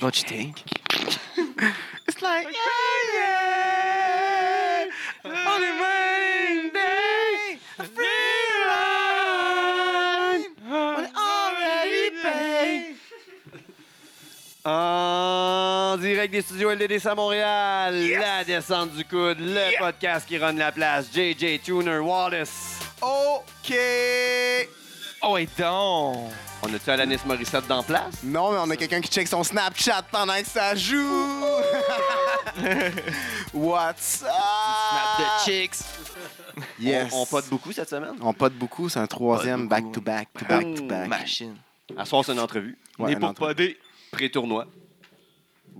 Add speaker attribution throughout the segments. Speaker 1: Don't you think?
Speaker 2: It's like, yeah, yeah. On a rainy day, a free ride. On an already paid. En direct des studios LDDC à Montréal, la descente du coude, le podcast qui run la place, JJ Tuner Wallace.
Speaker 3: OK!
Speaker 4: Oh, et donc!
Speaker 2: On a-tu Alanis Morissette dans place?
Speaker 3: Non, mais on a quelqu'un qui check son Snapchat pendant que ça joue! What's up?
Speaker 2: Ah.
Speaker 4: Snap de chicks!
Speaker 3: Yes.
Speaker 2: On, on pote beaucoup cette semaine.
Speaker 3: On pote beaucoup, c'est un troisième
Speaker 4: Pote beaucoup,
Speaker 3: back-to-back, to back, to back.
Speaker 4: Machine.
Speaker 2: À soir, c'est une entrevue.
Speaker 3: Ouais,
Speaker 4: Né
Speaker 3: un
Speaker 4: pour
Speaker 3: entre-
Speaker 4: poder.
Speaker 2: pré-tournoi.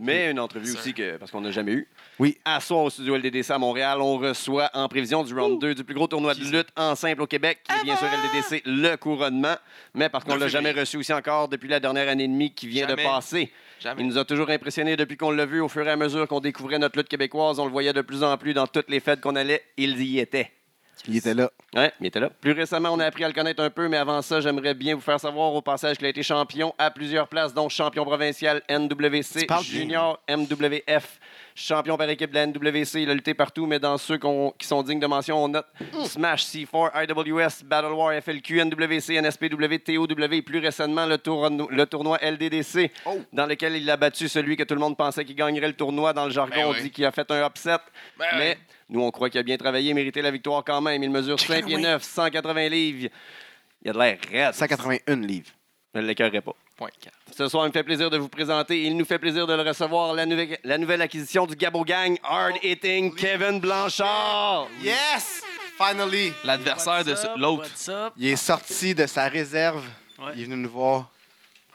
Speaker 2: Mais une entrevue aussi que, parce qu'on n'a jamais eu.
Speaker 3: Oui.
Speaker 2: À soir au studio LDDC à Montréal, on reçoit en prévision du round 2 du plus gros tournoi de lutte en simple au Québec, qui est bien sûr LDDC, le couronnement. Mais parce qu'on
Speaker 4: Le
Speaker 2: l'a jamais
Speaker 4: Eh ben! février.
Speaker 2: reçu aussi encore depuis la dernière année et demie qui vient
Speaker 4: Jamais.
Speaker 2: de passer.
Speaker 4: Jamais.
Speaker 2: Il nous a toujours impressionnés depuis qu'on l'a vu au fur et à mesure qu'on découvrait notre lutte québécoise. On le voyait de plus en plus dans toutes les fêtes qu'on allait. Il y était.
Speaker 3: Il était là.
Speaker 2: Ouais, il était là. Plus récemment, on a appris à le connaître un peu, mais avant ça, j'aimerais bien vous faire savoir au passage qu'il a été champion à plusieurs places, dont champion provincial NWC,
Speaker 3: Tu parles bien.
Speaker 2: junior MWF, champion par équipe de la NWC. Il a lutté partout, mais dans ceux qu'on- qui sont dignes de mention, on note
Speaker 3: Mm.
Speaker 2: Smash C4, IWS, Battle War, FLQ, NWC, NSPW, TOW, et plus récemment le, tourno- le tournoi LDDC,
Speaker 3: Oh.
Speaker 2: dans lequel il a battu celui que tout le monde pensait qu'il gagnerait le tournoi. Dans le jargon,
Speaker 4: Ben
Speaker 2: on
Speaker 4: oui.
Speaker 2: dit qu'il a fait un upset.
Speaker 4: Ben
Speaker 2: mais
Speaker 4: oui.
Speaker 2: nous, on croit qu'il a bien travaillé, mérité la victoire quand même. Il mesure 5 pieds
Speaker 3: oui.
Speaker 2: 9, 180 livres. Il a de l'air raide.
Speaker 3: 181 livres.
Speaker 2: Je ne l'écœurerai pas.
Speaker 4: Point 4.
Speaker 2: Ce soir, il me fait plaisir de vous présenter. Il nous fait plaisir de le recevoir, la, nouvelle- la nouvelle acquisition du Gabo Gang, Hard
Speaker 4: Oh,
Speaker 2: Hitting, Kevin Blanchard.
Speaker 3: Yes! Finally!
Speaker 4: L'adversaire de
Speaker 1: What's up,
Speaker 4: ce- l'autre.
Speaker 1: What's up?
Speaker 3: Il est sorti de sa réserve.
Speaker 1: Ouais.
Speaker 3: Il est venu nous voir.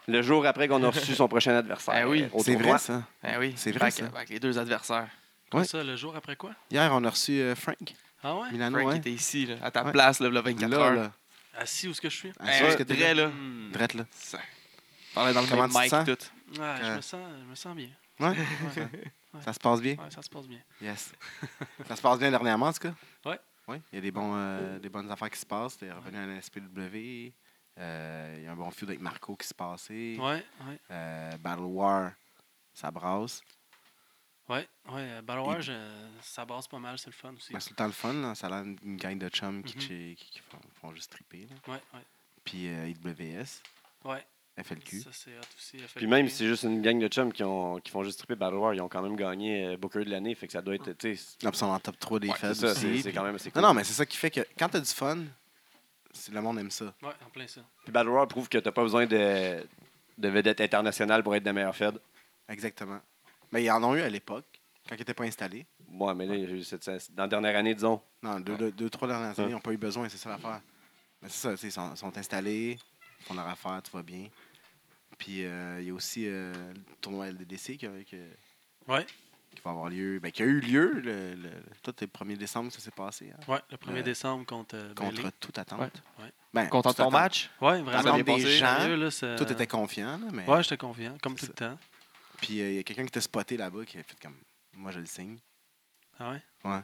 Speaker 2: Le jour après qu'on a reçu son prochain adversaire.
Speaker 4: Ben oui.
Speaker 2: euh, au
Speaker 3: C'est
Speaker 2: tournoi.
Speaker 3: vrai, ça?
Speaker 4: Ben oui.
Speaker 3: C'est vrai,
Speaker 4: Back-
Speaker 3: ça.
Speaker 4: back, les deux adversaires.
Speaker 1: Comme
Speaker 3: Ouais.
Speaker 1: ça, le jour après quoi?
Speaker 3: Hier, on a reçu euh, Frank
Speaker 1: Ah ouais?
Speaker 3: Milano.
Speaker 4: Frank
Speaker 3: ouais.
Speaker 4: était ici, là, à ta
Speaker 3: Ouais.
Speaker 4: place, là, le 24
Speaker 3: Là,
Speaker 4: heures.
Speaker 3: là.
Speaker 1: Assis où est-ce que je suis?
Speaker 3: Ah,
Speaker 4: Ben,
Speaker 3: c'est
Speaker 4: ouais,
Speaker 3: ce que t'es
Speaker 4: Dre, là.
Speaker 1: Hmm.
Speaker 3: Drette, là.
Speaker 4: Ça. Parlait dans le
Speaker 3: Comment
Speaker 4: même
Speaker 3: tu te
Speaker 4: mic,
Speaker 3: sens?
Speaker 4: tout.
Speaker 1: Ouais, Ah, je,
Speaker 3: Euh.
Speaker 1: me sens, je me sens bien.
Speaker 3: Ouais.
Speaker 1: Ouais,
Speaker 3: Ça se passe bien?
Speaker 1: ouais, ça se passe bien.
Speaker 3: Yes. ça se passe bien dernièrement, en tout cas?
Speaker 1: Ouais. Oh.
Speaker 3: Oui, il y a des, bons, euh, des bonnes affaires qui se passent. T'es revenu à la SPW. euh, il y a un bon feud avec Marco qui se passait.
Speaker 1: Ouais, ouais.
Speaker 3: Euh, Battle War, ça brasse.
Speaker 1: Ouais, ouais. euh, Battle War, je- ça brasse pas mal, c'est le fun aussi.
Speaker 3: Mais Ben, c'est tout le temps le fun. là. Ça a l'air une gang de chums qui,
Speaker 1: Mhm.
Speaker 3: chi- qui- qui font, font juste triper. là.
Speaker 1: Ouais, ouais.
Speaker 3: Puis euh, IWS,
Speaker 1: Ouais,
Speaker 3: FLQ.
Speaker 1: ça c'est hot aussi.
Speaker 2: Puis même si c'est juste une gang de chums qui, ont, qui font juste triper Battle War, ils ont quand même gagné euh, Booker de l'année. Fait que ça doit être. tu sais,
Speaker 3: Là, puis ils sont en top 3 des
Speaker 2: ouais,
Speaker 3: fêtes
Speaker 2: c'est ça,
Speaker 3: aussi.
Speaker 2: c'est- c'est
Speaker 3: puis-
Speaker 2: quand même. c'est
Speaker 3: Non,
Speaker 2: cool.
Speaker 3: non, mais c'est ça qui fait que quand t'as du fun, c'est- le monde aime ça.
Speaker 1: Ouais, en plein ça.
Speaker 2: Puis Battle Royale prouve que t'as pas besoin de, de vedettes internationales pour être de meilleure Fed.
Speaker 3: Exactement. Mais ils en ont eu à l'époque, quand ils n'étaient pas installés.
Speaker 2: Moi, mais là, j'ai eu cette- cette- dans la dernière année, disons.
Speaker 3: Non, deux, deux, deux, trois dernières années, ils n'ont pas eu besoin, c'est ça l'affaire. Mais c'est ça, tu sais, ils sont, sont installés, ils font leur affaire, tout va bien. Puis euh, il y a aussi euh, le tournoi LDDC qui, a- que-
Speaker 1: Ouais,
Speaker 3: qui va avoir lieu, ben, qui a eu lieu, le, le, toi, c'est le 1er décembre que ça s'est passé, hein,
Speaker 1: ouais. Le 1er
Speaker 3: Euh,
Speaker 1: décembre contre. euh,
Speaker 3: contre
Speaker 1: Bailey.
Speaker 3: toute attente.
Speaker 1: Ouais. Ouais.
Speaker 3: Ben,
Speaker 4: Content de
Speaker 3: toute
Speaker 4: ton
Speaker 3: attente.
Speaker 4: match? euh,
Speaker 1: Ouais, vraiment.
Speaker 3: Attendre
Speaker 4: bien
Speaker 3: des
Speaker 4: passé.
Speaker 3: gens,
Speaker 1: Sérieux, là, c'est-
Speaker 3: Toi, t'étais confiant, là, mais...
Speaker 1: Ouais, j'étais confiant, comme tout
Speaker 3: C'est
Speaker 1: le temps.
Speaker 3: Puis euh, il y a quelqu'un qui t'a spoté là-bas qui a fait comme, moi, je le signe.
Speaker 1: Ah ouais?
Speaker 3: Ouais.
Speaker 1: Ouais.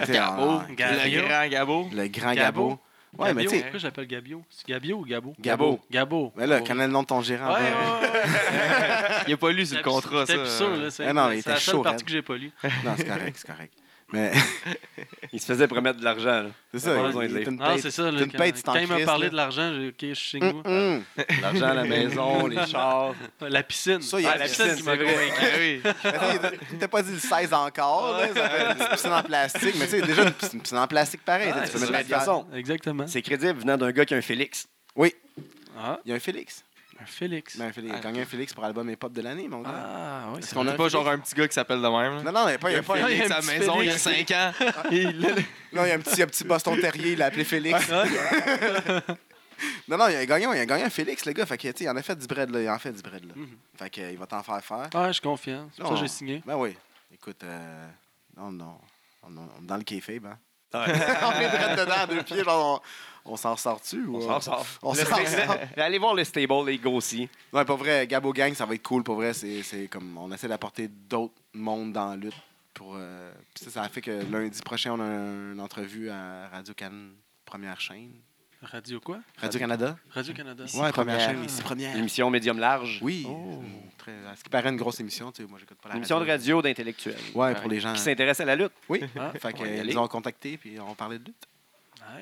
Speaker 3: Tu sais,
Speaker 4: Gabo,
Speaker 3: en- en-
Speaker 4: le
Speaker 1: Gabio.
Speaker 4: grand Gabo.
Speaker 3: ah, le grand Gabo.
Speaker 1: Gabo.
Speaker 3: Ouais, mais
Speaker 1: Gabio,
Speaker 3: tu sais,
Speaker 1: Pourquoi je l'appelle Gabio? C'est Gabio ou Gabo?
Speaker 3: Gabo.
Speaker 1: Gabo.
Speaker 3: mais là,
Speaker 1: Gabo.
Speaker 3: connais le nom de ton gérant.
Speaker 1: Ouais,
Speaker 3: ben,
Speaker 1: ouais, ouais, ouais.
Speaker 4: Il a pas lu sur le contrat, ça.
Speaker 1: J'étais plus sûr, là. C'est
Speaker 3: Ah non, il
Speaker 1: c'est
Speaker 3: était
Speaker 1: la
Speaker 3: chaud,
Speaker 1: seule
Speaker 3: raide.
Speaker 1: partie que j'ai pas lue.
Speaker 3: Non, c'est correct, c'est correct. Mais
Speaker 2: Il se faisait promettre de l'argent. là.
Speaker 3: c'est
Speaker 2: Ouais,
Speaker 3: ça,
Speaker 2: ouais,
Speaker 3: il- il est
Speaker 2: ouais.
Speaker 3: une
Speaker 1: Ah,
Speaker 3: bête.
Speaker 1: c'est ça. là,
Speaker 3: t'es une
Speaker 1: quand
Speaker 3: bête, c'est en
Speaker 1: quand il m'a
Speaker 3: crise,
Speaker 1: parlé
Speaker 3: là.
Speaker 1: de l'argent, j'ai OK, je signe
Speaker 3: Hum,
Speaker 1: moi.
Speaker 3: hum.
Speaker 2: L'argent à la maison, les chars.
Speaker 1: La piscine.
Speaker 3: Ça, il y a
Speaker 1: Ah,
Speaker 3: la
Speaker 1: la
Speaker 3: piscine,
Speaker 1: piscine qui m'a
Speaker 2: c'est vrai.
Speaker 1: convaincu.
Speaker 4: Ah oui.
Speaker 3: Il t'a pas dit le 16 encore, là, ça fait une petite piscine en plastique, mais tu sais, déjà une piscine une piscine en plastique pareil.
Speaker 1: Ouais,
Speaker 3: tu
Speaker 2: Ça
Speaker 3: sais, tu peux
Speaker 2: me
Speaker 3: mettre
Speaker 2: met
Speaker 3: la
Speaker 2: de
Speaker 3: bière.
Speaker 2: façon.
Speaker 1: Exactement.
Speaker 2: C'est crédible venant d'un gars qui a un Félix.
Speaker 1: Ah,
Speaker 3: Il y a un Félix.
Speaker 1: un Félix.
Speaker 3: Ben, un Félix. Il a
Speaker 4: Ah.
Speaker 3: gagné un Félix pour l'album hip-hop de l'année, mon gars.
Speaker 1: Ah, oui.
Speaker 3: Est-ce
Speaker 1: c'est
Speaker 3: qu'on
Speaker 4: On
Speaker 3: a
Speaker 4: a
Speaker 3: un
Speaker 4: pas
Speaker 3: Félix?
Speaker 4: genre un petit gars qui s'appelle de même. là.
Speaker 3: Non, non, il y a pas- il y a pas-
Speaker 4: Il
Speaker 1: il y
Speaker 4: est
Speaker 1: a un
Speaker 4: sa
Speaker 1: petit
Speaker 4: maison il y a
Speaker 1: Félix.
Speaker 4: 5 ans.
Speaker 1: vrai. Et il-
Speaker 3: non, il y a un petit, il y a un petit Boston Terrier, il l'a appelé Félix.
Speaker 1: Ah,
Speaker 3: Non, non, il a gagné, il a gagné un Félix, le gars. Fait que, tu sais, il en a fait du bread, là. Il en fait du bread, là.
Speaker 1: Mhm.
Speaker 3: Fait que, euh, il va t'en faire faire.
Speaker 1: Ouais, Ah, je suis confiant. C'est pour ça que
Speaker 3: Non.
Speaker 1: j'ai signé.
Speaker 3: Ben oui. Écoute, euh, non, non. On, on- on- dans le kayfabe, hein?
Speaker 2: Ouais.
Speaker 3: on est direct dedans à deux pieds, genre, on, on s'en ressort-tu? ou,
Speaker 2: On
Speaker 3: euh?
Speaker 2: s'en sort.
Speaker 3: On s'en sort.
Speaker 2: Euh, Allez voir le stable, les grossis.
Speaker 3: Ouais, pas vrai, Gabo Gang, ça va être cool, pour vrai. C'est c'est comme, on essaie d'apporter d'autres mondes dans la lutte. Pour, euh, puis ça, ça fait que lundi prochain, on a une entrevue à Radio-Can, première chaîne.
Speaker 1: Radio quoi?
Speaker 3: Radio-Canada?
Speaker 1: Radio-Canada.
Speaker 3: Ouais, première
Speaker 2: première.
Speaker 3: chaîne, ici première.
Speaker 2: L'émission médium large.
Speaker 3: Oui.
Speaker 1: Oh.
Speaker 3: très. À ce qui paraît une grosse émission, tu sais, moi j'écoute pas la
Speaker 2: Une émission de radio d'intellectuels
Speaker 3: Ouais, pour les gens.
Speaker 2: qui s'intéressent à la lutte.
Speaker 3: Oui.
Speaker 1: Ah,
Speaker 2: on
Speaker 3: Fait
Speaker 2: va y
Speaker 3: qu'ils
Speaker 2: aller.
Speaker 3: nous ont contactés puis on parlait de lutte.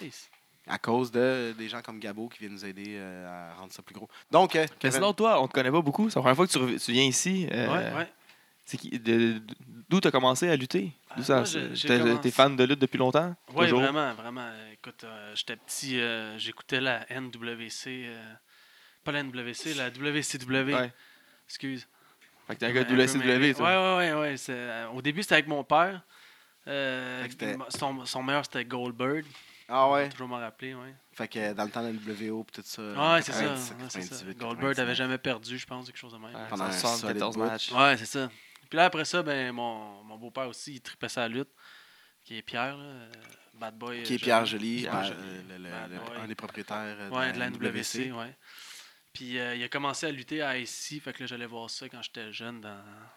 Speaker 1: Nice.
Speaker 3: À cause de des gens comme Gabo qui viennent nous aider euh, à rendre ça plus gros. Donc, euh,
Speaker 4: Mais
Speaker 3: Kevin,
Speaker 4: sinon, toi, on te connaît pas beaucoup. C'est la première fois que tu, rev- tu viens ici. euh,
Speaker 1: Ouais, ouais.
Speaker 4: c'est qui- de- de- D'où tu as commencé à lutter? D'où
Speaker 1: Ah,
Speaker 4: ça-
Speaker 1: moi, je- j'ai
Speaker 4: t'as-
Speaker 1: commencé-
Speaker 4: T'es fan de lutte depuis longtemps?
Speaker 1: Oui,
Speaker 4: Toujours?
Speaker 1: vraiment, vraiment. Écoute, euh, j'étais petit, euh, j'écoutais la NWC. euh, pas la NWC, la WCW.
Speaker 4: Ouais.
Speaker 1: Excuse.
Speaker 4: Fait que t'es un gars de
Speaker 1: peu mêlé.
Speaker 4: WCW, toi.
Speaker 1: Ouais, ouais, ouais. ouais, c'est- euh, au début, c'était avec mon père. Euh,
Speaker 3: Fait que c'était-
Speaker 1: son, son meilleur, c'était Goldberg.
Speaker 3: Ah
Speaker 1: Je
Speaker 3: ouais.
Speaker 1: vais Toujours m'en rappeler, ouais.
Speaker 3: Fait que euh, dans le temps de la WO pis tout ça.
Speaker 1: ouais, c'est ça,
Speaker 3: 97,
Speaker 1: ouais, c'est ça.
Speaker 3: 98, 99.
Speaker 1: Goldberg n'avait jamais perdu, je pense, quelque chose de même.
Speaker 4: Ouais,
Speaker 3: Pendant
Speaker 4: ça,
Speaker 3: un
Speaker 4: 74
Speaker 3: solide
Speaker 4: matchs.
Speaker 1: Ouais, c'est ça. Puis là, après ça, ben, mon, mon beau-père aussi, il tripait sa lutte, qui est Pierre, là, euh, Bad Boy.
Speaker 3: Qui est
Speaker 1: euh,
Speaker 3: Pierre Joly,
Speaker 1: Pierre
Speaker 3: euh,
Speaker 1: Joly.
Speaker 3: le- le-
Speaker 1: Bad
Speaker 3: le-
Speaker 1: Boy.
Speaker 3: un des propriétaires euh,
Speaker 1: Ouais, de la NWC, ouais. Puis euh, il a commencé à lutter à IC, fait que là, j'allais voir ça quand j'étais jeune. Dans...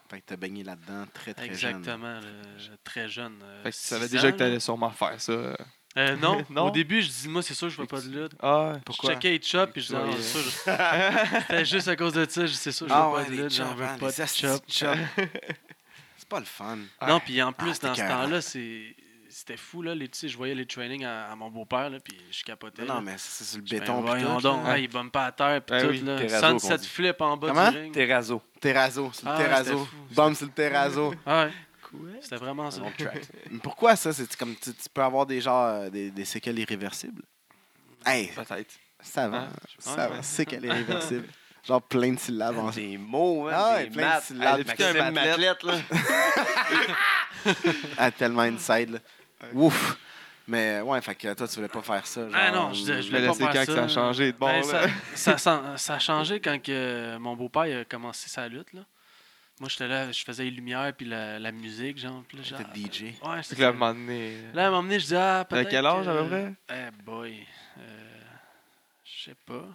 Speaker 3: Fait que t'as baigné là-dedans très très jeune.
Speaker 1: Exactement, là, j'étais très jeune. euh,
Speaker 4: Fait que tu
Speaker 1: six
Speaker 4: savais
Speaker 1: ans,
Speaker 4: déjà que
Speaker 1: là.
Speaker 4: t'allais sûrement faire ça. euh.
Speaker 1: Euh, non,
Speaker 4: Non?
Speaker 1: au début, je dis, moi, c'est sûr, je ne veux pas de lutte.
Speaker 4: Ah,
Speaker 1: Je checkais Hitchop, puis je disais,
Speaker 4: Ouais,
Speaker 1: ah,
Speaker 4: ouais.
Speaker 1: c'est sûr, je- c'était juste à cause de ça, je- c'est sûr, je veux
Speaker 3: Ah
Speaker 1: pas
Speaker 3: ouais,
Speaker 1: de
Speaker 3: les
Speaker 1: lutte, j'en
Speaker 3: chops, hein,
Speaker 1: veux pas
Speaker 3: les
Speaker 1: de chop.
Speaker 3: astis de chops. C'est pas le fun.
Speaker 1: Non, puis en plus,
Speaker 3: Ah, c'était
Speaker 1: dans ce
Speaker 3: écœurant.
Speaker 1: temps-là, c'est- c'était fou. Là, les, tu sais, je voyais les trainings à, à mon beau-père, là, puis je capotais.
Speaker 3: Non,
Speaker 1: là.
Speaker 3: non, mais c'est sur le
Speaker 1: Ben,
Speaker 3: béton. pis
Speaker 1: voyons
Speaker 3: tout,
Speaker 1: donc,
Speaker 3: là.
Speaker 1: ouais, il bombe pas à terre, puis
Speaker 4: Ben
Speaker 1: tout.
Speaker 4: oui,
Speaker 1: là.
Speaker 2: terrazzo, qu'on
Speaker 1: 107
Speaker 2: dit.
Speaker 1: flips en bas
Speaker 3: Comment?
Speaker 1: du ring.
Speaker 2: Terrazzo.
Speaker 3: Terrazzo, sur le
Speaker 1: Ah,
Speaker 3: terrazzo.
Speaker 1: c'était fou.
Speaker 3: Bombe sur le terrazzo.
Speaker 1: Ah ouais, c'était vraiment ça.
Speaker 3: Mais pourquoi ça? C'est comme tu, tu peux avoir des genres euh, des, des séquelles irréversibles. Hey,
Speaker 4: Peut-être.
Speaker 3: ça va.
Speaker 4: Hein?
Speaker 3: Ça
Speaker 4: Ouais.
Speaker 3: va. Séquelles irréversibles. Genre plein de syllabes en
Speaker 2: Des mots, hein,
Speaker 3: Ah ouais,
Speaker 2: des
Speaker 3: plein de
Speaker 2: maths.
Speaker 3: syllabes.
Speaker 2: Hey, Maxime
Speaker 4: Putain,
Speaker 2: Matelet, là.
Speaker 3: à tellement inside. Là. Ouf! Mais ouais, fait que toi, tu voulais pas faire ça. Genre,
Speaker 1: Ah non, je, je
Speaker 4: Mais
Speaker 1: voulais
Speaker 4: là,
Speaker 1: pas
Speaker 4: c'est
Speaker 1: faire
Speaker 4: quand que ça a changé de bord,
Speaker 1: Ben,
Speaker 4: là.
Speaker 1: ça, ça, sent- ça a changé quand que mon beau-père il a commencé sa lutte. Là. Moi, j'étais là, je faisais les lumières, puis la, la musique, genre. puis là, genre-
Speaker 3: T'étais DJ.
Speaker 1: Ouais,
Speaker 4: C'est
Speaker 1: c'est
Speaker 4: que là, à un
Speaker 1: ça.
Speaker 4: moment donné, euh,
Speaker 1: Là, à un moment donné, je dis, ah,
Speaker 4: T'as
Speaker 1: peut-être.
Speaker 4: quel âge, à
Speaker 1: que-
Speaker 4: peu près?
Speaker 1: Eh boy. euh, je sais pas.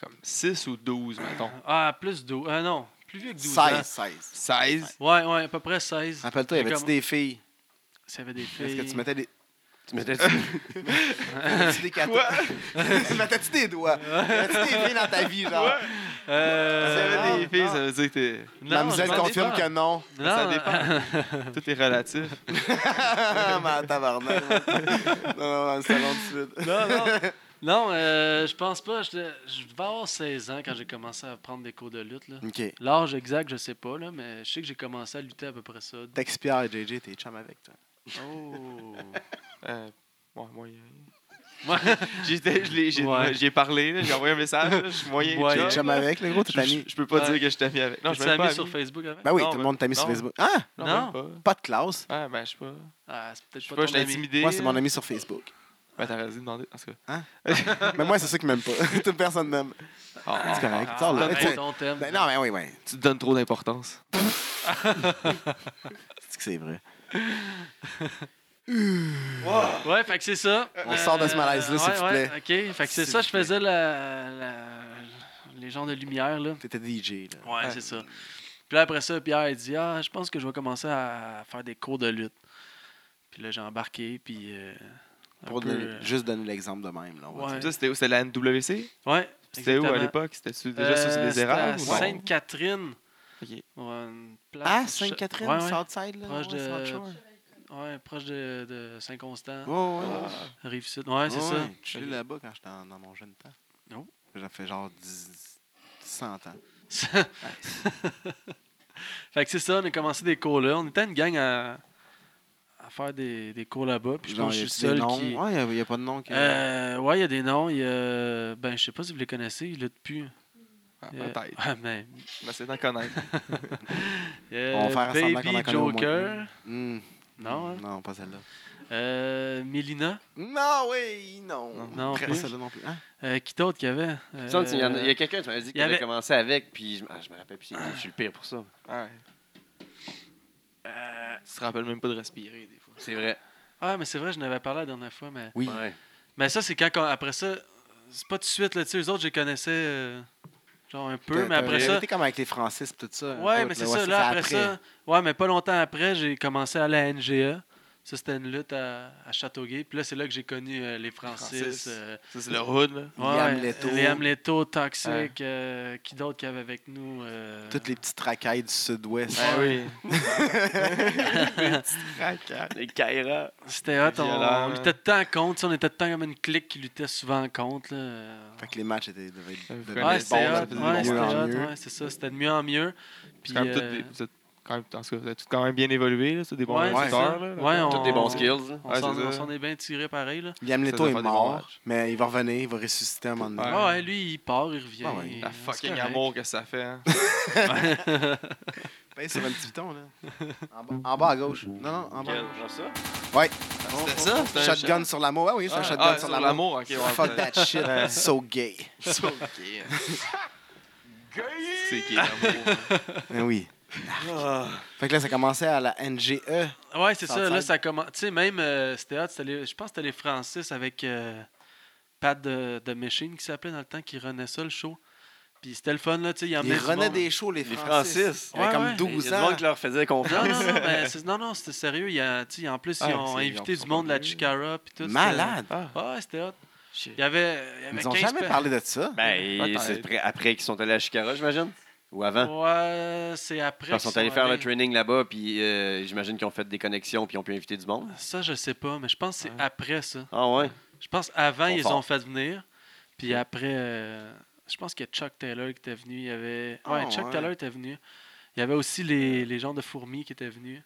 Speaker 4: Comme 6 ou 12, mettons.
Speaker 1: Ah, plus 12. Ah non, plus vieux que 12
Speaker 3: 16, 16.
Speaker 4: 16?
Speaker 1: ans. Ouais, ouais, à peu près 16.
Speaker 3: Rappelle-toi, y
Speaker 1: J'ai
Speaker 3: avait-tu
Speaker 1: comme-
Speaker 3: des filles?
Speaker 1: Ça avait des
Speaker 3: Ah. Est-ce
Speaker 1: filles.
Speaker 3: que tu mettais des,
Speaker 2: Tu m'étais dit,
Speaker 3: tu des cadeaux? tu mettais-tu des doigts? Y avait-tu des filles dans ta vie, genre?
Speaker 4: Si
Speaker 1: Euh,
Speaker 3: Ah,
Speaker 4: t'avais des filles,
Speaker 3: ah.
Speaker 4: ça veut dire que
Speaker 1: non,
Speaker 3: Mademoiselle
Speaker 1: je m'en
Speaker 3: confirme
Speaker 1: défends.
Speaker 3: que non.
Speaker 1: Non,
Speaker 4: ça
Speaker 1: dépend.
Speaker 4: t'es- tout est relatif.
Speaker 3: Ma tabarnak. Non, non, non, salon tout de suite.
Speaker 1: non, non. Non, euh, je pense pas. Je, je devais avoir 16 ans quand j'ai commencé à prendre des cours de lutte. là.
Speaker 3: OK.
Speaker 1: L'âge exact, je sais pas, là, mais je sais que j'ai commencé à lutter à peu près ça.
Speaker 4: Oh.
Speaker 3: T'expires, JJ, t'es chum avec, toi.
Speaker 1: Oh!
Speaker 4: Euh, ouais, moyen.
Speaker 1: Moi,
Speaker 4: J'étais- je l'ai- J'ai
Speaker 1: Ouais.
Speaker 4: j'ai parlé, là, j'ai envoyé un message, là, je suis moyen.
Speaker 1: Ouais.
Speaker 4: chum.
Speaker 3: T'es chum avec, le gros, t'es
Speaker 4: Je,
Speaker 3: ami.
Speaker 4: je- je peux pas
Speaker 1: Ouais.
Speaker 4: dire que je t'ai mis avec. Non, je
Speaker 1: tu
Speaker 4: suis même
Speaker 1: l'as
Speaker 4: pas
Speaker 1: mis
Speaker 4: ami.
Speaker 1: sur Facebook avec?
Speaker 3: Ben oui,
Speaker 4: Non,
Speaker 3: tout le
Speaker 4: ben-
Speaker 3: monde t'a mis sur
Speaker 4: non.
Speaker 3: Facebook. Ah!
Speaker 4: Non,
Speaker 1: Non.
Speaker 4: même pas.
Speaker 3: Pas de classe.
Speaker 4: Ah, ben, je sais pas.
Speaker 1: Ah, c'est
Speaker 4: Je
Speaker 1: peut-être
Speaker 4: sais
Speaker 1: pas,
Speaker 4: pas,
Speaker 1: ton
Speaker 4: je t'ai
Speaker 1: ami.
Speaker 4: intimidé.
Speaker 3: Moi, c'est mon ami sur Facebook.
Speaker 4: Ben, t'as raison de demander. En tout cas.
Speaker 3: Mais moi, c'est ça qui m'aime pas. Toute personne m'aime.
Speaker 4: Ah, ah,
Speaker 3: C'est correct.
Speaker 1: Ah,
Speaker 3: Sors, là.
Speaker 1: ben,
Speaker 3: Tu sais,
Speaker 1: on t'aime.
Speaker 3: Ben non, mais oui, oui.
Speaker 4: ah. Tu te donnes trop d'importance.
Speaker 3: C'est que c'est vrai.
Speaker 1: Ouais, fait que c'est ça. Euh,
Speaker 3: On sort de ce malaise-là, s'il vous
Speaker 1: ouais, OK, fait que c'est
Speaker 3: S'il
Speaker 1: ça,
Speaker 3: vous
Speaker 1: je faisais la, la- les gens de lumière, là.
Speaker 3: T'étais DJ, là.
Speaker 1: Ouais, c'est ça. Puis là, après ça, Pierre, il dit Ah, je pense que je vais commencer à faire des cours de lutte. Puis là, j'ai embarqué, puis. euh, un
Speaker 3: Pour
Speaker 1: peu,
Speaker 3: donner-
Speaker 1: euh,
Speaker 3: juste donner l'exemple de même, là. on va
Speaker 1: Ouais.
Speaker 3: dire.
Speaker 4: Ça, c'était où? C'était la NWC?
Speaker 1: euh, Ouais.
Speaker 4: C'était où à
Speaker 1: exactement.
Speaker 4: l'époque? C'était-tu déjà sur
Speaker 1: Euh,
Speaker 4: des
Speaker 1: c'était
Speaker 4: erreurs?
Speaker 1: à
Speaker 4: ou-
Speaker 1: Sainte-Catherine.
Speaker 4: Ok.
Speaker 1: Ouais, une place-
Speaker 3: Ah, Sainte-Catherine,
Speaker 1: Ouais, ouais.
Speaker 3: Southside, là.
Speaker 1: Proche
Speaker 3: ouais,
Speaker 1: de-
Speaker 3: South Shore.
Speaker 1: Ouais, proche de, de Saint-Constant,
Speaker 3: Ouais, ouais, ouais.
Speaker 1: Rive-Sud. Ouais, c'est
Speaker 3: Ouais,
Speaker 1: ça.
Speaker 3: ouais. Oh. Je suis allé là-bas quand j'étais en- dans mon jeune temps.
Speaker 1: Non.
Speaker 3: J'avais fait genre 10, 100 ans.
Speaker 1: fait que c'est ça, on a commencé des cours là. On était une gang à, à faire des, des cours là-bas. Puis je
Speaker 3: Genre,
Speaker 1: pense que
Speaker 3: y
Speaker 1: je suis
Speaker 3: a-tu des
Speaker 1: le seul
Speaker 3: noms?
Speaker 1: qui.
Speaker 3: Ouais, il n'y a, pas de nom. Qui...
Speaker 1: Euh, ouais, il y a des noms. Il y a... Ben, je sais pas si vous les connaissez, il luttent plus.
Speaker 4: Ah,
Speaker 1: Il y a-
Speaker 4: Peut-être.
Speaker 1: Ah, mais...
Speaker 4: Mais c'est d'en connaître.
Speaker 1: il y a
Speaker 3: On va faire semblant qu'on en
Speaker 1: Baby
Speaker 3: connaît au moins
Speaker 1: Joker.
Speaker 3: Hmm.
Speaker 1: Non, hein?
Speaker 3: Non, pas celle-là.
Speaker 1: Euh, Melina.
Speaker 3: Non, oui, non.
Speaker 1: Non
Speaker 3: Pas
Speaker 1: plus.
Speaker 3: celle-là non plus. Hein?
Speaker 1: Euh, qui d'autre qu'il y avait Euh,
Speaker 2: Il me semble qu'il y en a- il y a quelqu'un, tu m'avais dit qu'il
Speaker 1: avait-
Speaker 2: avait commencé avec, puis je, ah, je me rappelle, puis je suis le pire pour ça.
Speaker 4: Ouais. Euh, Tu te rappelles même pas de respirer, des fois.
Speaker 2: C'est vrai.
Speaker 1: Ah, mais c'est vrai, je n'avais parlé la dernière fois. Mais,
Speaker 3: Oui.
Speaker 2: Ouais.
Speaker 1: mais ça, c'est quand. qu'on- Après ça, c'est pas tout de suite. Là, tu sais, eux autres, je les connaissais euh, genre un peu. Mais après ça,
Speaker 3: C'était comme avec les Francis et tout ça. Hein?
Speaker 1: Ouais, mais c'est ça. Là, après ça, ouais, mais pas longtemps après, j'ai commencé à la NGA. Ça, c'était une lutte à, à Châteauguay. Puis là, c'est là que j'ai connu euh, les Francis.
Speaker 4: Francis.
Speaker 1: euh,
Speaker 4: Ça, c'est le hood, là.
Speaker 3: Liam Leto.
Speaker 1: Liam Leto, Toxic. euh, qui d'autre qu'il y avait avec nous euh,
Speaker 3: Toutes les petites racailles du sud-ouest.
Speaker 4: Ah oui.
Speaker 2: Les Kaira.
Speaker 1: C'était hot. On,
Speaker 4: Violent,
Speaker 1: on
Speaker 4: hein.
Speaker 1: luttait tant contre. tu sais, On était tant comme une clique qui luttait souvent contre. là.
Speaker 3: Fait que les matchs étaient, devaient être-
Speaker 4: Ça vous
Speaker 3: devaient
Speaker 4: connaît
Speaker 1: Ouais,
Speaker 3: être bons,
Speaker 1: c'était
Speaker 4: bon,
Speaker 3: ça
Speaker 1: hot. Ouais,
Speaker 3: faisait
Speaker 1: c'était
Speaker 3: de
Speaker 1: hot.
Speaker 4: mieux
Speaker 3: bons
Speaker 1: Ouais,
Speaker 4: en
Speaker 3: mieux.
Speaker 1: c'est ça. C'était de mieux en mieux. Puis,
Speaker 4: C'est quand même toutes
Speaker 1: euh,
Speaker 4: des- vous êtes quand même, en tout cas, vous êtes quand même bien évolué, là. C'est des bons
Speaker 1: Ouais,
Speaker 3: c'est
Speaker 4: lutteurs,
Speaker 1: ça.
Speaker 4: là.
Speaker 1: euh, Ouais,
Speaker 4: là.
Speaker 1: on-
Speaker 2: Toutes des bons skills. hein. là.
Speaker 1: on
Speaker 4: hein. Ouais,
Speaker 1: s'en
Speaker 4: c'est ça.
Speaker 1: on s'en est bien tiré pareil. Là.
Speaker 3: Liam
Speaker 4: Ça
Speaker 3: Leto
Speaker 4: doit
Speaker 3: est
Speaker 4: faire des bons
Speaker 3: mort,
Speaker 4: matchs.
Speaker 3: mais il va revenir, il va ressusciter un moment donné.
Speaker 4: Ouais.
Speaker 1: Ah ouais, lui, il part, il revient.
Speaker 3: Ah ouais,
Speaker 1: il-
Speaker 4: La
Speaker 1: c'est
Speaker 4: fucking
Speaker 1: correct.
Speaker 4: amour que ça fait, hein.
Speaker 3: Pèse Ben, sur un petit piton, là. En bas, en bas à gauche. Non, non, en bas.
Speaker 2: Quel, genre ça?
Speaker 4: C'était ça? C'était un
Speaker 3: Shotgun sur l'amour. Ah oui, c'est un
Speaker 4: Ah,
Speaker 3: shotgun
Speaker 4: ah,
Speaker 3: sur l'amour.
Speaker 4: ok. ouais,
Speaker 3: Fuck
Speaker 4: peut-être.
Speaker 3: that shit. So gay.
Speaker 4: C'est ok. C'est qui l'amour?
Speaker 3: Ben oui. Fait que là, ça commençait à la E. NGE.
Speaker 1: Ouais, c'est ça. Là,
Speaker 3: Southside.
Speaker 1: ça commence. Tu sais, même, euh, c'était hot. c'était les- Je pense que c'était les Francis avec euh, Pat de, de Machine qui s'appelait dans le temps, qui renaît ça, le show. Puis c'était le fun, là. Tu sais, il emmenait
Speaker 3: Ils
Speaker 1: du
Speaker 3: renaient
Speaker 1: monde.
Speaker 3: des shows, les
Speaker 2: Les
Speaker 3: Francis.
Speaker 2: Francis.
Speaker 3: Il y avait
Speaker 1: Ouais,
Speaker 3: comme
Speaker 1: ouais.
Speaker 2: Il y
Speaker 3: 12
Speaker 2: a du
Speaker 3: ans.
Speaker 2: monde qui leur faisait
Speaker 1: Non,
Speaker 2: confiance.
Speaker 1: non, non, mais c'est- non, non, c'était sérieux. Il y a, tu sais, en plus,
Speaker 4: Ah,
Speaker 1: ils ont
Speaker 3: c'est- ils
Speaker 1: invité
Speaker 3: ont-
Speaker 1: du
Speaker 3: sont
Speaker 1: monde de la
Speaker 3: venus.
Speaker 1: Chicara. Puis tout.
Speaker 3: Malade.
Speaker 4: Ah,
Speaker 1: c'était- Ah, ouais, c'était hot.
Speaker 4: shit.
Speaker 1: Il y avait. il y avait
Speaker 3: Ils ont
Speaker 1: 15
Speaker 3: jamais
Speaker 1: pe-
Speaker 3: parlé de ça.
Speaker 2: Ben,
Speaker 4: Peut-être.
Speaker 2: c'est après, après qu'ils sont allés à Chicago, j'imagine? Ou avant?
Speaker 1: Ouais, c'est après.
Speaker 2: Ils sont
Speaker 1: qu'ils
Speaker 2: allés faire le
Speaker 1: allés.
Speaker 2: training là-bas, puis euh, j'imagine qu'ils ont fait des connexions, puis ils ont pu inviter du monde.
Speaker 1: Ça, je sais pas, mais je pense que c'est
Speaker 4: Ouais.
Speaker 1: après ça.
Speaker 2: Ah ouais?
Speaker 1: Je pense avant,
Speaker 2: Ils sont
Speaker 1: ils
Speaker 2: forts.
Speaker 1: ont fait venir. Puis après, euh, je pense qu'il y a Chuck Taylor qui était venu. Il y avait... Ouais,
Speaker 3: Ah,
Speaker 1: Chuck
Speaker 3: ouais.
Speaker 1: Taylor était venu. Il y avait aussi les, les gens de fourmis qui étaient venus.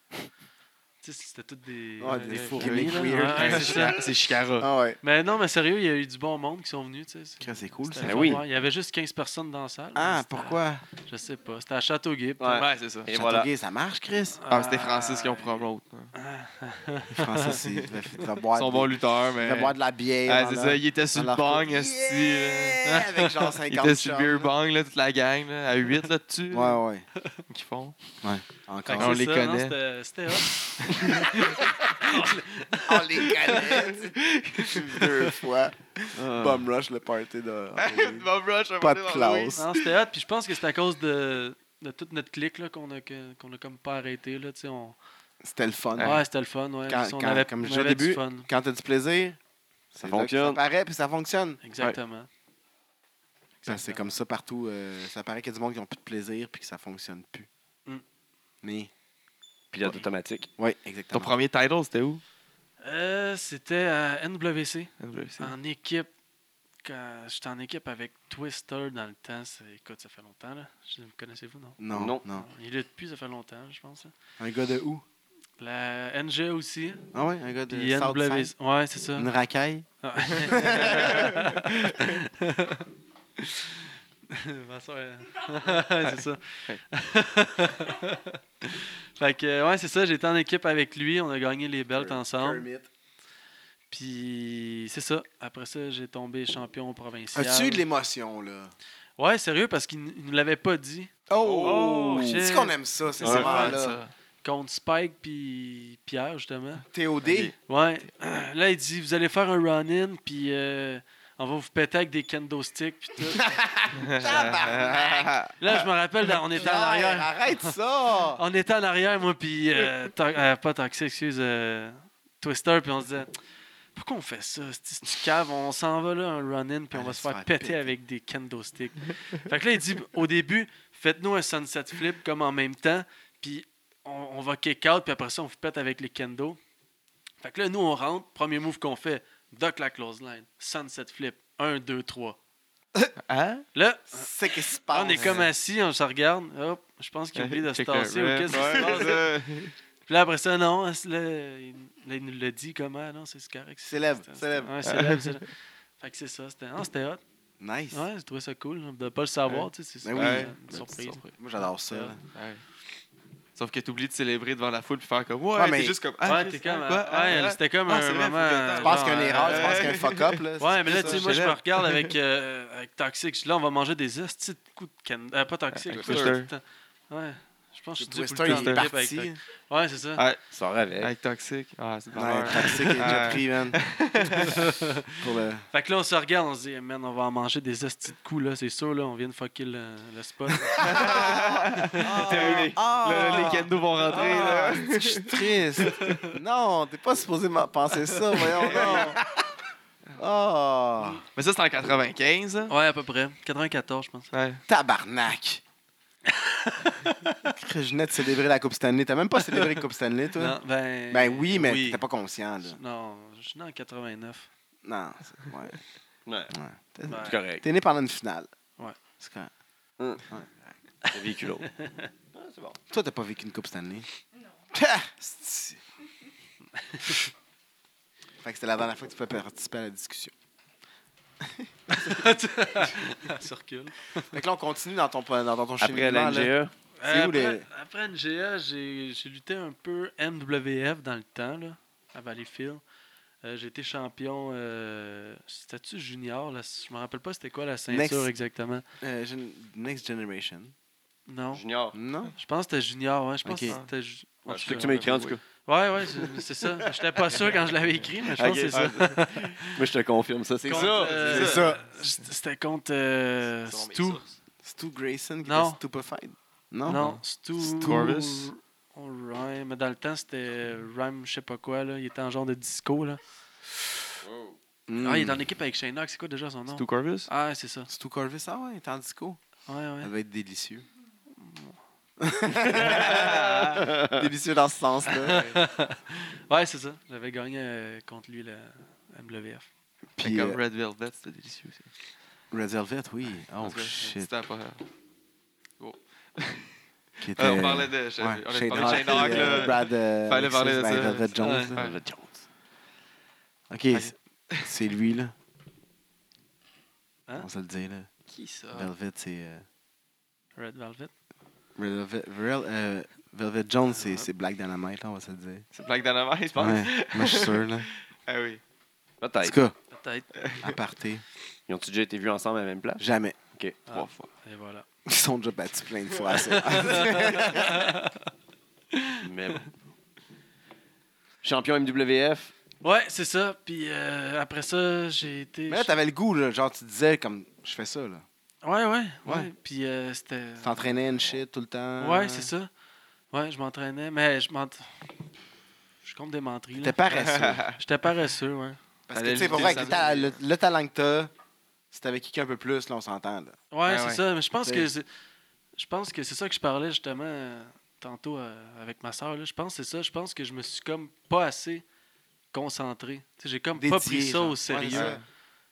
Speaker 1: tu sais, c'était toutes des,
Speaker 3: Ouais,
Speaker 1: des
Speaker 3: des
Speaker 1: fourmis.
Speaker 3: gimmicks
Speaker 1: là.
Speaker 3: weird.
Speaker 1: Ouais, c'est ça.
Speaker 4: C'est Chicara.
Speaker 3: Ah ouais.
Speaker 1: Mais non, mais sérieux, il y a eu du bon monde qui sont venus. tu sais. C'est-
Speaker 3: C'est cool,
Speaker 1: c'était
Speaker 3: ça.
Speaker 1: le
Speaker 2: Ben
Speaker 1: fun
Speaker 2: oui.
Speaker 1: de voir. Il y avait juste 15 personnes dans la salle.
Speaker 3: Ah,
Speaker 1: C'était-
Speaker 3: pourquoi?
Speaker 1: Je sais pas. C'était à Châteauguay.
Speaker 2: Ouais.
Speaker 4: Ouais, c'est ça.
Speaker 2: Et voilà.
Speaker 3: Châteauguay, ça marche, Chris?
Speaker 4: Ah, c'était Francis qui ont promote. hein.
Speaker 3: Les Francis, ils devaient ils devaient
Speaker 4: Ils
Speaker 3: boire
Speaker 4: sont
Speaker 3: de-
Speaker 4: bons lutteurs, mais.
Speaker 3: ils devaient boire de la bière.
Speaker 4: Ah, c'est
Speaker 3: dans
Speaker 4: ça,
Speaker 3: leur-
Speaker 4: il était sur
Speaker 3: dans
Speaker 4: le
Speaker 3: leur
Speaker 4: bang,
Speaker 3: cour- Yeah! Avec genre 50
Speaker 4: Il était sur
Speaker 3: chums,
Speaker 4: le beer
Speaker 3: là.
Speaker 4: bang, là, toute la gang, là, à 8 là-dessus, là,
Speaker 3: Ouais, ouais.
Speaker 4: qu'ils font.
Speaker 1: Fait que
Speaker 3: Encore.
Speaker 4: On
Speaker 1: c'est
Speaker 4: les
Speaker 1: ça,
Speaker 4: connaît.
Speaker 1: non, c'était- C'était hot.
Speaker 3: On Oh, les connaît. Deux fois.
Speaker 4: Ah.
Speaker 3: Bum Rush, le party de. Pas de classe.
Speaker 1: Non, c'était hot. Puis je pense que c'est à cause de, de toute notre clique là, qu'on a, que- qu'on a comme pas arrêté. Là, tu sais, on...
Speaker 3: C'était le fun.
Speaker 1: Ouais, c'était le fun. Ouais.
Speaker 3: Quand-
Speaker 1: Ça, on
Speaker 3: quand-
Speaker 1: avait,
Speaker 3: comme je
Speaker 1: on
Speaker 3: disais au
Speaker 1: avait du
Speaker 3: début,
Speaker 1: fun.
Speaker 3: Quand t'as du plaisir, ça
Speaker 2: fonctionne.
Speaker 3: Ça paraît, puis ça fonctionne.
Speaker 1: Exactement.
Speaker 3: Ça, c'est comme ça partout. euh, ça paraît qu'il y a du monde qui n'ont plus de plaisir, puis que ça fonctionne plus.
Speaker 1: Mm.
Speaker 3: Mais.
Speaker 2: Pilote automatique.
Speaker 3: Oui,
Speaker 4: Ton
Speaker 3: exactement.
Speaker 4: premier title, c'était où?
Speaker 1: Euh, C'était à NWC,
Speaker 4: NWC.
Speaker 1: en équipe. Quand j'étais en équipe avec Twister dans le temps, c'est- écoute, ça fait longtemps. Là. Je- Connaissez-vous, non?
Speaker 3: Non,
Speaker 2: Non.
Speaker 3: non.
Speaker 1: Il lutte plus, ça fait longtemps, je pense. là.
Speaker 3: Un gars de où
Speaker 1: La NG aussi.
Speaker 3: Ah ouais, un gars de.
Speaker 1: Puis
Speaker 3: Southside.
Speaker 1: NWC. Ouais, c'est ça.
Speaker 3: Une racaille.
Speaker 1: Ah. Ma soeur, elle- c'est ça. fait que, ouais, c'est ça. J'étais en équipe avec lui. On a gagné les belts ensemble.
Speaker 3: Kermit.
Speaker 1: Puis, c'est ça. Après ça, j'ai tombé champion provincial.
Speaker 3: As-tu eu de l'émotion, là
Speaker 1: Ouais, sérieux, parce qu'il n- il nous l'avait pas dit.
Speaker 3: Oh,
Speaker 1: Oh,
Speaker 3: C'est
Speaker 1: shit.
Speaker 3: ce qu'on aime ça, c'est
Speaker 2: Ouais.
Speaker 3: ces
Speaker 2: Ouais,
Speaker 3: moments-là.
Speaker 1: Contre Spike puis Pierre, justement.
Speaker 3: TOD.
Speaker 1: Ouais. Là, il dit Vous allez faire un run-in, puis euh, on va vous péter avec des kendo sticks. Puis tout.
Speaker 3: Tabarnak.
Speaker 1: Là, je me rappelle, dans- on était en arrière.
Speaker 3: Arrête ça
Speaker 1: On était en arrière, moi, puis euh, Ta- euh, pas Toxic, excuse, euh, Twister, puis on se disait pourquoi on fait ça C'est du cave, on s'en va là, un run-in, puis on
Speaker 3: Allez
Speaker 1: va se faire péter, avec des kendo sticks. fait que là, il dit au début, faites-nous un sunset flip comme en même temps, puis on, on va kick out, puis après ça, on vous pète avec les kendo. Fait que là, nous, on rentre, premier move qu'on fait, duck la close line, sunset flip, 1, 2, 3.
Speaker 4: Hein?
Speaker 1: Là,
Speaker 3: C'est qu'est-ce qui se passe
Speaker 1: on est comme assis, on se regarde, hop, je pense qu'il oublie de se
Speaker 4: Check the
Speaker 1: tasser ou
Speaker 4: rep.
Speaker 1: qu'est-ce qui se passe.
Speaker 4: Ouais,
Speaker 1: Puis là, après ça, non, hein, c'est le- il là, il nous l'a dit comment, non, c'est c'est correct. c'est-
Speaker 3: Célèbre,
Speaker 1: c'était-
Speaker 3: célèbre.
Speaker 1: Ouais, célèbre, célèbre. Fait que c'est ça, c'était non, c'était hot.
Speaker 3: Nice.
Speaker 1: Ouais, j'ai trouvé ça cool. hein, De pas le savoir,
Speaker 4: Ouais.
Speaker 1: tu sais, c'est
Speaker 3: Ben
Speaker 1: c'est
Speaker 3: oui.
Speaker 1: une surprise.
Speaker 4: surprise.
Speaker 3: Moi, j'adore ça. là.
Speaker 4: ça. Ouais. Sauf que t'oublies de célébrer devant la foule puis faire comme. Ouais,
Speaker 3: Ouais,
Speaker 4: t'es
Speaker 3: mais-
Speaker 4: juste comme.
Speaker 1: ouais, t'es comme.
Speaker 4: quoi? Ah,
Speaker 1: ouais,
Speaker 4: ah,
Speaker 1: c'était comme
Speaker 4: Ah,
Speaker 1: un
Speaker 4: c'est vrai, faut
Speaker 1: moment.
Speaker 4: que t'ailles.
Speaker 3: Je pense
Speaker 4: Genre,
Speaker 3: qu'il y a une erreur, je
Speaker 4: euh,
Speaker 3: pense qu'il y a un fuck-up. Là.
Speaker 1: Ouais, mais là,
Speaker 4: ça,
Speaker 1: tu sais,
Speaker 4: je
Speaker 1: moi, je me
Speaker 4: célèbre.
Speaker 1: regarde avec, euh, avec Toxic. Je dis, Là, on va manger des hosties de coups de canne. euh, pas Toxic,
Speaker 4: Ah,
Speaker 1: coups de-
Speaker 4: Twister.
Speaker 1: Ouais. Je pense que je dis tout
Speaker 3: Twister,
Speaker 1: le temps
Speaker 3: il est
Speaker 4: Twister.
Speaker 1: le clip avec
Speaker 3: parti.
Speaker 1: Toxic. Ouais, c'est ça.
Speaker 4: Ah,
Speaker 2: Sors avec.
Speaker 4: Avec Toxic. Ah, c'est de
Speaker 3: Non,
Speaker 4: valeur.
Speaker 3: le Toxic est déjà
Speaker 4: Ah.
Speaker 3: pris, man. Pour le...
Speaker 1: Fait que là, on se regarde, on se dit, man, on va en manger des hosties de coups, là, c'est sûr, là, on vient de fucker le, le spot.
Speaker 4: Terminé. Là, les kendo vont rentrer.
Speaker 3: Ah,
Speaker 4: là.
Speaker 3: je suis triste. non, t'es pas supposé m'en penser ça, voyons, non. Oh,
Speaker 4: Mais ça, c'est en 95. là.
Speaker 1: ouais, à peu près. 94, je pense.
Speaker 4: Ouais.
Speaker 3: tabarnak. je venais de célébrer la Coupe Stanley. T'as même pas célébré la Coupe Stanley, toi?
Speaker 1: Non, ben,
Speaker 3: Ben oui, mais t'étais pas conscient, là.
Speaker 1: Non, je suis né en 89.
Speaker 3: Non, c'est- ouais.
Speaker 2: Ouais.
Speaker 3: T'es-
Speaker 1: Ouais.
Speaker 2: C'est correct.
Speaker 3: T'es né pendant une finale.
Speaker 1: Ouais.
Speaker 3: C'est correct.
Speaker 2: Le véhicule. C'est bon.
Speaker 3: Toi, t'as pas vécu une Coupe Stanley? Non. fait que c'était la dernière fois que tu peux participer à la discussion.
Speaker 1: Ça recule.
Speaker 3: Fait que là, on continue dans ton, dans ton
Speaker 2: Après
Speaker 3: cheminement, là.
Speaker 1: hein.
Speaker 2: l'NGA,
Speaker 3: C'est où
Speaker 1: après,
Speaker 3: les-
Speaker 1: après NGA, j'ai j'ai lutté un peu MWF dans le temps, là, à Valleyfield. Euh, j'ai été champion, euh, c'était-tu junior? Là, je me rappelle pas c'était quoi la ceinture
Speaker 3: Next.
Speaker 1: exactement.
Speaker 3: Euh, gen- Next Generation.
Speaker 1: Non,
Speaker 2: junior.
Speaker 3: Non?
Speaker 1: je pense que c'était junior, ouais. Je pense
Speaker 3: Ok.
Speaker 1: que c'était... ju- en
Speaker 2: Ouais, Ben, Je
Speaker 1: tout
Speaker 2: sais que
Speaker 1: cas, euh,
Speaker 2: tu m'as écrit en tout cas.
Speaker 1: Ouais, ouais, c'est- c'est ça. J'étais pas sûr quand je l'avais écrit, mais je pense
Speaker 2: Ok,
Speaker 1: que c'est ça.
Speaker 2: Moi, je te confirme ça. Ah, C'est
Speaker 1: Contre,
Speaker 2: ça.
Speaker 1: euh,
Speaker 3: c'est ça.
Speaker 1: C'était contre euh,
Speaker 2: C'est
Speaker 1: Stu.
Speaker 3: Stu Grayson qui
Speaker 1: Non.
Speaker 3: était stupefied?
Speaker 1: Non,
Speaker 3: Non?
Speaker 1: Stu.
Speaker 3: Ah Stu.
Speaker 4: Corvus.
Speaker 1: Ouais, mais dans le temps, c'était Rhyme, je sais pas quoi, là. Il était en genre de disco, là.
Speaker 3: Mm.
Speaker 1: Ah, il est en équipe avec Shane Knox. C'est quoi déjà son nom?
Speaker 4: Stu Corvus.
Speaker 1: Ah, c'est ça.
Speaker 3: Stu Corvus, ah ouais, il était en disco.
Speaker 1: Ouais, ouais.
Speaker 3: Ça va être délicieux. délicieux dans ce sens-là.
Speaker 1: Ouais, c'est ça. J'avais gagné euh, contre lui la MWF.
Speaker 4: Puis Oh,
Speaker 3: Puis
Speaker 4: comme
Speaker 3: euh,
Speaker 4: Red Velvet, c'était délicieux. ça.
Speaker 3: Red Velvet, oui. Oh
Speaker 4: En tout cas,
Speaker 3: shit.
Speaker 4: c'était pas-
Speaker 3: Qui était...
Speaker 4: Euh, on parlait de.
Speaker 3: Ouais,
Speaker 4: on a parlé
Speaker 3: Shane
Speaker 4: de Shane
Speaker 3: Hawk,
Speaker 4: Hawk,
Speaker 3: puis, euh,
Speaker 4: là.
Speaker 3: Brad, euh,
Speaker 4: Fallait
Speaker 3: Alexis,
Speaker 4: parler de
Speaker 3: ben,
Speaker 4: ça.
Speaker 3: Velvet
Speaker 4: Ouais.
Speaker 3: Jones. là.
Speaker 4: Ouais.
Speaker 3: OK, c'est- c'est lui, là.
Speaker 1: Hein?
Speaker 3: On se le dit, là.
Speaker 4: Qui ça
Speaker 3: Velvet, c'est... euh,
Speaker 1: Red Velvet.
Speaker 3: Red Velvet, Real- euh, Velvet Jones,
Speaker 4: Ah.
Speaker 3: c'est c'est Black Dynamite, là, on va se le dire.
Speaker 4: C'est Black Dynamite, je pense.
Speaker 3: Ouais, moi, je suis sûr, là.
Speaker 4: Ah oui.
Speaker 3: En tout
Speaker 2: Peut-être.
Speaker 3: cas,
Speaker 1: Peut-être.
Speaker 3: aparté,
Speaker 2: Ils ont-tu déjà été vus ensemble à la même place?
Speaker 3: jamais.
Speaker 2: Ok, trois fois.
Speaker 1: Et voilà.
Speaker 3: Ils sont déjà battus plein de fois. ça.
Speaker 2: Mais bon. Champion MWF.
Speaker 1: Ouais, c'est ça. Puis euh, après ça, j'ai été.
Speaker 3: Mais là, t'avais le goût, là. Genre, tu disais, comme, je fais ça, là.
Speaker 1: Ouais, ouais, ouais.
Speaker 3: Ouais.
Speaker 1: Puis euh, c'était.
Speaker 3: Tu t'entraînais une shit tout le temps.
Speaker 1: Ouais, c'est ça. Ouais, je m'entraînais, mais je m'ent... Je compte des menteries. là.
Speaker 3: T'es paresseux.
Speaker 1: J'étais paresseux, ouais.
Speaker 3: Parce que,
Speaker 4: Fallait
Speaker 3: tu sais, pour
Speaker 4: lutter
Speaker 3: vrai,
Speaker 4: le
Speaker 3: avec ta- le, le talent que t'as, si t'avais kické un peu plus, là, on s'entend, là.
Speaker 1: Ouais,
Speaker 4: Ouais,
Speaker 1: c'est
Speaker 4: ouais.
Speaker 1: ça. Mais je pense
Speaker 3: Tu
Speaker 1: que c'est... je pense que c'est ça que je parlais justement euh, tantôt euh, avec ma soeur. Là. Je pense que c'est ça. Je pense que je me suis comme pas assez concentré. Tu sais, j'ai comme pas
Speaker 3: Dédié,
Speaker 1: pris ça
Speaker 3: genre.
Speaker 1: au
Speaker 3: Ouais, c'est
Speaker 1: sérieux.
Speaker 3: ça.
Speaker 1: tu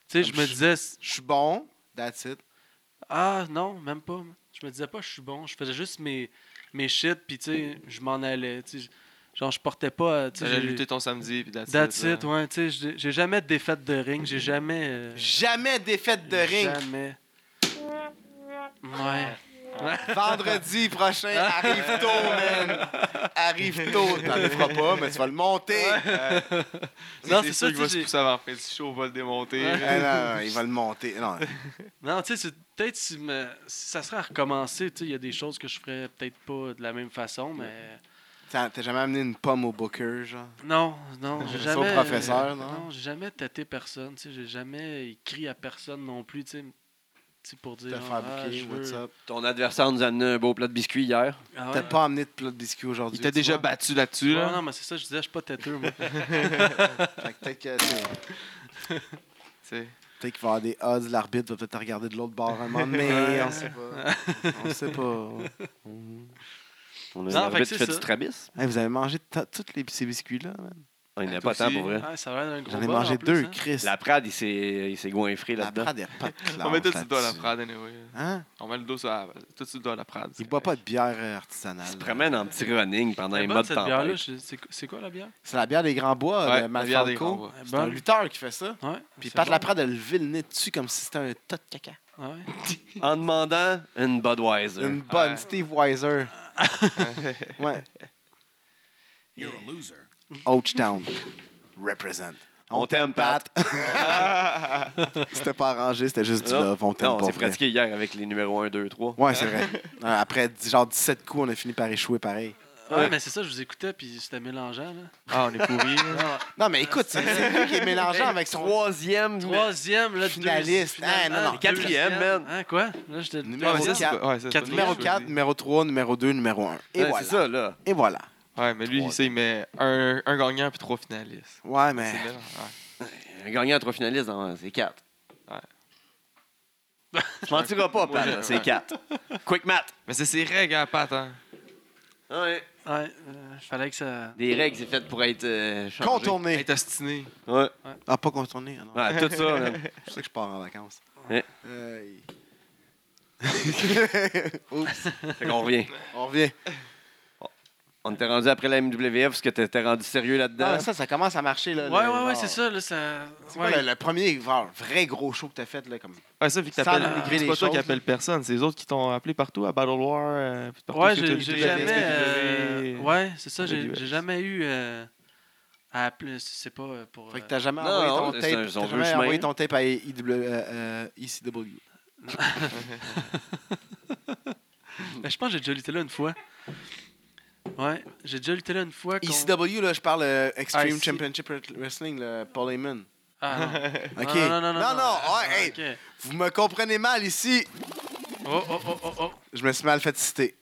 Speaker 1: sais, je me disais
Speaker 3: Je suis bon, that's it.
Speaker 1: ah non, même pas. Je me disais pas je suis bon. Je faisais juste mes mes shit puis tu sais, je m'en allais. Tu sais, genre je portais pas. euh, Tu
Speaker 4: Tu
Speaker 1: sais,
Speaker 4: as
Speaker 1: j'ai-
Speaker 4: lutté ton samedi, puis that's,
Speaker 1: That's
Speaker 4: là.
Speaker 1: it, ouais. Tu sais, j'ai- j'ai jamais de défaite de ring, j'ai jamais. euh,
Speaker 3: Jamais défaite de ring.
Speaker 1: Jamais. Ouais.
Speaker 3: Vendredi prochain, arrive tôt, man. Arrive tôt. T'en le feras pas, mais tu vas le monter.
Speaker 1: Non,
Speaker 4: c'est sûr
Speaker 1: c'est ça,
Speaker 4: qu'il va
Speaker 1: tu
Speaker 4: se
Speaker 1: sais.
Speaker 4: pousser avant la fin du show, on va le démonter.
Speaker 1: Ouais.
Speaker 4: là.
Speaker 3: Ah, non, non, il va le monter. Non,
Speaker 1: Non, tu sais, c'est- peut-être si, me- si ça serait à recommencer, tu sais, il y a des choses que je ferais peut-être pas de la même façon, mais.
Speaker 3: t'as t'as jamais amené une pomme au booker, genre.
Speaker 1: Non, non, j'ai
Speaker 3: Juste
Speaker 1: jamais.
Speaker 3: au professeur, non?
Speaker 1: Non, j'ai jamais tâté personne, tu sais, j'ai jamais écrit à personne non plus, tu sais. tu sais, pour
Speaker 3: Te
Speaker 1: dire. genre,
Speaker 3: faire
Speaker 1: ah,
Speaker 3: bouquer,
Speaker 1: je veux-
Speaker 3: what's up.
Speaker 2: Ton adversaire nous a amené un beau plat de biscuits hier.
Speaker 1: Ah ouais.
Speaker 3: T'as pas amené de plat de biscuits aujourd'hui.
Speaker 4: Il t'a
Speaker 3: tu
Speaker 4: déjà
Speaker 3: vois.
Speaker 4: battu là-dessus,
Speaker 1: Ouais,
Speaker 4: là.
Speaker 1: non, mais c'est ça, je disais, je suis pas têteux, moi.
Speaker 3: Fait que Peut-être que, tu sais,
Speaker 4: Tu sais.
Speaker 3: peut-être qu'il va y avoir des odds, l'arbitre va peut-être te regarder de l'autre bord un moment donné. on sait pas. On sait pas.
Speaker 2: On a
Speaker 1: Non,
Speaker 2: un
Speaker 1: fait que
Speaker 2: arbitre qui
Speaker 1: c'est
Speaker 2: fait
Speaker 1: ça.
Speaker 2: du trabis.
Speaker 3: Hey, vous avez mangé ta- tous les, ces biscuits-là, man.
Speaker 2: On
Speaker 1: Ah,
Speaker 2: n'y
Speaker 4: Ouais,
Speaker 2: a
Speaker 4: toi
Speaker 2: pas tant
Speaker 4: aussi.
Speaker 2: pour vrai.
Speaker 1: Ouais, ça a l'air d'un gros
Speaker 3: J'en ai
Speaker 1: bol,
Speaker 3: mangé
Speaker 1: en plus,
Speaker 3: deux,
Speaker 1: hein.
Speaker 3: Chris.
Speaker 2: La Prade, il s'est il s'est goinfré
Speaker 3: La
Speaker 2: là-dedans.
Speaker 3: Prade, il a pas de classe
Speaker 4: On met tout sur le dos à la
Speaker 3: là-dessus.
Speaker 4: Prade, anyway.
Speaker 3: Hein?
Speaker 4: On met le dos sur la, tout sur le dos à la Prade.
Speaker 3: Il boit pas de bière euh, artisanale.
Speaker 2: Il se
Speaker 3: là.
Speaker 2: promène en petit running pendant
Speaker 1: Elle est
Speaker 2: les
Speaker 1: bonne,
Speaker 2: modes
Speaker 1: cette bière-là,
Speaker 2: tempête.
Speaker 1: je- c'est c'est quoi la bière?
Speaker 3: C'est la bière des grands bois
Speaker 4: Ouais,
Speaker 3: de
Speaker 4: la bière des grands
Speaker 3: Malfalco.
Speaker 4: bois.
Speaker 1: Elle est
Speaker 3: C'est un
Speaker 1: bonne.
Speaker 3: lutteur qui fait ça.
Speaker 1: Ouais,
Speaker 3: Puis
Speaker 1: c'est
Speaker 3: Pat
Speaker 1: bon.
Speaker 3: Laprade, elle vile le nez dessus comme si c'était un tas de caca.
Speaker 1: Ouais.
Speaker 2: En demandant une Budweiser.
Speaker 3: Une bonne
Speaker 4: Ouais.
Speaker 3: Steve Weiser. ouais.
Speaker 5: You're a loser.
Speaker 3: Ouchtown. Represent.
Speaker 2: On t'aime, Pat.
Speaker 3: C'était pas arrangé, c'était juste du
Speaker 2: Non.
Speaker 3: love. On t'aime
Speaker 2: Ah. Non,
Speaker 3: pas.
Speaker 2: on s'est
Speaker 3: vrai.
Speaker 2: pratiqué hier avec les numéros 1, 2, 3.
Speaker 3: Ouais, c'est vrai. Ouais, Après dix- genre 17 coups, on a fini par échouer pareil.
Speaker 1: Ouais,
Speaker 2: Ouais.
Speaker 1: mais c'est ça, je vous écoutais, puis c'était mélangeant. Là.
Speaker 4: Ah, on est pourris. là.
Speaker 3: Non, mais écoute, c'est c'est lui qui est mélangé avec son.
Speaker 2: Troisième.
Speaker 1: Troisième, là,
Speaker 3: Finaliste.
Speaker 1: deuxi- finale-
Speaker 3: Ah, non, non.
Speaker 1: ah,
Speaker 2: Quatrième,
Speaker 1: deuxième.
Speaker 2: man.
Speaker 1: Hein, quoi? Là, j'étais
Speaker 3: Numéro
Speaker 4: Ouais, mais ça,
Speaker 3: quatre.
Speaker 4: c'est pas- ouais, ça, c'est pas
Speaker 3: Numéro
Speaker 4: nous qui
Speaker 3: 4,
Speaker 4: choisit.
Speaker 3: numéro 3, numéro 2, numéro 1. Et
Speaker 2: Ouais,
Speaker 3: voilà.
Speaker 2: euh, C'est ça, là.
Speaker 3: Et voilà.
Speaker 4: Ouais, mais lui, il met un, un gagnant puis trois finalistes.
Speaker 3: Ouais,
Speaker 4: C'est
Speaker 3: mais.
Speaker 4: bien, ouais.
Speaker 2: Un gagnant, trois finalistes, hein, c'est quatre.
Speaker 4: Ouais.
Speaker 2: Je mentiras pas, Pat, là, c'est quatre. Quick math.
Speaker 4: Mais c'est ses règles à Pat, hein.
Speaker 2: Ouais.
Speaker 1: Ouais, euh, fallait que ça.
Speaker 2: Des règles, c'est fait pour être euh, changées.
Speaker 3: Contourné.
Speaker 4: Être ostiné.
Speaker 2: Ouais.
Speaker 3: Ah, pas contourné. ah non.
Speaker 2: Ouais, tout ça, man.
Speaker 3: Je sais que je pars en vacances.
Speaker 2: Ouais.
Speaker 3: Euh,
Speaker 2: Fait qu'on revient.
Speaker 3: on revient.
Speaker 2: On était rendu après la MWF, parce que t'étais rendu sérieux là-dedans.
Speaker 3: Ah, ça, ça commence à marcher. Là,
Speaker 1: Ouais,
Speaker 3: le-
Speaker 1: ouais, ouais,
Speaker 3: genre-
Speaker 1: c'est ça, là, ça.
Speaker 3: C'est quoi
Speaker 1: Ouais,
Speaker 3: le, le premier genre, vrai gros show que t'as fait là, comme.
Speaker 4: Ouais, ça, vu que
Speaker 3: Sans
Speaker 4: t'appelles.
Speaker 3: dénigrer
Speaker 4: C'est
Speaker 3: les
Speaker 4: pas toi
Speaker 3: choses,
Speaker 4: qui appelles personne, c'est les autres qui t'ont appelé partout à Battle War. euh, puis partout
Speaker 1: ouais
Speaker 4: sur
Speaker 1: j'ai
Speaker 4: YouTube,
Speaker 1: j'ai
Speaker 4: la
Speaker 1: jamais.
Speaker 4: SPW.
Speaker 1: euh, ouais, c'est ça, j'ai
Speaker 4: WS.
Speaker 1: j'ai jamais eu. euh, à appeler, c'est pas euh, pour.
Speaker 3: Fait
Speaker 1: euh,
Speaker 3: que t'as jamais
Speaker 2: Non,
Speaker 3: envoyé
Speaker 2: non,
Speaker 3: ton
Speaker 2: c'est
Speaker 3: tape.
Speaker 2: un- son
Speaker 3: T'as
Speaker 2: vieux
Speaker 3: jamais
Speaker 2: chemin.
Speaker 3: envoyé ton tape à IW, euh, euh, ECW.
Speaker 1: Mais ben, je pense que j'ai déjà lutté là une fois. Ouais, j'ai déjà lutté E là une fois. qu'on-
Speaker 3: ECW, là, je parle euh, Extreme
Speaker 1: Ah, ici.
Speaker 3: Championship Wrestling, le Paul Heyman.
Speaker 1: Ah, non.
Speaker 3: OK.
Speaker 1: Non, non, non.
Speaker 3: Non, non, ouais,
Speaker 1: Ah,
Speaker 3: hey,
Speaker 1: ok.
Speaker 3: Vous me comprenez mal ici.
Speaker 1: Oh, oh, oh, oh, oh.
Speaker 3: Je me suis mal fait citer.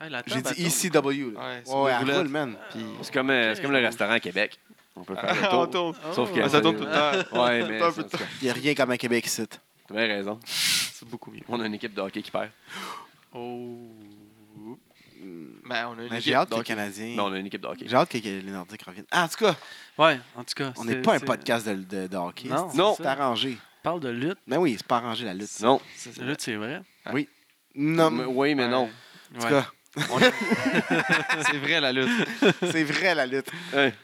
Speaker 1: Hey, la
Speaker 3: J'ai
Speaker 1: table,
Speaker 3: dit
Speaker 1: elle
Speaker 3: ECW. là.
Speaker 4: Ouais,
Speaker 3: Ouais,
Speaker 4: c'est
Speaker 3: ouais,
Speaker 4: une
Speaker 3: elle
Speaker 4: roulette.
Speaker 3: roule, man.
Speaker 4: Puis-
Speaker 2: C'est comme, euh, c'est comme le restaurant à Québec. On peut faire le tour.
Speaker 4: tourne.
Speaker 1: tourne.
Speaker 2: Sauf
Speaker 1: Oh.
Speaker 2: que-
Speaker 4: Ah, ça tourne tout le temps.
Speaker 2: Ouais, mais.
Speaker 4: Attends un peu
Speaker 2: c'est-
Speaker 4: de
Speaker 2: T'as
Speaker 3: Il n'y a rien comme à Québec ici.
Speaker 2: bien raison.
Speaker 4: C'est beaucoup mieux.
Speaker 2: On a une équipe de hockey qui perd.
Speaker 1: Oh.
Speaker 4: Ben, on a une
Speaker 3: Mais
Speaker 4: équipe,
Speaker 3: J'ai hâte que les
Speaker 4: donc-
Speaker 3: Canadiens.
Speaker 2: Non, on a une équipe de hockey.
Speaker 3: J'ai hâte que les Nordiques reviennent. Ah, en tout cas,
Speaker 1: Ouais, en tout cas.
Speaker 3: on
Speaker 1: c'est-
Speaker 3: n'est pas un
Speaker 1: c'est-
Speaker 3: podcast de, de, de hockey.
Speaker 1: Non,
Speaker 3: c'est-
Speaker 2: Non.
Speaker 3: C'est arrangé.
Speaker 1: Parle de lutte.
Speaker 3: Mais oui, c'est pas arrangé la lutte.
Speaker 2: Non.
Speaker 4: c'est- c'est-
Speaker 1: La lutte, c'est vrai.
Speaker 3: Non,
Speaker 2: Mais-
Speaker 3: mais-
Speaker 2: Oui, mais non.
Speaker 3: en tout cas,
Speaker 4: C'est vrai, la lutte.
Speaker 3: c'est vrai la lutte.
Speaker 2: Ouais.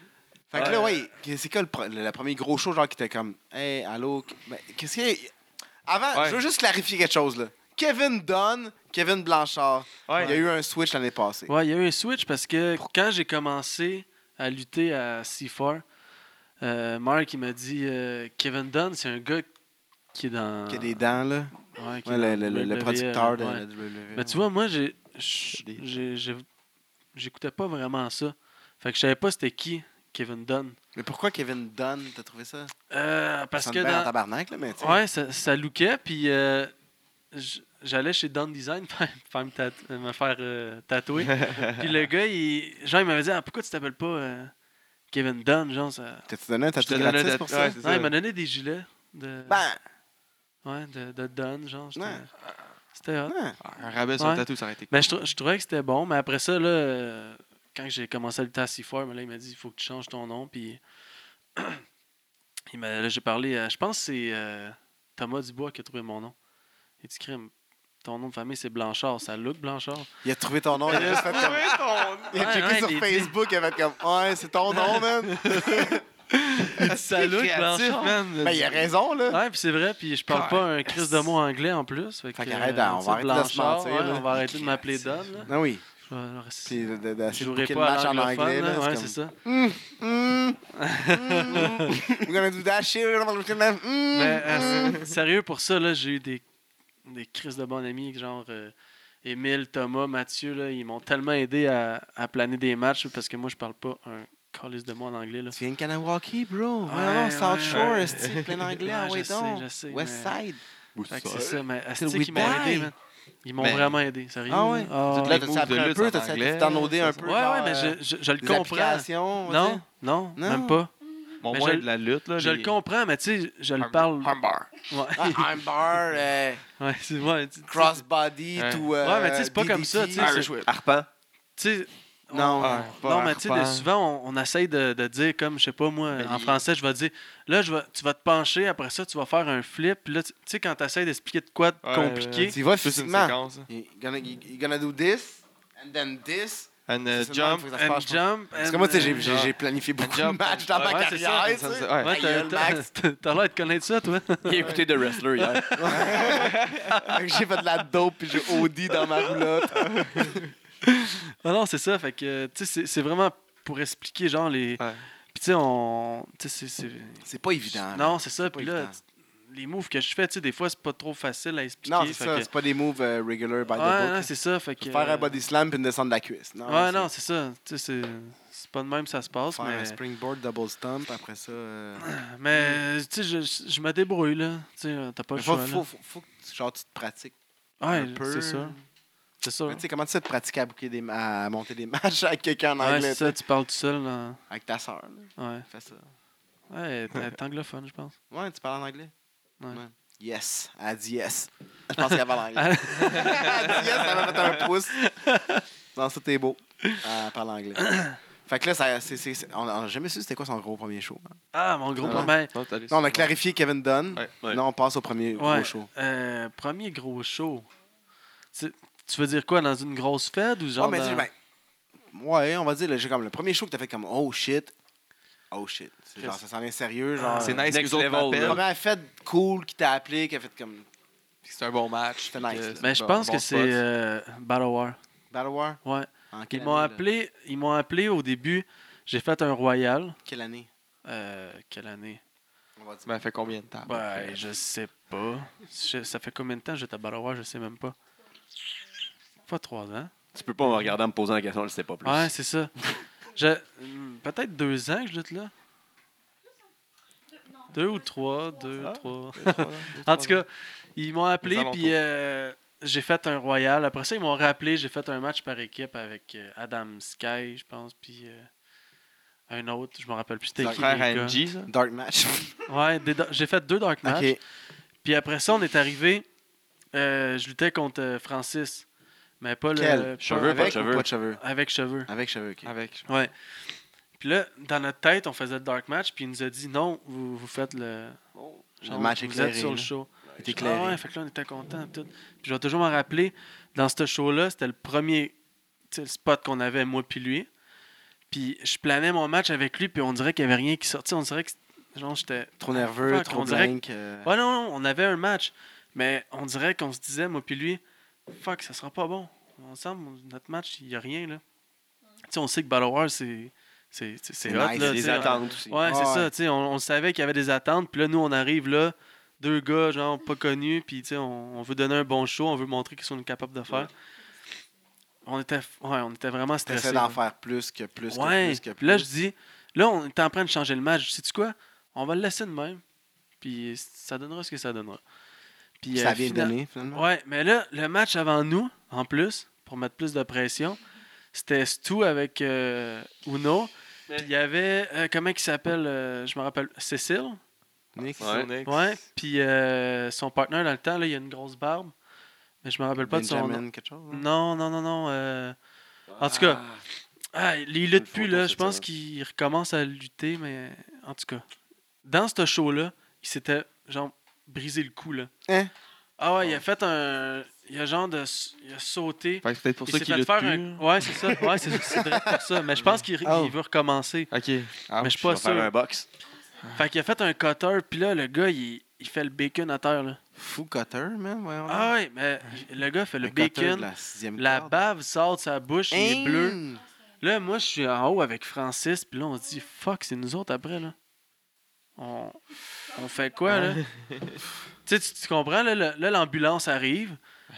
Speaker 3: Fait que là, oui, c'est quoi le, pro- le- le premier gros show, genre, qui était comme, hey, allô, qu- ben, qu'est-ce qu'il y a? Avant,
Speaker 4: Ouais.
Speaker 3: je veux juste clarifier quelque chose, là. Kevin Dunn, Kevin Blanchard,
Speaker 4: Ouais.
Speaker 3: il y a eu un switch l'année passée.
Speaker 1: Ouais, il y a eu un switch parce que quand j'ai commencé à lutter à C4, euh, Mark, il m'a dit euh, Kevin Dunn, c'est un gars qui est dans.
Speaker 3: Qui a des dents, là.
Speaker 1: Ouais, qui est
Speaker 3: Ouais,
Speaker 1: dans
Speaker 3: le, le- le- le
Speaker 1: WWE,
Speaker 3: producteur de
Speaker 1: E,
Speaker 3: E,
Speaker 1: ouais.
Speaker 3: la WWE.
Speaker 1: Mais tu vois, moi, j'ai-
Speaker 4: Des-
Speaker 1: j'ai- j'ai- j'écoutais pas vraiment ça. Fait que je savais pas c'était qui Kevin Dunn.
Speaker 3: Mais pourquoi Kevin Dunn, t'as trouvé ça?
Speaker 1: Euh, parce
Speaker 3: ça
Speaker 1: que
Speaker 3: sonne bien en
Speaker 1: dans,
Speaker 3: tabarnak, là, mais tu sais.
Speaker 1: ouais, ça, ça lookait, puis euh, j- j'allais chez Dunn Design faire, faire me, tat- me faire euh, tatouer. puis le gars, il, genre, il m'avait dit ah, Pourquoi tu t'appelles pas euh, Kevin Dunn genre, ça...
Speaker 3: T'as-tu donné un tatou
Speaker 4: donne un
Speaker 3: gratis
Speaker 4: dat-
Speaker 3: pour ça?
Speaker 4: ouais, c'est
Speaker 1: Non, Il m'a donné des gilets de,
Speaker 3: Ben,
Speaker 1: ouais, de, de Dunn. Genre, c'était-
Speaker 3: Ouais.
Speaker 1: c'était hot.
Speaker 3: non.
Speaker 4: Un rabais sur
Speaker 1: Ouais.
Speaker 4: le tatou, ça aurait été
Speaker 1: Mais Ben, je, trou- je trouvais que c'était bon, mais après ça, là, euh, quand j'ai commencé à lutter à C4, mais là, il m'a dit il faut que tu changes ton nom. Puis il m'a- là, j'ai parlé, à- je pense que c'est euh, Thomas Dubois qui a trouvé mon nom. Il dit crime, ton nom de famille c'est Blanchard, ça look Blanchard.
Speaker 3: Il a trouvé ton nom, il a juste fait comme... Il a
Speaker 1: Ouais,
Speaker 3: checké
Speaker 1: ouais,
Speaker 3: sur
Speaker 1: il était-
Speaker 3: Facebook, il a fait comme, ouais, c'est ton nom, man.
Speaker 1: Il dit ça look
Speaker 4: créatif,
Speaker 1: Blanchard.
Speaker 4: man.
Speaker 3: Ben, il a raison, là.
Speaker 1: Ouais, puis c'est vrai, puis je parle pas un crise de mot anglais en plus. Fait,
Speaker 3: Fait
Speaker 1: que,
Speaker 3: qu'arrête,
Speaker 1: euh,
Speaker 3: on va
Speaker 1: tu sais,
Speaker 3: arrêter de se
Speaker 1: Blanchard,
Speaker 3: mentir,
Speaker 1: ouais,
Speaker 3: là.
Speaker 1: on va arrêter de m'appeler Dan. là.
Speaker 3: Ah oui.
Speaker 1: Je vais- alors, c'est-
Speaker 3: Puis de- de-
Speaker 1: Je
Speaker 3: d'essayer de
Speaker 1: jouerai
Speaker 3: booker le
Speaker 1: pas
Speaker 3: match
Speaker 1: à
Speaker 3: en anglais,
Speaker 1: l'anglophone,
Speaker 3: là.
Speaker 1: là, ouais,
Speaker 3: comme-
Speaker 1: c'est ça.
Speaker 3: Mm, mm. We're gonna do that shit. Mm,
Speaker 1: Mais, euh,
Speaker 3: mm.
Speaker 1: s- sérieux, pour ça, là, j'ai eu des, des crises de bons amis, genre euh, Émile, Thomas, Mathieu, là, ils m'ont tellement aidé à, à planer des matchs parce que moi, je parle pas un calice de mots en anglais. Là.
Speaker 3: Tu viens de Kanawaki, bro.
Speaker 1: Ouais,
Speaker 3: Ouais, South
Speaker 1: ouais.
Speaker 3: Shore, esti, plein anglais,
Speaker 1: Ouais,
Speaker 3: ah
Speaker 1: je
Speaker 3: ouais,
Speaker 1: sais,
Speaker 3: donc.
Speaker 1: je sais,
Speaker 3: West
Speaker 1: mais-
Speaker 3: Side.
Speaker 1: Fait que c'est ça, mais asti
Speaker 3: we
Speaker 1: qu'ils m'ont aidé,
Speaker 3: die.
Speaker 1: man. Ils m'ont
Speaker 4: Mais-
Speaker 1: vraiment aidé, sérieux.
Speaker 3: Ah ouais?
Speaker 1: Ah,
Speaker 4: Toutes
Speaker 3: Là,
Speaker 4: les
Speaker 1: ouais,
Speaker 4: moves
Speaker 3: t'as-tu appris
Speaker 4: de
Speaker 3: un
Speaker 4: lutte
Speaker 3: peu?
Speaker 4: en
Speaker 3: T'as-tu
Speaker 4: anglais,
Speaker 3: t'ennaudé un
Speaker 4: ça,
Speaker 3: peu?
Speaker 1: Ouais,
Speaker 3: genre,
Speaker 1: ouais, mais
Speaker 3: euh,
Speaker 1: je, je, je le
Speaker 3: des
Speaker 1: comprends.
Speaker 3: applications, tu
Speaker 1: Non,
Speaker 3: sais? Ah,
Speaker 1: non,
Speaker 3: Non.
Speaker 1: même pas.
Speaker 4: Mon
Speaker 1: Mais
Speaker 4: moins
Speaker 1: je-
Speaker 4: de la lutte, là.
Speaker 1: Je
Speaker 4: les-
Speaker 1: le comprends, mais tu sais, je- je
Speaker 3: Hum-
Speaker 1: le
Speaker 4: Arm-
Speaker 1: parle.
Speaker 4: Armbar.
Speaker 1: Ouais,
Speaker 3: Ah, I'm bar, euh,
Speaker 1: ouais, c'est ouais, tu- tu-
Speaker 3: crossbody,
Speaker 4: Ouais.
Speaker 3: tout. euh,
Speaker 1: Ouais, mais tu sais, c'est pas comme ça,
Speaker 3: DDT.
Speaker 1: tu sais,
Speaker 4: Irish Whip.
Speaker 2: Arpent.
Speaker 1: tu sais, on-
Speaker 3: Non.
Speaker 4: Ah, pas
Speaker 1: non, mais tu sais,
Speaker 4: arpent.
Speaker 1: de- souvent, on, on essaye de, de dire, comme, je sais pas, moi,
Speaker 4: Ben,
Speaker 1: en
Speaker 4: il-
Speaker 1: français, je vais dire, là, je vais, tu vas te pencher, après ça, tu vas faire un flip. Puis là, tu tu sais, quand tu essaies d'expliquer de quoi de
Speaker 4: Ouais,
Speaker 1: compliqué,
Speaker 4: ouais,
Speaker 3: Tu y vas
Speaker 4: Juste une
Speaker 3: physiquement.
Speaker 4: séquence. là.
Speaker 3: You gonna, you- you gonna do this, and then this.
Speaker 4: Un euh,
Speaker 3: C'est ça,
Speaker 4: jump.
Speaker 3: faut que ça se
Speaker 1: un
Speaker 3: passe, je pense.
Speaker 1: jump.
Speaker 3: Parce que
Speaker 1: and-
Speaker 3: moi, tu sais, j'ai- j'ai
Speaker 4: genre-
Speaker 3: j'ai planifié beaucoup de
Speaker 4: job.
Speaker 3: matchs dans ma
Speaker 1: Ouais, c'est ça,
Speaker 3: carrière, tu
Speaker 4: Ça,
Speaker 3: sais.
Speaker 4: ça, ouais.
Speaker 1: euh, Ouais,
Speaker 3: Ta
Speaker 1: t'as
Speaker 3: gueule, Max.
Speaker 1: t'as- t'as l'air de connaître ça, toi.
Speaker 2: Il a écouté The Wrestler hier.
Speaker 3: Fait que j'ai fait de la dope puis j'ai OD dans ma roulotte.
Speaker 1: Ah non, non, c'est ça. Fait que, tu sais, c'est- c'est vraiment pour expliquer, genre, les,
Speaker 4: Ouais.
Speaker 1: Puis, tu sais, on. Tu sais, c'est- c'est-
Speaker 3: C'est pas évident. là.
Speaker 1: Non, c'est ça.
Speaker 3: Ah, pas
Speaker 1: Puis là,
Speaker 3: évident.
Speaker 1: t- les moves que je fais, tu sais, des fois, c'est pas trop facile à expliquer.
Speaker 3: Non, c'est
Speaker 1: fait
Speaker 3: ça.
Speaker 1: que-
Speaker 3: C'est pas des moves euh, regular by the
Speaker 1: Ouais, non,
Speaker 3: book.
Speaker 1: c'est ça. Fait que...
Speaker 3: Faut Faire un body slam puis une descente de la cuisse. Non,
Speaker 1: Ouais,
Speaker 3: Ah, c'est-
Speaker 1: non, c'est ça. Tu sais, c'est c'est pas de même que ça se passe.
Speaker 3: Faire
Speaker 1: mais...
Speaker 3: un springboard double stomp, après ça. euh,
Speaker 1: Mais tu sais, je, je me débrouille là. Tu sais, euh, t'as pas le
Speaker 3: Hmm. faut,
Speaker 1: choix.
Speaker 3: faut,
Speaker 1: là.
Speaker 3: faut, faut que tu, genre, tu te pratiques
Speaker 1: ouais,
Speaker 3: un peu.
Speaker 1: c'est ça. C'est ça.
Speaker 3: Mais Tu sais, comment tu sais te pratiquer à, booker des, ma- à monter des matchs avec quelqu'un en
Speaker 1: Ouais,
Speaker 3: anglais?
Speaker 1: c'est
Speaker 3: tu sais?
Speaker 1: ça, tu parles tout seul. Dans...
Speaker 3: Avec ta soeur.
Speaker 1: Ouais.
Speaker 3: Fais ça.
Speaker 1: Ouais, t'es t'es anglophone, je pense.
Speaker 3: Ouais, tu parles en anglais?
Speaker 1: Ouais.
Speaker 3: Yes. Elle a dit yes. Je pense qu'elle parle anglais.
Speaker 1: Ah.
Speaker 3: elle a dit yes, elle m'a fait un pouce. Non, ça, t'es beau. Elle parle anglais. Fait que là, ça, c'est- c'est- c'est- on n'a jamais su c'était quoi son gros premier show. hein.
Speaker 1: Ah, mon gros
Speaker 3: Ouais.
Speaker 1: premier.
Speaker 4: Non, t'as laissé-
Speaker 3: Non, on a clarifié Kevin Dunn.
Speaker 4: Ouais, ouais.
Speaker 3: Là, on passe au premier
Speaker 1: Ouais,
Speaker 3: gros show.
Speaker 1: euh, premier gros show. Tu tu veux dire quoi, dans une grosse fête ou genre.
Speaker 3: ouais, mais
Speaker 1: dans-
Speaker 3: dis, ben, ouais, on va dire, là, j'ai comme le premier show que t'as fait comme oh shit, oh shit. C'est genre, ça s'en vient sérieux. Genre,
Speaker 4: C'est nice que
Speaker 2: Next
Speaker 4: les autres
Speaker 2: level,
Speaker 3: La
Speaker 4: m'appellent.
Speaker 3: première fête cool qui t'a appelé, qui a fait comme
Speaker 4: puis C'est un bon match.
Speaker 3: C'était
Speaker 4: puis
Speaker 3: nice,
Speaker 4: que
Speaker 3: là.
Speaker 1: Mais Ben, je
Speaker 4: un
Speaker 1: pense
Speaker 4: bon
Speaker 1: que
Speaker 4: spot.
Speaker 1: c'est euh, Battle War.
Speaker 3: Battle War.
Speaker 1: Ouais.
Speaker 3: En quelle
Speaker 1: Ils m'ont
Speaker 3: année, là?
Speaker 1: appelé, ils m'ont appelé au début. J'ai fait un Royal.
Speaker 3: Quelle année
Speaker 1: Euh, quelle année?
Speaker 3: On va dire.
Speaker 4: Ça fait combien de temps?
Speaker 1: Ben, je sais pas. Je- ça fait combien de temps que j'étais à Barois, je sais même pas. Pas trois ans.
Speaker 2: Tu peux pas me regarder en me posant la question, je le sais pas plus.
Speaker 1: Ouais, c'est ça. Je- hmm, Peut-être deux ans que je doute là. Deux ou trois, deux,
Speaker 4: Ah.
Speaker 1: trois.
Speaker 4: en
Speaker 1: En tout cas, ils m'ont appelé,
Speaker 4: alentours.
Speaker 1: puis euh, j'ai fait un royal. Après ça, ils m'ont rappelé, j'ai fait un match par équipe avec euh, Adam Sky, je pense, puis euh, un autre, je me rappelle plus. C'était
Speaker 4: Ton
Speaker 1: qui,
Speaker 4: frère
Speaker 1: les gars.
Speaker 4: Angie, ça?
Speaker 3: Dark Match.
Speaker 1: Ouais, des da- j'ai fait deux dark matchs.
Speaker 3: ok.
Speaker 1: Puis après ça, on est arrivé. euh, je luttais contre euh, Francis. Mais pas le.
Speaker 3: Quel?
Speaker 1: pas
Speaker 2: Cheveux, pas de
Speaker 1: avec,
Speaker 2: cheveux.
Speaker 3: Ou pas de cheveux.
Speaker 1: avec cheveux. Ah,
Speaker 3: Avec cheveux, ok.
Speaker 4: Avec.
Speaker 1: Ouais. Puis là, dans notre tête, on faisait le dark match. Puis il nous a dit non, vous, vous faites le.
Speaker 3: Le match
Speaker 1: vous
Speaker 3: éclairé,
Speaker 1: êtes sur le
Speaker 3: là.
Speaker 1: show.
Speaker 3: T'es éclairé.
Speaker 1: Ah ouais, fait que là, on était contents. Tout. Puis je vais toujours m'en rappeler, dans ce show-là, c'était le premier tu sais, le spot qu'on avait, moi puis lui. Puis je planais mon match avec lui, puis on dirait qu'il n'y avait rien qui sortait. On dirait que c'était- genre, j'étais
Speaker 3: Trop nerveux,
Speaker 1: Fuck,
Speaker 3: trop
Speaker 1: on dirait
Speaker 3: blank. euh,
Speaker 1: Ouais, non, non, on avait un match. Mais on dirait qu'on se disait, moi puis lui, fuck, ça sera pas bon. Ensemble, notre match, il n'y a rien, là. Tu sais, on sait que Battle War, c'est. C'est c'est- c'est
Speaker 3: C'est
Speaker 1: hot,
Speaker 3: nice,
Speaker 1: là.
Speaker 3: c'est
Speaker 1: tu
Speaker 2: Les
Speaker 1: sais,
Speaker 2: attentes aussi.
Speaker 1: on- Ouais, c'est
Speaker 3: Ouais.
Speaker 1: ça, tu sais, on, on savait qu'il y avait des attentes. Puis là, nous, on arrive là, deux gars, genre, pas connus, puis tu sais, on, on veut donner un bon show, on veut montrer qu'ils sont capables de faire. On était, f- ouais, on était vraiment
Speaker 3: T'essaies
Speaker 1: stressés. là.
Speaker 3: d'en faire plus que plus que
Speaker 1: Ouais.
Speaker 3: plus que
Speaker 1: Puis
Speaker 3: plus.
Speaker 1: là, je dis, là, on est en train de changer le match. Sais-tu quoi? On va le laisser de même. Puis ça donnera ce que ça donnera. Puis,
Speaker 3: ça
Speaker 1: euh,
Speaker 3: vient de
Speaker 1: fina-
Speaker 3: donner, finalement.
Speaker 1: Ouais, mais là, le match avant nous, en plus, pour mettre plus de pression, c'était Stu avec euh, Uno. Puis il y avait, euh, comment il s'appelle, euh, je me rappelle, Cécile.
Speaker 3: Nick,
Speaker 4: Ouais.
Speaker 1: Ouais. Puis euh, son partenaire dans le temps, là, il a une grosse barbe. Mais je me rappelle pas de son nom.
Speaker 3: Benjamin, quelque chose. hein?
Speaker 1: Non, non, non, non. euh, En tout cas, ah, les luttes
Speaker 2: Une
Speaker 1: plus,
Speaker 2: photo
Speaker 1: là,
Speaker 2: cette
Speaker 1: je pense
Speaker 2: semaine.
Speaker 1: qu'il recommence à lutter, mais en tout cas, dans ce show-là, il s'était, genre, brisé le cou, là.
Speaker 3: Hein?
Speaker 1: Ah ouais, il a fait un. Il a genre de. Il a sauté.
Speaker 4: Fait que c'est peut-être pour
Speaker 1: Il
Speaker 4: ça
Speaker 1: s'est
Speaker 4: qu'il
Speaker 1: fait
Speaker 4: le
Speaker 1: faire
Speaker 4: tue.
Speaker 1: un- Ouais, c'est ça. Ouais, c'est c'est vrai pour ça. Mais je pense qu'il
Speaker 3: Oh.
Speaker 1: il veut recommencer.
Speaker 4: OK.
Speaker 1: mais je suis
Speaker 2: On
Speaker 1: pas
Speaker 2: va faire un
Speaker 1: sûr.
Speaker 2: box.
Speaker 1: Fait qu'il a fait un cutter, puis là, le gars, il, il fait le bacon à terre, là.
Speaker 3: Fou cutter, man. voyons donc.
Speaker 1: Ah ouais, mais le gars fait le,
Speaker 3: cutter de
Speaker 1: bacon.
Speaker 3: la sixième
Speaker 1: La
Speaker 3: corde.
Speaker 1: bave sort de sa bouche, il est
Speaker 3: Hein?
Speaker 1: bleu. Là, moi, je suis en haut avec Francis, puis là, on se dit, fuck, c'est nous autres après, là. On, on fait quoi, là? tu sais, tu- tu comprends, là, le- là, l'ambulance arrive.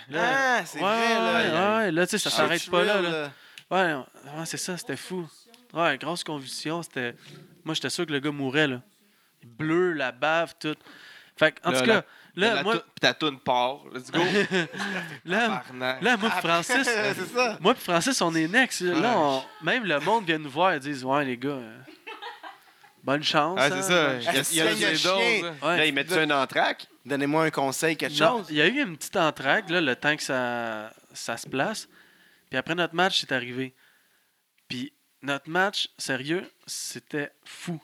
Speaker 1: Là,
Speaker 3: Ah, c'est vrai,
Speaker 1: ouais,
Speaker 3: là.
Speaker 1: ouais, là, tu sais, ça
Speaker 3: C'est
Speaker 1: s'arrête pas là,
Speaker 3: thrill,
Speaker 1: là. Ouais, on- ouais, c'est ça, c'était fou. Ouais, grosse convulsion, c'était... Moi, j'étais sûr que le gars mourait, là. Bleu, la bave, tout. Fait que, en
Speaker 4: Là,
Speaker 1: tout
Speaker 4: la-
Speaker 1: cas, là,
Speaker 4: La
Speaker 1: moi...
Speaker 4: tou- Puis ta toune part. Let's go.
Speaker 1: là,
Speaker 4: Tabarnak.
Speaker 1: Ah, là, moi, Francis...
Speaker 3: Euh, c'est ça.
Speaker 1: Moi puis Francis, on est next. Là,
Speaker 4: Ouais.
Speaker 1: Là, on- même le monde vient nous voir et disent Ouais, les gars, euh, bonne chance.
Speaker 4: Ah,
Speaker 1: hein.
Speaker 4: c'est ça. Il y a- il
Speaker 3: Ah,
Speaker 4: y a
Speaker 3: c'est le
Speaker 4: des doses.
Speaker 3: chien.
Speaker 4: là.
Speaker 1: Ouais.
Speaker 2: Là, ils mettent ça un entraque.
Speaker 3: Donnez-moi un conseil, quelque
Speaker 1: Non,
Speaker 3: chose.
Speaker 1: il y a eu une petite entraque, là, le temps que ça, ça se place. Puis après notre match, c'est arrivé. Puis notre match, sérieux, c'était fou.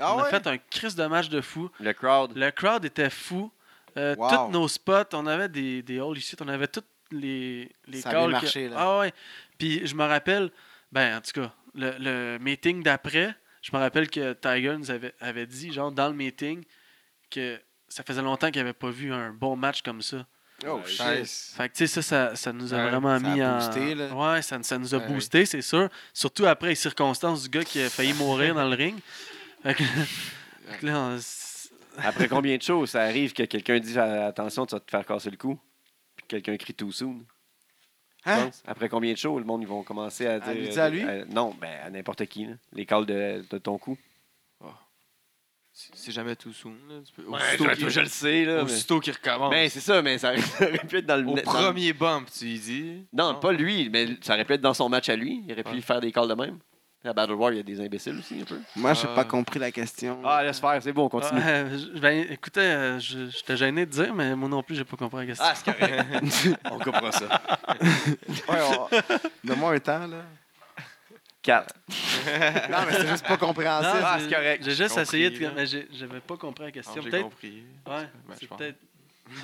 Speaker 3: Ah
Speaker 1: on a
Speaker 3: ouais?
Speaker 1: fait un crise de match de fou.
Speaker 2: Le crowd.
Speaker 1: Le crowd était fou. Euh,
Speaker 3: Wow.
Speaker 1: Tous nos spots, on avait des, des holy shit, on avait toutes les, les
Speaker 3: Ça avait
Speaker 1: calls que-
Speaker 3: marché, là.
Speaker 1: Ah ouais. Puis je me rappelle, ben en tout cas, le, le meeting d'après, je me rappelle que Tiger nous avait, avait dit, genre dans le meeting, que ça faisait longtemps qu'il n'avait pas vu un bon match comme ça.
Speaker 3: Oh, shit.
Speaker 4: Hein?
Speaker 1: Fait que, tu sais, ça, ça, ça nous a
Speaker 4: Ouais,
Speaker 1: vraiment
Speaker 3: ça a
Speaker 1: mis en.
Speaker 3: boosté, là.
Speaker 1: Ouais, ça, ça nous a
Speaker 4: Ouais.
Speaker 1: boosté, c'est sûr. Surtout après les circonstances du gars qui a failli mourir dans le ring. Fait que, fait que là, on s-
Speaker 2: Après combien de shows, ça arrive que quelqu'un dit attention, tu vas te faire casser le cou. Puis que quelqu'un crie too soon. tu
Speaker 3: Hein?
Speaker 2: penses? Après combien de shows, le monde, ils vont commencer à dire.
Speaker 3: À lui dire à lui?
Speaker 2: non, ben, à n'importe qui. là. Les calls de, de ton cou.
Speaker 4: C'est c'est jamais tout soon. là. Tu peux-
Speaker 2: je,
Speaker 4: Aussitôt qu'il-
Speaker 2: le sais, là. Mais...
Speaker 4: aussitôt qu'il recommence.
Speaker 2: Ben, c'est ça, mais ça aurait pu être dans le.
Speaker 4: Au
Speaker 2: dans le-
Speaker 4: premier bump, tu lui dis.
Speaker 2: Non, pas lui, mais ça aurait pu être dans son match à lui. Il aurait pu
Speaker 4: Ouais.
Speaker 2: faire des calls de même. À Battle War, il y a des imbéciles aussi, un peu.
Speaker 3: Moi, j'ai
Speaker 4: Ah.
Speaker 1: Euh.
Speaker 3: pas compris la question.
Speaker 2: Ah, laisse faire, c'est bon, on continue.
Speaker 1: Ouais, je- ben, écoutez, euh, je- j'étais gêné de dire, mais moi non plus, j'ai pas compris la question.
Speaker 2: Ah, c'est correct. on comprend ça.
Speaker 3: Ouais, on- Donne-moi un temps, là.
Speaker 2: 4.
Speaker 3: Non, mais c'est juste pas
Speaker 1: Non,
Speaker 3: compréhensible.
Speaker 1: j'ai-
Speaker 2: Ah, c'est correct.
Speaker 1: J'ai juste
Speaker 4: J'ai
Speaker 1: essayé de.
Speaker 4: compris, là.
Speaker 1: Mais j'ai- j'avais pas compris la question.
Speaker 4: Non, J'ai
Speaker 1: Peut-être.
Speaker 4: compris.
Speaker 1: Ouais,
Speaker 4: Ben,
Speaker 1: c'est
Speaker 4: je pense.
Speaker 1: peut-être.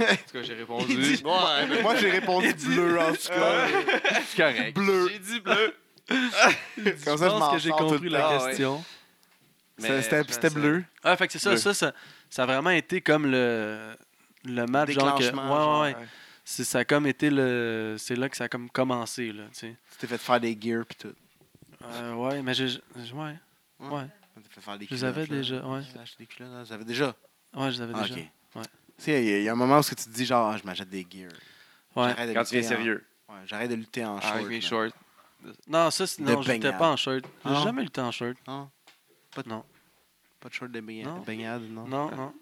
Speaker 4: En tout cas, j'ai répondu.
Speaker 3: dit- Moi, j'ai répondu bleu en tout cas.
Speaker 2: ben, c'est correct.
Speaker 3: Bleu.
Speaker 4: J'ai dit bleu.
Speaker 3: Comme
Speaker 1: Je
Speaker 3: ça, je
Speaker 1: pense
Speaker 3: m'en
Speaker 1: que j'ai
Speaker 3: sors tout le
Speaker 1: compris la
Speaker 2: temps, ouais.
Speaker 1: question.
Speaker 3: C'était- C'était c'était bleu.
Speaker 1: Ah, fait que c'est ça,
Speaker 2: Bleu.
Speaker 1: ça, ça, ça a vraiment été comme le, le match. Genre que, ouais,
Speaker 3: Déclenchement, genre,
Speaker 1: ouais, ouais.
Speaker 3: ouais.
Speaker 1: C'est, ça a comme été le. C'est là que ça a comme commencé, là, tu sais.
Speaker 3: Tu t'es fait faire des gears pis tout.
Speaker 1: Euh, ouais, mais j'ai. j'ai- Ouais.
Speaker 3: Ouais.
Speaker 1: Ouais.
Speaker 3: Tu t'es fait faire des
Speaker 1: Je les avais
Speaker 3: culottes, là.
Speaker 1: déjà. Ouais.
Speaker 3: Tu t'es acheté des culottes, là. J'avais déjà.
Speaker 1: Ouais, je les avais
Speaker 3: Ah,
Speaker 1: déjà.
Speaker 3: ok.
Speaker 1: Ouais.
Speaker 3: Tu sais, il y a- il y, a un moment où ce que tu te dis, genre, Ah, je m'achète des gears.
Speaker 1: Ouais.
Speaker 3: J'arrête de
Speaker 2: Quand tu
Speaker 3: lutter
Speaker 2: viens
Speaker 3: en-
Speaker 2: sérieux.
Speaker 3: ouais, J'arrête de lutter en short.
Speaker 4: Ah, Avec mes
Speaker 3: man.
Speaker 4: shorts.
Speaker 1: Non, ça, c'est-
Speaker 3: De
Speaker 1: non, j'étais
Speaker 3: baignade.
Speaker 1: pas en shirt. J'ai
Speaker 3: Ah non?
Speaker 1: jamais eu le temps en shirt.
Speaker 3: Non? Pas de-
Speaker 1: Non.
Speaker 3: Pas de short de baigna-
Speaker 1: Non.
Speaker 3: de baignade, non?
Speaker 1: Non, non.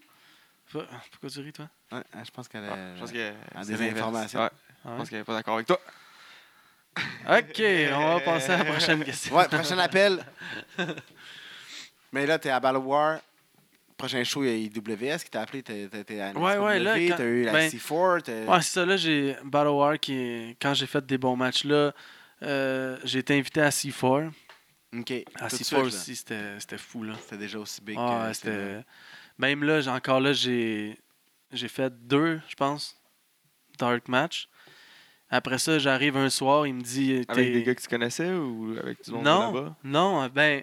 Speaker 1: Faut- Pourquoi tu ris, toi?
Speaker 3: Ouais, ah, je pense qu'elle
Speaker 4: Ah,
Speaker 3: a...
Speaker 4: je pense que.
Speaker 3: en
Speaker 4: c'est l'inverse.
Speaker 3: désinformation.
Speaker 4: Ouais,
Speaker 1: Ah
Speaker 4: Je
Speaker 1: ouais?
Speaker 4: pense qu'elle n'est pas d'accord avec toi.
Speaker 1: Ok, on va passer à la prochaine question.
Speaker 3: Ouais, prochain appel. Mais là, t'es à Battle War. Prochain show, il y a IWS qui t'a appelé. T'es, t'es, t'es à
Speaker 1: Ouais, ouais, là,
Speaker 3: NXW,
Speaker 1: quand-
Speaker 3: T'as eu la
Speaker 1: ben,
Speaker 3: C4. t'es-
Speaker 1: Ouais, c'est ça. Là, j'ai Battle War qui est- Quand j'ai fait des bons matchs, là, euh, j'ai été invité à C4.
Speaker 3: OK. Tout
Speaker 1: À
Speaker 3: de
Speaker 1: C4
Speaker 3: suite, là.
Speaker 1: aussi, c'était c'était fou, là.
Speaker 3: C'était déjà aussi big.
Speaker 1: Ah,
Speaker 3: que
Speaker 1: ouais,
Speaker 3: c'est là.
Speaker 1: c'était... Même là, j'ai- encore là, j'ai j'ai fait deux, je pense, dark match. Après ça, j'arrive un soir, il me dit...
Speaker 4: Avec
Speaker 1: t'es-
Speaker 4: des gars que tu connaissais ou avec du monde de
Speaker 1: non,
Speaker 4: là-bas?
Speaker 1: non, ben,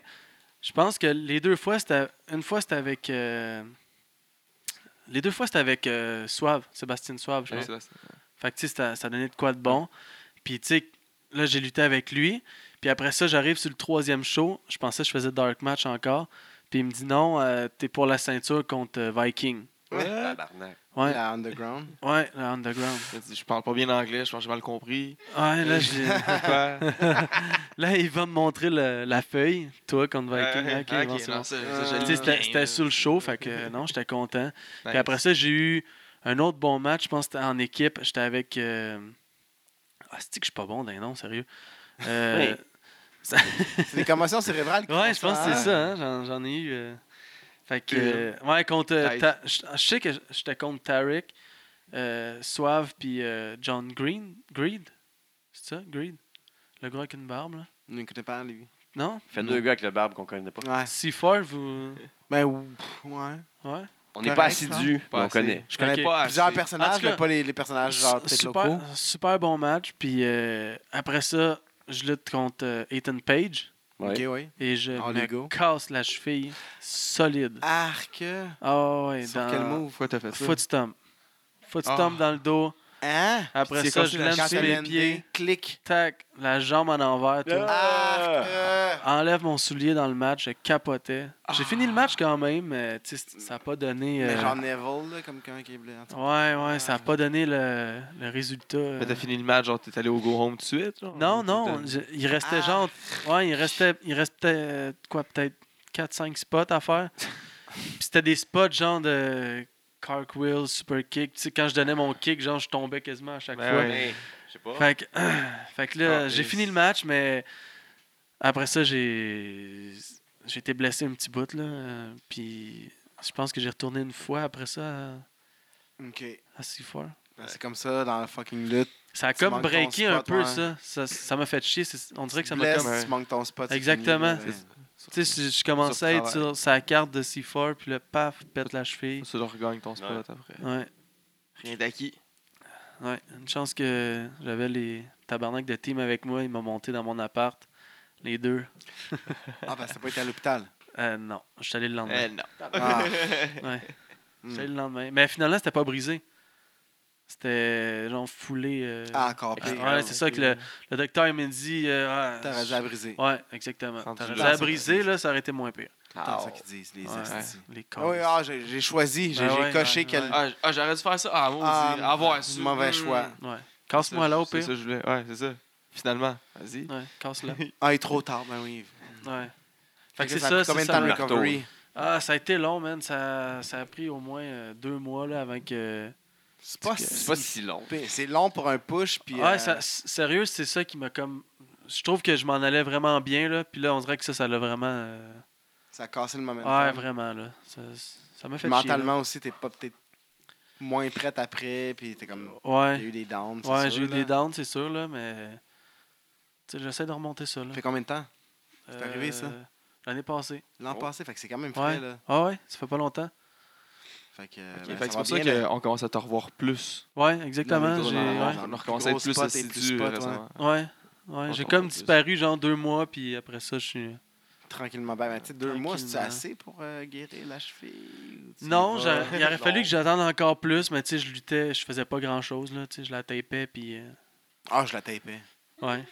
Speaker 1: je pense que les deux fois, c'était... Une fois, c'était avec... euh, Les deux fois, c'était avec euh, Suave, Sébastien Suave, je pense.
Speaker 4: Ouais.
Speaker 1: Fait que, tu sais, ça, ça donnait de quoi de bon. Puis, tu sais, là, j'ai lutté avec lui. Puis après ça, j'arrive sur le troisième show. Je pensais que je faisais Dark Match encore. Puis il me dit non, euh, t'es pour la ceinture contre euh, Viking.
Speaker 4: Ouais.
Speaker 2: Tabarnak.
Speaker 1: Ouais,
Speaker 3: La Underground.
Speaker 1: ouais, le Underground.
Speaker 4: Il a dit, Je parle pas bien anglais, je pense que j'ai mal compris.
Speaker 1: Ouais, là, j'ai-
Speaker 4: Quoi?
Speaker 1: là, il va me montrer le- la feuille. Toi contre Viking.
Speaker 4: Ouais,
Speaker 1: ok,
Speaker 4: ouais,
Speaker 1: bon,
Speaker 4: ok,
Speaker 1: c'est
Speaker 4: non,
Speaker 1: bon. Ah,
Speaker 4: ça,
Speaker 3: Euh,
Speaker 4: ça, je
Speaker 1: Tu
Speaker 4: le
Speaker 1: sais,
Speaker 4: dis
Speaker 1: C'était
Speaker 4: bien,
Speaker 1: c'était
Speaker 4: là.
Speaker 1: sur le show. Fait que euh, non, j'étais content.
Speaker 4: Nice.
Speaker 1: Puis après ça, j'ai eu un autre bon match, je pense que c'était en équipe. J'étais avec. euh, Ah, c'est que je suis pas bon d'un nom, sérieux. Euh,
Speaker 2: Oui.
Speaker 1: ça-
Speaker 3: C'est des commotions cérébrales. qui font
Speaker 1: ouais, je pense que
Speaker 3: hein?
Speaker 1: c'est ça, hein, j'en, j'en ai eu. euh. Fait que.
Speaker 4: Une.
Speaker 1: euh, ouais, contre. euh,
Speaker 4: Nice.
Speaker 1: Ta- Je je sais que j'étais contre Tarek, euh, Suave, puis euh, John Green. Greed C'est ça, Greed Le gros avec une barbe, là
Speaker 3: Il N'écoutez pas, lui.
Speaker 1: Non
Speaker 2: Fait deux gars avec le barbe qu'on connaît pas.
Speaker 4: Ah.
Speaker 3: Ouais.
Speaker 1: C4, vous.
Speaker 3: Ben, ou- pff, ouais.
Speaker 1: Ouais.
Speaker 2: On n'est pas
Speaker 3: Correct, hein. ça.
Speaker 2: assidus, mais
Speaker 4: Pas
Speaker 2: on
Speaker 4: assez.
Speaker 2: connaît.
Speaker 3: Je connais
Speaker 1: Ok.
Speaker 4: pas assez.
Speaker 3: plusieurs
Speaker 1: En
Speaker 3: personnages,
Speaker 1: tout cas,
Speaker 3: mais pas les, les personnages, genre, peut-être locaux.
Speaker 1: super, super bon match. Puis euh, après ça, je lutte contre euh, Ethan Page
Speaker 2: Ouais.
Speaker 3: OK, oui.
Speaker 1: et je
Speaker 3: En
Speaker 1: me
Speaker 3: Lego.
Speaker 1: casse la cheville solide.
Speaker 3: Arc.
Speaker 1: Ah ouais,
Speaker 3: Sur
Speaker 1: dans
Speaker 3: quel mot?
Speaker 4: Pourquoi t'as fait ça?
Speaker 1: Foot stomp. Foot
Speaker 4: Ah.
Speaker 1: stomp dans le dos.
Speaker 3: Hein?
Speaker 1: Après
Speaker 4: Tu t'es
Speaker 1: ça,
Speaker 4: cassé
Speaker 1: je
Speaker 4: la
Speaker 1: lance
Speaker 3: Quand
Speaker 1: sur
Speaker 3: t'as
Speaker 1: les
Speaker 3: l'ND,
Speaker 1: pieds.
Speaker 3: Clic.
Speaker 1: Tac, la jambe en envers. tout.
Speaker 2: Ah.
Speaker 3: Arc. euh.
Speaker 1: Enlève mon soulier dans le match, je capotais. J'ai fini le match quand même, mais tu sais, ça n'a pas donné.
Speaker 3: Ah. Mais Ah,
Speaker 1: euh,
Speaker 3: genre Neville, là, comme quelqu'un qui est bleu. en tout cas.
Speaker 1: Ouais, ouais, ça n'a pas donné le, le résultat.
Speaker 4: Mais
Speaker 1: euh.
Speaker 4: t'as fini le match, genre t'es allé au go home tout de suite? genre?
Speaker 1: Non,
Speaker 4: Ou
Speaker 1: non,
Speaker 4: t'as-
Speaker 1: je- il restait genre. Ouais, il restait, il restait euh, quoi, peut-être 4-5 spots à faire. Puis c'était des spots genre de cartwheel, super kick. Tu sais, quand je donnais mon kick, genre, je tombais quasiment à chaque
Speaker 4: Ben
Speaker 1: fois.
Speaker 4: ouais.
Speaker 2: Hey, Je sais pas.
Speaker 1: Fait que, fait que là,
Speaker 4: Ah,
Speaker 1: j'ai
Speaker 4: et-
Speaker 1: fini le match, mais après ça, j'ai j'ai été blessé un petit bout, là. euh, Puis je pense que j'ai retourné une fois après ça à,
Speaker 3: OK.
Speaker 1: à six fois.
Speaker 3: Ben, C'est comme ça dans la fucking lutte.
Speaker 1: Ça a
Speaker 3: Tu
Speaker 1: comme
Speaker 3: manques ton
Speaker 1: breaké un
Speaker 3: spot,
Speaker 1: peu,
Speaker 3: ouais.
Speaker 1: ça. Ça ça m'a fait chier. c'est- On dirait que ça m'a
Speaker 3: Blesse,
Speaker 1: comme...
Speaker 4: comme-
Speaker 3: Tu manques ton spot. c'est
Speaker 1: Exactement.
Speaker 3: fini, là, ben.
Speaker 1: Tu sais, je- je commençais à être
Speaker 4: Sur
Speaker 1: sur sa carte de C4, puis le paf, pète la cheville.
Speaker 4: Tu leur regagnes ton spot
Speaker 2: Ouais.
Speaker 4: après.
Speaker 1: Ouais,
Speaker 4: Rien d'acquis.
Speaker 1: ouais. Une chance que j'avais les tabarnak de team avec moi, ils m'ont monté dans mon appart, les deux.
Speaker 3: Ah, ben, ça peut être à l'hôpital.
Speaker 1: Euh, non, je suis allé le lendemain.
Speaker 4: Eh, non.
Speaker 3: Ah.
Speaker 1: Ouais, je
Speaker 3: Hmm.
Speaker 1: suis allé le lendemain. Mais finalement, c'était pas brisé. C'était genre foulé. euh,
Speaker 3: Ah, encore
Speaker 1: ex-
Speaker 3: pire.
Speaker 1: ouais, c'est ça que le, le docteur il m'a dit. euh, ah,
Speaker 3: T'as raison à briser.
Speaker 1: Ouais, exactement.
Speaker 4: Rendu
Speaker 1: T'as
Speaker 4: là,
Speaker 1: raison à
Speaker 4: ça Ah,
Speaker 1: briser, là, ça aurait été moins pire.
Speaker 3: C'est ça qu'ils disent, les
Speaker 1: Ouais.
Speaker 3: astis.
Speaker 1: Les
Speaker 3: Ah oui,
Speaker 1: cons.
Speaker 3: ah, j'ai j'ai choisi, j'ai
Speaker 1: Ben
Speaker 3: j'ai
Speaker 1: ouais,
Speaker 3: coché
Speaker 1: ouais,
Speaker 3: quel.
Speaker 1: ouais.
Speaker 4: Ah, j- ah, j'aurais dû faire ça. Ah,
Speaker 3: Ah,
Speaker 4: maudit. Avoir su.
Speaker 3: mauvais choix.
Speaker 1: Ouais. Casse-moi là, au
Speaker 4: C'est
Speaker 1: pire.
Speaker 4: ça que je voulais. Ouais, c'est ça. Finalement, vas-y. Ben,
Speaker 1: Ouais, casse-la.
Speaker 3: Ah, il est trop tard, ben oui.
Speaker 1: Ouais. Fait que
Speaker 3: a pris
Speaker 1: c'est ça,
Speaker 3: Combien
Speaker 1: c'est
Speaker 3: de temps
Speaker 1: ça.
Speaker 3: le
Speaker 1: me-
Speaker 4: marteau?
Speaker 3: recovery
Speaker 1: Ah, ça a été long, man. Ça, ça a pris au moins euh, deux mois là, avant que.
Speaker 3: C'est pas,
Speaker 4: C'est
Speaker 3: si
Speaker 4: pas si long.
Speaker 3: pire. C'est long pour un push, puis.
Speaker 1: ouais,
Speaker 3: euh,
Speaker 1: Ah, ça- s- sérieux, c'est ça qui m'a comme. Je trouve que je m'en allais vraiment bien, là. Puis là, on dirait que ça, ça l'a vraiment. euh,
Speaker 3: ça a cassé le moment.
Speaker 1: Ouais, vraiment, là. Ça ça m'a fait chier, là.
Speaker 3: Mentalement aussi, t'es pas peut-être moins prête après, puis t'es comme. Il y a
Speaker 1: Ouais.
Speaker 3: eu des downs. c'est
Speaker 1: Ouais,
Speaker 3: sûr,
Speaker 1: j'ai eu
Speaker 3: là.
Speaker 1: des downs, c'est sûr, là, mais. Tu sais, j'essaie de remonter ça, là.
Speaker 3: Ça fait combien de temps c'est arrivé, ça?
Speaker 1: Euh, L'année passée.
Speaker 3: L'an
Speaker 4: Oh.
Speaker 3: passé, fait que c'est quand même frais,
Speaker 1: Ouais.
Speaker 3: là.
Speaker 1: Ah ouais, ça fait pas longtemps.
Speaker 3: Fait que. euh,
Speaker 4: Ok,
Speaker 3: ben,
Speaker 4: fait que c'est
Speaker 3: va
Speaker 4: pour ça
Speaker 3: bien, là.
Speaker 4: qu'on commence à te revoir plus.
Speaker 1: Ouais,
Speaker 3: Ah,
Speaker 1: exactement.
Speaker 3: Dans les
Speaker 1: J'ai.
Speaker 3: tours, dans
Speaker 4: on
Speaker 3: la-
Speaker 1: Ouais.
Speaker 3: dans
Speaker 4: a
Speaker 3: le
Speaker 4: recommencé à être
Speaker 3: gros
Speaker 4: plus
Speaker 3: spot et plus
Speaker 4: assidu
Speaker 3: spot, ouais.
Speaker 4: récemment.
Speaker 1: Ouais, ouais.
Speaker 4: On
Speaker 1: J'ai
Speaker 4: t'en
Speaker 1: comme
Speaker 4: parle plus.
Speaker 1: disparu, genre deux mois, puis après ça, je suis.
Speaker 3: Tranquillement, ben, ben, tu sais, deux mois, c'est
Speaker 1: Tranquillement.
Speaker 3: assez pour euh, guérir la cheville Ou tu
Speaker 1: Non,
Speaker 3: vas-
Speaker 1: j'a- il aurait fallu
Speaker 3: Non.
Speaker 1: que j'attende encore plus, mais tu sais, je luttais, je faisais pas grand chose, là. Tu sais, je la tapais, puis. euh,
Speaker 3: Ah, je la tapais.
Speaker 1: Ouais.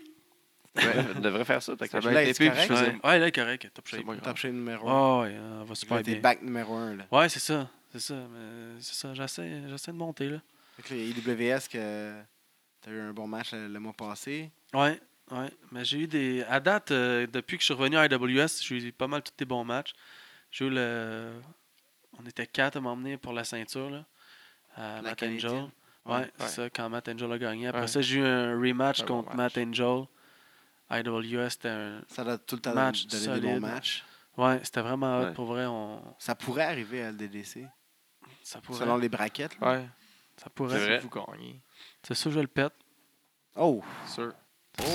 Speaker 2: Tu devrais faire ça. t'as
Speaker 4: Ça
Speaker 2: qu'à-
Speaker 4: va
Speaker 3: Là,
Speaker 4: être
Speaker 3: c'est
Speaker 4: épais, puis je
Speaker 3: correct?
Speaker 4: faisais.
Speaker 1: Ouais, ouais, là, correct, top
Speaker 4: C'est
Speaker 1: shape.
Speaker 4: pas grave.
Speaker 3: Top shape numéro un.
Speaker 1: Ouais, ouais, on va
Speaker 3: Là,
Speaker 1: super
Speaker 3: t'es
Speaker 1: bien.
Speaker 3: back numéro un, là.
Speaker 1: Ouais, c'est ça. C'est ça. mais C'est ça. J'essaie, j'essaie de monter, là.
Speaker 3: Fait que les IWS, que t'as eu un bon match euh, le mois passé.
Speaker 1: Ouais, ouais. Mais j'ai eu des. À date, euh, depuis que je suis revenu à AWS, j'ai eu pas mal tous des bons matchs. J'ai eu le. On était quatre à m'emmener pour la ceinture, là. À
Speaker 3: La
Speaker 1: Matt
Speaker 3: Canadienne.
Speaker 1: Angel. Ouais,
Speaker 4: Ouais,
Speaker 1: c'est
Speaker 4: ouais.
Speaker 1: ça, quand Matt Angel a gagné. Après
Speaker 4: Ouais.
Speaker 1: ça, j'ai eu un rematch
Speaker 4: Un bon
Speaker 1: contre
Speaker 4: match.
Speaker 1: Matt Angel. AWS, c'était un.
Speaker 3: Ça a tout le temps
Speaker 1: Match
Speaker 3: donné des bons
Speaker 1: solide.
Speaker 3: matchs.
Speaker 1: Ouais, c'était vraiment hot,
Speaker 2: Ouais.
Speaker 1: pour vrai. On...
Speaker 3: Ça pourrait arriver à LDDC,
Speaker 1: Ça pourrait.
Speaker 3: selon les braquettes. là.
Speaker 4: Ouais,
Speaker 1: Ça
Speaker 4: c'est
Speaker 1: pourrait.
Speaker 4: vrai. Vous gagnez.
Speaker 1: C'est sûr, je le pète.
Speaker 3: Oh!
Speaker 4: Sûr.
Speaker 3: Oh!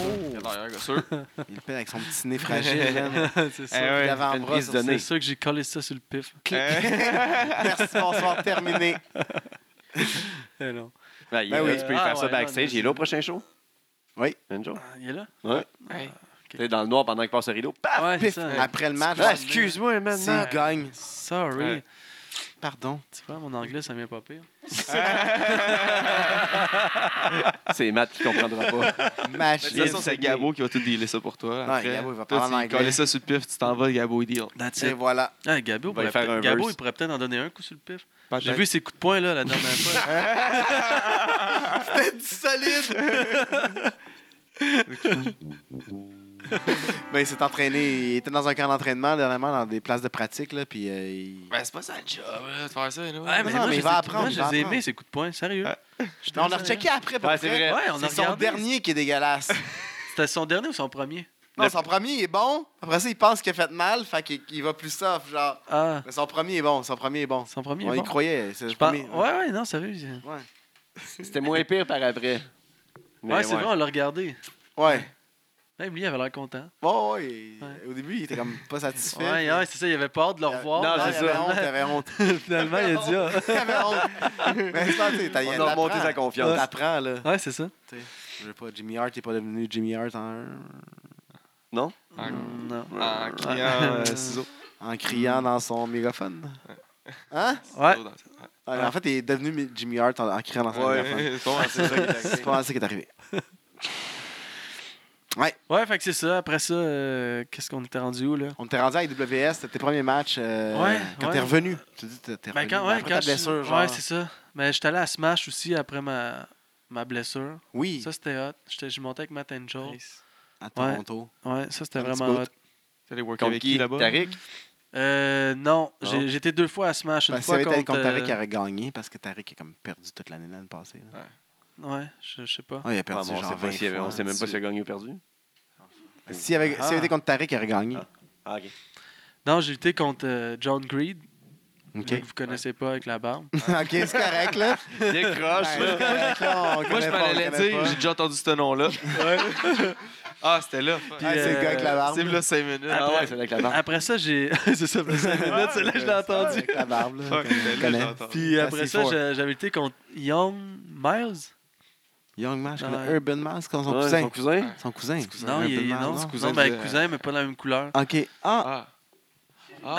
Speaker 4: Derrière, gars, sûr.
Speaker 3: Il le pète avec son petit nez fragile. man.
Speaker 1: c'est
Speaker 4: Eh
Speaker 1: ça.
Speaker 4: ouais,
Speaker 3: Il avait en
Speaker 2: une
Speaker 3: bras
Speaker 2: prise
Speaker 3: sur
Speaker 2: de
Speaker 3: ses-
Speaker 1: C'est
Speaker 2: nez.
Speaker 1: sûr que j'ai collé ça sur le pif.
Speaker 3: Merci, bonsoir, terminé.
Speaker 1: Eh non.
Speaker 2: Ben, il-
Speaker 3: Ben oui.
Speaker 2: Tu peux lui
Speaker 1: Ah,
Speaker 2: faire ça
Speaker 1: ouais, non,
Speaker 2: backstage.
Speaker 1: non,
Speaker 2: Il est là au prochain show?
Speaker 3: Oui.
Speaker 2: Benjo?
Speaker 1: Ah, Il est là?
Speaker 2: Ouais.
Speaker 4: Hey.
Speaker 2: T'es dans le noir pendant qu'il passe le rideau.
Speaker 4: Ah,
Speaker 2: Paf!
Speaker 1: Ouais, c'est
Speaker 3: Pif,
Speaker 1: ça.
Speaker 3: après le match,
Speaker 2: Ah, Excuse-moi, maintenant.
Speaker 3: s'il gagne,
Speaker 1: Sorry.
Speaker 4: Ouais.
Speaker 3: pardon.
Speaker 1: Tu vois, mon anglais, ça vient pas pire.
Speaker 2: C'est Matt qui comprendra pas.
Speaker 4: Mais
Speaker 3: Match.
Speaker 4: De toute façon, c'est Gabo qui va tout dealer ça pour toi.
Speaker 3: Non,
Speaker 4: après.
Speaker 3: Gabo, il va
Speaker 4: Toi,
Speaker 3: parler en
Speaker 4: tu
Speaker 3: anglais.
Speaker 4: colles ça sur le pif, tu t'en vas, Gabo, il deal.
Speaker 1: That's
Speaker 3: Et
Speaker 1: it.
Speaker 3: voilà.
Speaker 1: Ah, Gabo,
Speaker 2: Il va y
Speaker 1: pourrait
Speaker 2: faire
Speaker 1: peut-être-
Speaker 2: un
Speaker 1: Gabo,
Speaker 2: verse.
Speaker 1: il pourrait peut-être en donner un coup sur le pif. J'ai
Speaker 4: Peut-être.
Speaker 1: vu ses coups de poing là, la dernière fois.
Speaker 3: C'était du solide! ben, il s'est entraîné. Il était dans un camp d'entraînement, dernièrement, dans des places de pratique. Là, puis, euh, il-
Speaker 4: Ben, c'est pas ça le job, là, de faire ça. Là.
Speaker 1: Ouais,
Speaker 3: mais non, mais
Speaker 1: je
Speaker 3: il va
Speaker 1: les ai-
Speaker 3: apprendre,
Speaker 1: Moi,
Speaker 3: il
Speaker 1: je
Speaker 3: va
Speaker 1: les ai
Speaker 3: apprendre.
Speaker 1: aimés, ces coups de poing, sérieux.
Speaker 4: Ouais.
Speaker 1: Je te
Speaker 3: Non, on a
Speaker 1: jure,
Speaker 3: rechecké après. pour
Speaker 2: Ouais, c'est vrai.
Speaker 1: Ouais, on a
Speaker 3: C'est son
Speaker 1: regardé.
Speaker 3: dernier qui est dégueulasse.
Speaker 1: C'était son dernier ou son premier?
Speaker 3: non, son premier il est bon. Après ça, il pense qu'il a fait mal. Fait qu'il il va plus soft. Genre.
Speaker 1: Ah,
Speaker 3: Mais son premier est bon. Son premier est bon.
Speaker 1: son premier.
Speaker 3: on
Speaker 1: est
Speaker 3: y
Speaker 1: bon.
Speaker 3: croyait. C'est le
Speaker 1: Je pense-
Speaker 3: premier.
Speaker 1: Ouais, ouais, non, sérieux.
Speaker 3: Ouais.
Speaker 2: C'était moins pire par après. Mais
Speaker 1: Ouais, c'est vrai, on l'a regardé.
Speaker 3: Ouais.
Speaker 1: Même lui, il avait l'air content.
Speaker 3: Bon, ouais, il-
Speaker 1: Ouais.
Speaker 3: Au début, il était comme pas satisfait.
Speaker 1: Ouais, ouais, c'est ça, il avait peur de le
Speaker 3: Il-
Speaker 1: revoir.
Speaker 2: Non,
Speaker 3: Euh, Non,
Speaker 2: c'est
Speaker 3: il avait
Speaker 2: ça.
Speaker 3: honte, il avait honte.
Speaker 1: Finalement, il a dit ah.
Speaker 3: Il avait honte. Mais c'est pas, tu sais, t'as-
Speaker 2: On
Speaker 3: il
Speaker 2: a remonté
Speaker 3: l'apprend.
Speaker 2: sa confiance.
Speaker 3: T'apprends, là.
Speaker 1: Ouais, c'est ça.
Speaker 3: Je veux pas, Jimmy Hart n'est pas devenu Jimmy Hart en,
Speaker 4: En,
Speaker 1: Mm, Non.
Speaker 4: en criant euh, ciseaux.
Speaker 3: en criant
Speaker 1: Mm.
Speaker 3: dans son mégaphone. Hein?
Speaker 1: Ouais.
Speaker 4: Ciseaux dans-
Speaker 3: Ouais, mais En fait, il est devenu mi- Jimmy Hart en, en criant dans son mégaphone.
Speaker 4: Ouais, c'est bon, c'est ça qui est arrivé.
Speaker 3: C'est pas mal ça qui est arrivé.
Speaker 1: Ouais, fait que c'est ça. Après ça, euh, qu'est-ce qu'on était rendu où, là?
Speaker 3: On t'est rendu à IWS, c'était tes premiers matchs euh,
Speaker 1: Ouais,
Speaker 3: quand
Speaker 1: ouais.
Speaker 3: t'es revenu. Tu dis que t'es
Speaker 1: Ben,
Speaker 3: revenu.
Speaker 1: quand,
Speaker 3: mais
Speaker 1: ouais,
Speaker 3: après
Speaker 1: quand
Speaker 3: ta
Speaker 1: je-
Speaker 3: blessure, genre.
Speaker 1: Ouais, c'est ça. Mais j'étais allé à Smash aussi après ma, ma blessure.
Speaker 3: oui,
Speaker 1: Ça, c'était hot. J'étais- Je montais avec Matt Angel.
Speaker 4: Nice.
Speaker 3: à Toronto.
Speaker 1: Ouais, ça, c'était
Speaker 3: Un petit
Speaker 1: vraiment
Speaker 3: bout.
Speaker 1: hot.
Speaker 4: T'es allé work
Speaker 2: Contre
Speaker 4: avec qui
Speaker 2: qui?
Speaker 4: là-bas?
Speaker 2: Tariq? Ah,
Speaker 1: Euh, non,
Speaker 2: Non.
Speaker 1: j'ai- j'étais deux fois à Smash. Une
Speaker 3: Parce que
Speaker 1: fois
Speaker 3: Ben, si
Speaker 1: contre...
Speaker 3: t'avais contre Tariq, il
Speaker 1: euh,
Speaker 3: aurait gagné parce que Tariq a comme perdu toute l'année l'année passée. là.
Speaker 1: Ouais, je je sais pas.
Speaker 3: Ah, il a
Speaker 2: Ah,
Speaker 3: perdu
Speaker 2: bon, on
Speaker 3: genre
Speaker 2: sait pas
Speaker 3: 20
Speaker 2: s'il y avait-
Speaker 3: fois. ben,
Speaker 2: on sait même pas s'il a gagné ou perdu.
Speaker 3: S'il avait, s'il avait été contre Tariq, il aurait gagné.
Speaker 2: Ah, ok.
Speaker 1: Non, j'ai lutté contre euh, John Creed,
Speaker 3: OK.
Speaker 1: que vous connaissez pas avec la barbe.
Speaker 3: OK, c'est correct, là.
Speaker 4: Décroche,
Speaker 3: Ben,
Speaker 4: là.
Speaker 3: c'est correct, là,
Speaker 4: Moi,
Speaker 3: on
Speaker 4: je
Speaker 3: connaît
Speaker 4: m'en
Speaker 3: pas, on
Speaker 4: allais
Speaker 3: connaît
Speaker 4: dire,
Speaker 3: pas.
Speaker 4: j'ai déjà entendu ce nom-là. ah, c'était là. fuck.
Speaker 1: Puis, euh,
Speaker 3: Ah, c'est le gars avec la barbe.
Speaker 4: C'est là 5 minutes.
Speaker 2: Ah
Speaker 1: Après-
Speaker 2: ouais, c'est avec la barbe.
Speaker 1: Après ça, j'ai. c'est ça, mais cinq minutes, c'est là que je l'ai entendu.
Speaker 3: Avec la barbe, là.
Speaker 4: Fuck,
Speaker 3: comme
Speaker 4: c'était
Speaker 3: on
Speaker 4: là, j'ai
Speaker 3: connaît.
Speaker 4: entendu.
Speaker 1: Puis
Speaker 3: Ça,
Speaker 1: après
Speaker 3: Ben, c'est
Speaker 1: ça,
Speaker 3: fort.
Speaker 1: j'a- j'avais lutté contre Young Miles.
Speaker 3: Young Mask,
Speaker 1: Ah, Ouais.
Speaker 3: connais Urban Mask, son
Speaker 2: Ouais,
Speaker 3: cousin.
Speaker 2: Son cousin?
Speaker 3: Son cousin.
Speaker 1: Non,
Speaker 3: Urban
Speaker 1: il est
Speaker 3: Mask,
Speaker 4: non?
Speaker 1: non, cousin, non,
Speaker 4: Cousin
Speaker 1: ben,
Speaker 4: de-
Speaker 1: cousin, mais pas la même couleur.
Speaker 3: OK. Ah,
Speaker 4: Ah,
Speaker 1: Ah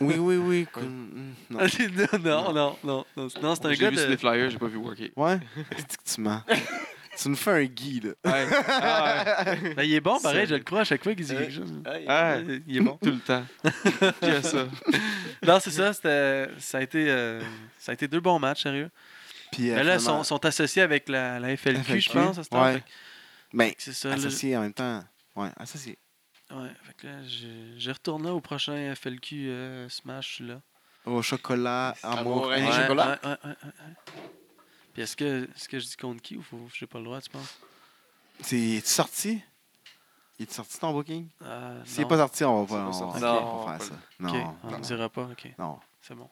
Speaker 1: oui.
Speaker 3: Oui, oui, oui. cool. Mm, non.
Speaker 1: non, non, non, non, non. Non, c'est un
Speaker 4: J'ai
Speaker 1: gars
Speaker 4: vu sur les
Speaker 1: de...
Speaker 4: flyers, j'ai pas vu worker.
Speaker 3: Ouais? C'est que tu mens. Tu nous fais un gui, là.
Speaker 4: Ouais. Ah, ouais.
Speaker 1: Ben, il est bon, pareil, je le crois à chaque fois qu'il dit quelque chose.
Speaker 4: Euh, Ah,
Speaker 1: Il est bon.
Speaker 4: Tout le temps. J'ai ça.
Speaker 1: Non, c'est ça. c'était- Ça a, été, euh, ça a été deux bons matchs, sérieux.
Speaker 3: Puis, euh,
Speaker 1: Mais là, ils
Speaker 3: finalement,
Speaker 1: sont, sont associés avec la, la FLQ, je
Speaker 3: FLQ,
Speaker 1: pense. à ce temps.
Speaker 3: ouais.
Speaker 1: Fait que
Speaker 3: ben,
Speaker 1: C'est ça. là,
Speaker 3: associé en même temps. Ouais, associé.
Speaker 1: ouais, fait que là, je, je retourne là au prochain FLQ euh, Smash, je suis là.
Speaker 3: Au chocolat, amour,
Speaker 2: Amour, Un hein.
Speaker 3: et
Speaker 1: Ouais,
Speaker 3: chocolat.
Speaker 2: chocolat?
Speaker 1: ouais, ouais, ouais, ouais. Puis est-ce que, est-ce que je dis contre qui ou faut, j'ai pas le droit, tu penses?
Speaker 3: C'est es-tu sorti? Il est sorti ton booking?
Speaker 1: Euh,
Speaker 3: S'il n'est
Speaker 1: non.
Speaker 3: pas sorti, on va
Speaker 4: C'est
Speaker 3: pas,
Speaker 4: pas
Speaker 3: on
Speaker 4: sorti.
Speaker 3: va
Speaker 2: Non,
Speaker 3: pas
Speaker 2: pas
Speaker 3: faire ça.
Speaker 1: Ok,
Speaker 3: Non,
Speaker 1: on
Speaker 3: non,
Speaker 1: ne dira pas, ok.
Speaker 3: non.
Speaker 1: C'est bon.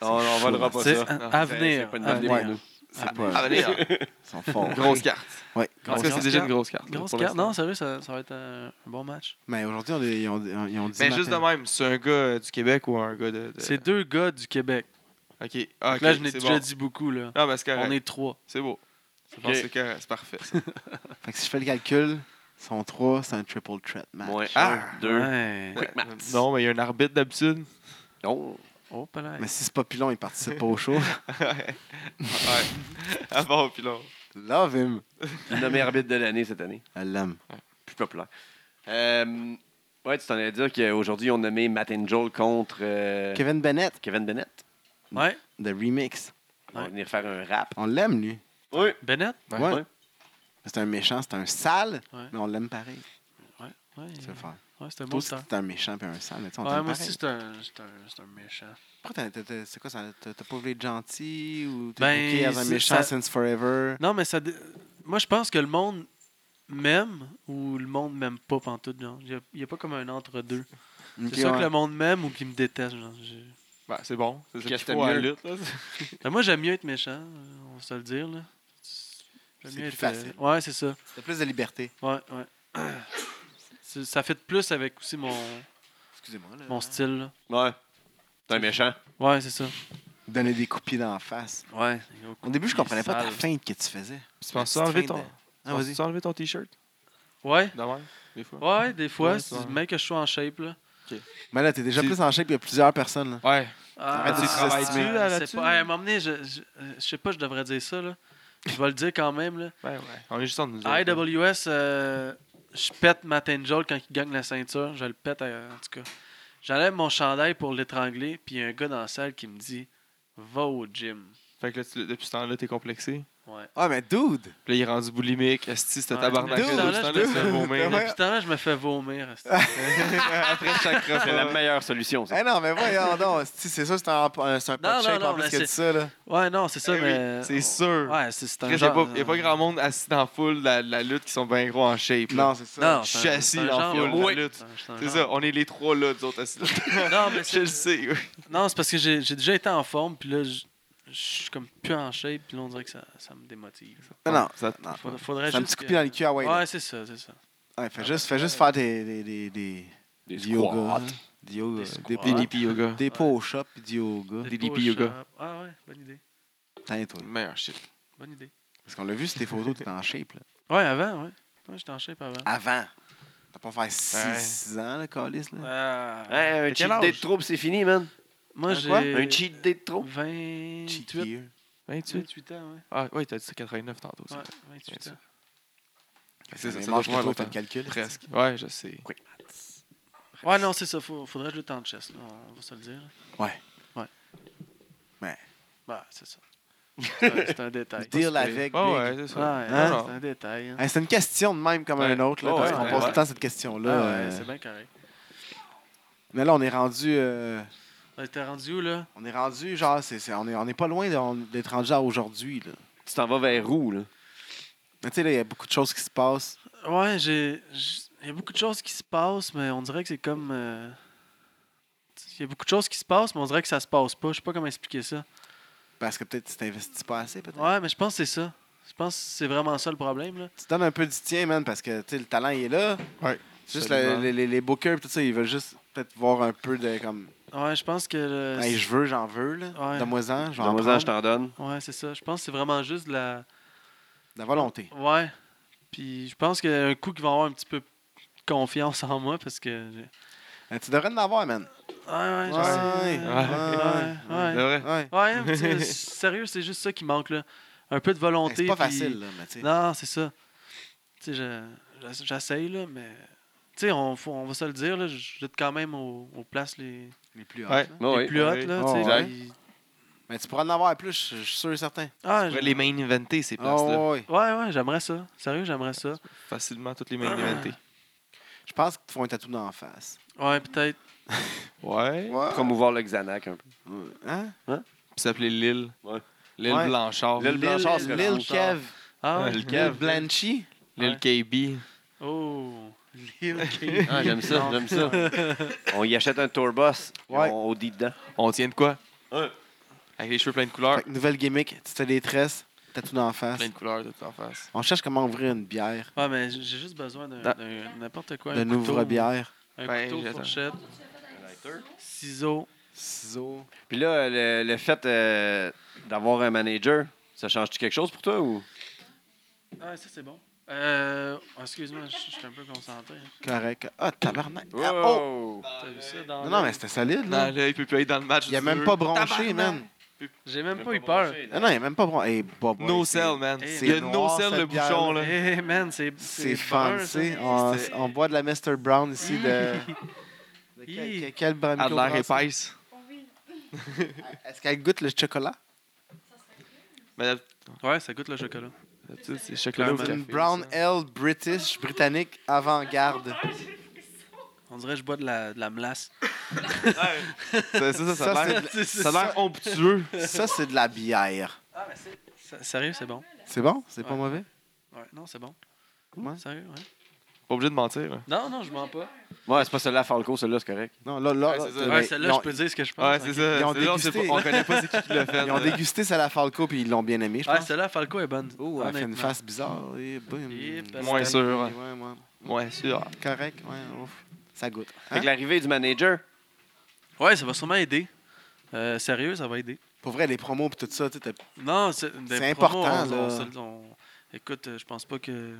Speaker 2: Non, non, on volera pas
Speaker 1: C'est
Speaker 2: ça.
Speaker 1: un-
Speaker 4: Non,
Speaker 1: à
Speaker 4: c'est-
Speaker 1: venir.
Speaker 4: c'est pas une
Speaker 1: à
Speaker 4: bonne idée,
Speaker 1: venir.
Speaker 4: là.
Speaker 3: C'est
Speaker 4: Ah,
Speaker 3: pas...
Speaker 4: allez, ah.
Speaker 3: Ils sont forts.
Speaker 4: Grosse carte.
Speaker 3: Ouais,
Speaker 4: En tout
Speaker 1: Grosse
Speaker 4: cas, c'est
Speaker 1: carte.
Speaker 4: déjà une grosse carte.
Speaker 1: Grosse
Speaker 4: pour
Speaker 1: carte.
Speaker 4: l'instant.
Speaker 1: Non, sérieux, ça, ça va être un, un bon match.
Speaker 3: Mais aujourd'hui, on est- ils ont, ils ont dit.
Speaker 1: Ben,
Speaker 4: Mais juste de même, c'est un gars euh, du Québec ou un gars de. de-
Speaker 1: C'est deux gars du Québec.
Speaker 4: Ok. Euh, Ah, ok,
Speaker 1: là, je n'ai
Speaker 4: c'est
Speaker 1: déjà
Speaker 4: bon.
Speaker 1: dit beaucoup, là.
Speaker 4: Non, mais c'est correct.
Speaker 1: On est trois.
Speaker 4: C'est beau. Je pense que c'est correct, c'est parfait. ça.
Speaker 3: Fait que si je fais le calcul, ils sont trois, c'est un triple threat match.
Speaker 2: Moins
Speaker 4: Ah.
Speaker 2: un, deux.
Speaker 1: Ouais.
Speaker 2: Quick maths.
Speaker 4: Non, mais il y a un arbitre d'habitude.
Speaker 2: Non.
Speaker 1: Oh, pas là.
Speaker 3: Mais si c'est pas pilon, il participe pas au show.
Speaker 4: ouais. Ouais. Ah bon, puis là.
Speaker 3: Love him.
Speaker 2: Nommé arbitre de l'année cette année.
Speaker 3: Elle l'aime.
Speaker 2: Plus populaire. Euh, ouais, tu t'en allais dire qu'aujourd'hui, on nommé Matt Angel contre euh,
Speaker 3: Kevin Bennett,
Speaker 2: Kevin Bennett.
Speaker 1: Ouais.
Speaker 3: The Remix.
Speaker 2: On va
Speaker 1: Ouais.
Speaker 2: venir faire un rap.
Speaker 3: On l'aime, lui.
Speaker 2: Oui.
Speaker 1: Bennett?
Speaker 4: Ouais.
Speaker 3: Ouais.
Speaker 2: Ouais.
Speaker 3: C'est un méchant, c'est un sale,
Speaker 1: Ouais.
Speaker 3: mais on l'aime pareil.
Speaker 1: Ouais. Ouais,
Speaker 3: C'est le fun.
Speaker 1: ouais c'est un
Speaker 3: Toi
Speaker 1: beau
Speaker 3: aussi,
Speaker 1: star.
Speaker 3: t'es un méchant puis un sale, mais tu sais, on
Speaker 1: Ouais,
Speaker 3: t'aime
Speaker 1: moi
Speaker 3: pareil.
Speaker 1: aussi, c'est un, c'est un, c'est un méchant.
Speaker 3: Pourquoi t'as- t'as- t'as- c'est quoi ça? T'as t'as pas voulu être gentil ou t'es
Speaker 1: Ben,
Speaker 3: booké as un
Speaker 1: c'est-
Speaker 3: méchant
Speaker 1: ça-
Speaker 3: since forever?
Speaker 1: Non, mais ça. dé- Moi, je pense que le monde m'aime ou le monde m'aime pas pantoute. Genre. Il n'y a, pas comme un entre-deux.
Speaker 3: Ok,
Speaker 1: c'est sûr
Speaker 3: ouais.
Speaker 1: que le monde m'aime ou qu'il me déteste. Genre. Je-
Speaker 4: Bah, c'est bon. C'est ça
Speaker 2: Qu'est-ce
Speaker 4: qu'il
Speaker 2: que
Speaker 4: faut à la
Speaker 2: t'aimes mieux?
Speaker 4: lutte. là.
Speaker 1: Ben, moi, j'aime mieux être méchant, euh, on va se le dire. Là. J'aime
Speaker 3: C'est
Speaker 1: mieux
Speaker 3: plus
Speaker 1: euh,
Speaker 3: facile.
Speaker 1: Ouais, c'est ça.
Speaker 3: T'as plus de liberté.
Speaker 1: Ouais, ouais. C'est- ça fait de plus avec aussi mon,
Speaker 3: Excusez-moi. là.
Speaker 1: mon style. là.
Speaker 2: Ouais. T'es un méchant.
Speaker 1: Ouais, c'est ça.
Speaker 3: Donner des coups de pied dans la face.
Speaker 1: Ouais.
Speaker 3: Au début, je comprenais pas ta
Speaker 1: Sale.
Speaker 3: feinte que tu faisais.
Speaker 4: Tu penses
Speaker 3: La petite
Speaker 4: enlever
Speaker 3: feinte
Speaker 4: ton.
Speaker 3: de- Ah,
Speaker 4: penses-tu
Speaker 3: vas-y.
Speaker 4: enlever ton t-shirt?
Speaker 1: Ouais.
Speaker 4: Demain, des fois.
Speaker 1: Ouais, des fois,
Speaker 4: Ouais,
Speaker 1: c'est
Speaker 4: ouais.
Speaker 1: mec que je suis en shape. Là.
Speaker 3: Mais Ben là, t'es déjà
Speaker 4: C'est-
Speaker 3: plus en shape qu'il y a plusieurs personnes. Là.
Speaker 4: Ouais.
Speaker 1: Ah,
Speaker 3: de sous-estimer.
Speaker 1: c'est pas-
Speaker 4: là,
Speaker 1: c'est
Speaker 4: là-dessus.
Speaker 1: pas- Ouais, à un moment donné, je, je, euh, je sais pas, je devrais dire ça. Là. Je vais le dire quand même. Là.
Speaker 4: Ouais, ouais. On est juste en nous. autres, là.
Speaker 1: IWS, euh, je pète Matt Angel quand il gagne la ceinture. Je le pète, euh, en tout cas. J'enlève mon chandail pour l'étrangler, puis il y a un gars dans la salle qui me dit Va au gym.
Speaker 4: Fait que là, tu- depuis ce temps-là, t'es complexé.
Speaker 1: Ouais.
Speaker 3: Ah, mais dude!
Speaker 4: Puis là, il est rendu boulimique. Asti, c'était
Speaker 1: Ouais.
Speaker 4: tabarnak.
Speaker 1: Dude,
Speaker 4: Depuis ce temps-là,
Speaker 1: je-
Speaker 4: tu fais vomir.
Speaker 1: Depuis ce temps-là, je me fais vomir. esti.
Speaker 4: Après chaque
Speaker 2: C'est la
Speaker 4: repas.
Speaker 2: meilleure solution,
Speaker 3: Eh
Speaker 2: ça.
Speaker 3: non, mais voyons donc. C'est c'est sûr que c'est un, un- c'est un pas de
Speaker 1: non,
Speaker 3: shape
Speaker 1: non,
Speaker 3: en plus
Speaker 1: mais
Speaker 3: que
Speaker 1: c'est-
Speaker 3: dit ça. Là.
Speaker 1: Ouais, non, c'est ça,
Speaker 4: Eh oui,
Speaker 1: mais. oh.
Speaker 4: C'est sûr.
Speaker 1: Ouais, c'est c'est un.
Speaker 4: Il n'y a,
Speaker 1: genre-
Speaker 4: pas- y a pas grand monde assis dans la foule de la, la lutte qui sont bien gros en shape. là.
Speaker 3: Non, c'est ça.
Speaker 1: Non,
Speaker 4: Je
Speaker 1: c'est
Speaker 4: suis
Speaker 1: un-
Speaker 4: assis
Speaker 1: c'est un
Speaker 4: en
Speaker 1: genre-
Speaker 4: foule de
Speaker 1: Ouais.
Speaker 4: lutte.
Speaker 1: C'est un- c'est un
Speaker 4: C'est
Speaker 1: genre.
Speaker 4: ça, on est les trois là, nous autres assis là.
Speaker 1: Non, Ah, mais
Speaker 4: Je
Speaker 1: c'est-
Speaker 4: le sais, oui.
Speaker 1: Non, c'est parce que j'ai j'ai déjà été en forme, puis là, je je suis comme plus en shape, puis là, on dirait que ça, ça me démotive.
Speaker 3: Non, non.
Speaker 4: Ça-
Speaker 3: non.
Speaker 1: Faudrait, faudrait
Speaker 3: C'est un
Speaker 1: juste
Speaker 3: petit
Speaker 1: que-
Speaker 3: coup de pied dans le cul à Wade.
Speaker 1: Ouais, c'est ça, c'est ça.
Speaker 3: Ouais, fais, juste, fais juste faire des, des, des, des,
Speaker 2: Des
Speaker 3: du yoga.
Speaker 2: squats.
Speaker 3: hein. Du yoga.
Speaker 1: Des
Speaker 3: Des,
Speaker 1: squats.
Speaker 3: des,
Speaker 1: Ouais.
Speaker 4: DDP yoga.
Speaker 3: des push-ups et du yoga.
Speaker 4: Des DP
Speaker 1: push-ups.
Speaker 4: yoga.
Speaker 1: Ah ouais, bonne idée.
Speaker 3: Tiens, toi.
Speaker 4: Meilleur shit.
Speaker 1: Bonne idée.
Speaker 3: Parce qu'on l'a vu sur tes photos, t'étais en shape. Là.
Speaker 1: Ouais, avant, ouais. Moi, j'étais en shape avant.
Speaker 3: Avant. T'as pas fait
Speaker 4: Ouais.
Speaker 3: 6 ans, le calice. Là.
Speaker 1: Ah.
Speaker 2: Ouais, un
Speaker 4: Quel
Speaker 2: cheat
Speaker 4: âge?
Speaker 2: day de troupe, c'est fini, man.
Speaker 1: Moi,
Speaker 3: Un quoi?
Speaker 1: j'ai.
Speaker 2: Un cheat day de troupe.
Speaker 1: 28
Speaker 3: Cheat year.
Speaker 4: 28.
Speaker 1: 28 ans, ouais.
Speaker 4: Ah, ouais, t'as dit ça, 89 tantôt. ça.
Speaker 1: Ouais, 28 ans.
Speaker 4: C'est ça,
Speaker 3: Mais
Speaker 4: ça doit
Speaker 3: mange
Speaker 4: faire
Speaker 3: pas trop,
Speaker 4: longtemps.
Speaker 3: t'as le calcul.
Speaker 4: Presque. Ouais, je sais.
Speaker 1: Ouais, non, c'est ça. faut- faudrait que je le tente chest, là, on va se le dire.
Speaker 3: Ouais.
Speaker 1: Ouais.
Speaker 3: Mais-
Speaker 1: Bah, c'est ça. C'est un- C'est un détail.
Speaker 3: Deal avec.
Speaker 4: Ah,
Speaker 3: big.
Speaker 4: ouais, c'est ça.
Speaker 1: Ouais,
Speaker 3: Hein?
Speaker 1: C'est un détail. hein.
Speaker 3: Hey, c'est une question de même comme
Speaker 4: Ouais.
Speaker 3: un autre. Là,
Speaker 4: Ouais,
Speaker 3: parce
Speaker 4: ouais,
Speaker 3: qu'on
Speaker 4: ouais,
Speaker 3: pose tout
Speaker 4: ouais.
Speaker 3: le temps cette question-là.
Speaker 1: Ah ouais,
Speaker 3: euh,
Speaker 1: c'est bien correct.
Speaker 3: Mais là, on est rendu. euh,
Speaker 1: On était rendu où, là?
Speaker 3: On est rendu, genre, c'est, c'est- on, est, on est pas loin de- d'être rendu à aujourd'hui. Là.
Speaker 2: Tu t'en vas vers où, là?
Speaker 3: Mais tu sais, là, il y a beaucoup de choses qui se passent.
Speaker 1: Ouais, j'ai. j'- Il y a beaucoup de choses qui se passent, mais on dirait que c'est comme. euh, Il y a beaucoup de choses qui se passent, mais on dirait que ça se passe pas. Je sais pas comment expliquer ça.
Speaker 3: Parce que peut-être tu t'investis pas assez, peut-être.
Speaker 1: Ouais, mais je pense que c'est ça. Je pense que c'est vraiment ça le problème, là.
Speaker 3: Tu donnes un peu du tien, man, parce que tu sais, le talent il est là.
Speaker 4: Ouais.
Speaker 3: Juste
Speaker 4: Absolument.
Speaker 3: le- les, les, les bookers, pis tout ça, ils veulent juste peut-être voir un peu de comme.
Speaker 1: Ouais, je pense que. euh,
Speaker 3: Hey, je veux, j'en veux, là.
Speaker 1: Ouais.
Speaker 3: Donne-moi-en, je vais en
Speaker 2: Dans
Speaker 3: prendre.
Speaker 2: je t'en donne.
Speaker 1: Ouais, c'est ça. Je pense que c'est vraiment juste de la.
Speaker 3: De la volonté.
Speaker 1: Ouais. Puis je pense qu'un coup qui va avoir un petit peu confiance en moi parce que. j'ai-
Speaker 3: Euh, tu devrais en avoir, man.
Speaker 1: Ouais, ouais, je
Speaker 3: Ouais, ouais,
Speaker 1: sais. ouais,
Speaker 4: vrai.
Speaker 1: ouais.
Speaker 3: Ouais.
Speaker 1: Ouais, mais tu sais, sérieux, c'est juste ça qui manque, là. Un peu de
Speaker 3: Ben,
Speaker 1: volonté.
Speaker 3: C'est pas
Speaker 1: puis-
Speaker 3: facile, là, mais tu sais.
Speaker 1: Non, c'est ça. Tu sais, je- j'ess- j'essaye, là, mais... Tu sais, on, faut- on va se le dire, là, je jette quand même aux, aux places les,
Speaker 3: Mais plus haut.
Speaker 4: Ouais.
Speaker 3: là.
Speaker 2: Ah
Speaker 1: les
Speaker 2: oui.
Speaker 1: plus hautes,
Speaker 4: oui.
Speaker 1: là,
Speaker 3: Ah
Speaker 1: tu sais,
Speaker 2: ouais.
Speaker 1: puis-
Speaker 3: Mais tu pourras en avoir plus, je je suis sûr et certain.
Speaker 1: Ah,
Speaker 4: Ouais,
Speaker 1: je-
Speaker 4: Les main inventés, ces places-là.
Speaker 3: Oh, ouais.
Speaker 1: Ouais, ouais, j'aimerais ça. Sérieux, j'aimerais ça.
Speaker 4: Facilement, toutes les main inventées.
Speaker 3: Je pense qu'ils te font un tatou d'en face.
Speaker 1: Ouais, peut-être.
Speaker 4: Ouais.
Speaker 3: Ouais.
Speaker 2: Promouvoir le Xanac un peu.
Speaker 3: Hein?
Speaker 4: Puis s'appeler Lille.
Speaker 2: Ouais.
Speaker 4: Lille
Speaker 3: Ouais.
Speaker 4: Blanchard.
Speaker 2: Lille
Speaker 4: Lille,
Speaker 2: Blanchard, c'est
Speaker 3: Lil Kev.
Speaker 1: Ah ouais.
Speaker 4: Le
Speaker 3: Lil
Speaker 4: Kev.
Speaker 3: Blanchy.
Speaker 4: KB.
Speaker 1: Oh.
Speaker 2: Ah, j'aime ça, j'aime ça. On y achète un tourbus,
Speaker 3: Ouais.
Speaker 2: on, on dit dedans.
Speaker 4: On tient de quoi?
Speaker 2: Ouais.
Speaker 4: Avec les cheveux pleins de couleurs.
Speaker 3: Fait que nouvelle gimmick, tu te fais des tresses, tatou d'en face.
Speaker 4: Plein de couleurs de toute en face.
Speaker 3: On cherche comment ouvrir une bière,
Speaker 1: Ouais, mais j'ai juste besoin d'un
Speaker 4: Ah.
Speaker 1: d'un- n'importe quoi.
Speaker 3: de
Speaker 1: un couteau,
Speaker 3: nouvelle bière.
Speaker 1: Un
Speaker 4: Ben,
Speaker 1: couteau,
Speaker 4: j'attends.
Speaker 1: fourchette, ciseaux.
Speaker 3: Ciseaux.
Speaker 2: Puis là, le, le fait euh, d'avoir un manager, ça change-tu quelque chose pour toi ou?
Speaker 1: Ah, ça, c'est bon. Euh, excuse-moi, je je suis un peu concentré.
Speaker 3: Correct. Ah, tabarnak. Ah, oh!
Speaker 1: T'as vu ça dans
Speaker 3: Non, non,
Speaker 1: le-
Speaker 3: mais c'était solide, là.
Speaker 4: Non, là, il peut plus être dans le match.
Speaker 3: Il a
Speaker 4: du
Speaker 3: même
Speaker 4: jeu.
Speaker 3: pas bronché,
Speaker 4: Tabarnak!
Speaker 3: man. Ah,
Speaker 1: J'ai même pas eu peur.
Speaker 3: Non, non, il a même pas bronché. Hey, Bob, ouais,
Speaker 4: No
Speaker 3: c'est-
Speaker 4: sell, man.
Speaker 1: c'est
Speaker 4: Il y a no
Speaker 3: noir,
Speaker 4: sell,
Speaker 3: cette
Speaker 4: le bouchon, là.
Speaker 1: Hey, man, c'est.
Speaker 3: C'est
Speaker 1: brun, ça.
Speaker 3: fancy. On,
Speaker 1: C'est-
Speaker 3: on boit de la Mr. Brown ici de. de quel,
Speaker 1: Hi.
Speaker 3: quel, quel brand-
Speaker 4: À de l'air
Speaker 3: microbrasserie?
Speaker 4: épaisse.
Speaker 3: Est-ce qu'elle goûte le chocolat?
Speaker 4: Mais la-
Speaker 1: Ouais, ça goûte le chocolat.
Speaker 4: la petite, c'est chocolat au
Speaker 1: C'est
Speaker 3: C'est
Speaker 4: café.
Speaker 3: une Brown Ale British, britannique, avant-garde.
Speaker 1: On dirait que je bois de la, de la melasse.
Speaker 4: Ça, ça, ça, ça,
Speaker 3: Ça,
Speaker 4: a l'air-
Speaker 1: c'est-
Speaker 4: ça a l'air omptueux.
Speaker 3: Ça, c'est de la bière.
Speaker 1: Ah, mais c'est. s- Sérieux, c'est bon.
Speaker 3: C'est bon? C'est pas
Speaker 1: Ouais.
Speaker 3: mauvais?
Speaker 1: Ouais, non, c'est bon.
Speaker 3: Ouais.
Speaker 1: Sérieux, ouais.
Speaker 4: Pas obligé de mentir. hein.
Speaker 1: Non, non, je mens pas.
Speaker 2: Ouais, c'est pas celui-là, Falco, celui-là, c'est correct.
Speaker 3: Non, là, là,
Speaker 4: Ouais,
Speaker 3: là,
Speaker 4: c'est ça.
Speaker 3: Euh, mais
Speaker 1: Ouais, celle-là,
Speaker 3: ils ont-
Speaker 1: je peux dire ce que je pense.
Speaker 4: Ouais, c'est
Speaker 1: ok.
Speaker 4: ça.
Speaker 3: Ils ont
Speaker 4: Celui-là, on sait
Speaker 3: dégusté.
Speaker 4: pas- on connaît pas c'est qui qui l'a fait.
Speaker 3: Ils ont
Speaker 4: là.
Speaker 3: dégusté ça à la Falco puis ils l'ont bien aimé, je
Speaker 1: Ouais,
Speaker 3: pense.
Speaker 1: celle-là, Falco est bonne.
Speaker 3: Oh, elle fait une
Speaker 1: Honnêtement.
Speaker 3: face bizarre. Et boum.
Speaker 1: Et parce-
Speaker 4: Moins sûr.
Speaker 3: Ouais,
Speaker 4: hein.
Speaker 3: ouais.
Speaker 4: Moins sûr.
Speaker 3: Correct, ouais, ouf. Ça goûte. Hein?
Speaker 2: Avec l'arrivée du manager,
Speaker 1: Ouais, ça va sûrement aider. Euh, sérieux, ça va aider.
Speaker 3: Pour vrai, les promos et tout ça, tu sais, t'as-
Speaker 1: Non, c'est des
Speaker 3: C'est
Speaker 1: promos,
Speaker 3: important,
Speaker 1: on- on
Speaker 3: là.
Speaker 1: se le- on- Écoute, euh, je pense pas que.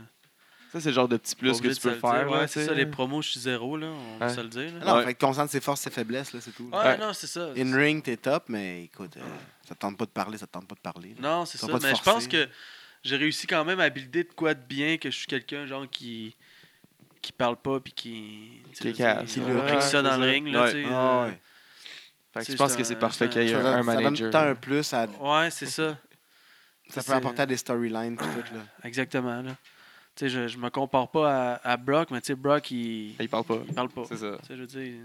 Speaker 4: Ça, c'est le genre de petit plus
Speaker 1: pas
Speaker 4: que
Speaker 1: obligé
Speaker 4: tu
Speaker 1: de
Speaker 4: peux
Speaker 1: se le dire,
Speaker 4: faire.
Speaker 1: ouais,
Speaker 4: là, tu
Speaker 1: c'est
Speaker 4: sais.
Speaker 1: ça, les promos, je suis zéro, là. On va
Speaker 4: Ouais.
Speaker 1: se le dire. là.
Speaker 3: Non,
Speaker 2: Ouais.
Speaker 3: fait que concentre ses forces, ses faiblesses, là, c'est tout. là.
Speaker 1: Ouais,
Speaker 4: Ouais.
Speaker 1: non, c'est ça.
Speaker 3: In ring, t'es top, mais écoute, euh, ça te tente pas de parler, ça te tente pas de parler. là.
Speaker 1: Non, c'est
Speaker 3: Faut
Speaker 1: ça.
Speaker 3: pas te
Speaker 1: Mais je
Speaker 3: forcer.
Speaker 1: pense que j'ai réussi quand même à builder de quoi de bien, que je suis quelqu'un, genre, qui. qui parle pas, puis qui. tu sais,
Speaker 4: Qui est
Speaker 1: je veux dire,
Speaker 4: qui
Speaker 1: on
Speaker 3: le-
Speaker 1: applique ça dans le
Speaker 4: Ouais.
Speaker 1: ring, là, tu sais.
Speaker 3: Ah,
Speaker 1: euh,
Speaker 3: ouais.
Speaker 4: Fait que
Speaker 1: C'est
Speaker 4: je pense
Speaker 1: ça,
Speaker 4: que c'est parfait
Speaker 1: ça-
Speaker 4: qu'il y ait
Speaker 3: Ça,
Speaker 4: un
Speaker 3: donne- ça donne tout
Speaker 4: manager.
Speaker 3: le temps un plus, à-
Speaker 1: Ouais, c'est ça.
Speaker 3: ça
Speaker 1: c'est-
Speaker 3: peut apporter à des storylines pis tout. Là.
Speaker 1: Exactement, là. Tu sais, je, je me compare pas à, à Brock, mais tu sais, Brock, il,
Speaker 4: Il parle pas.
Speaker 1: il parle pas.
Speaker 4: C'est ça,
Speaker 1: Tu sais, je veux dire, il-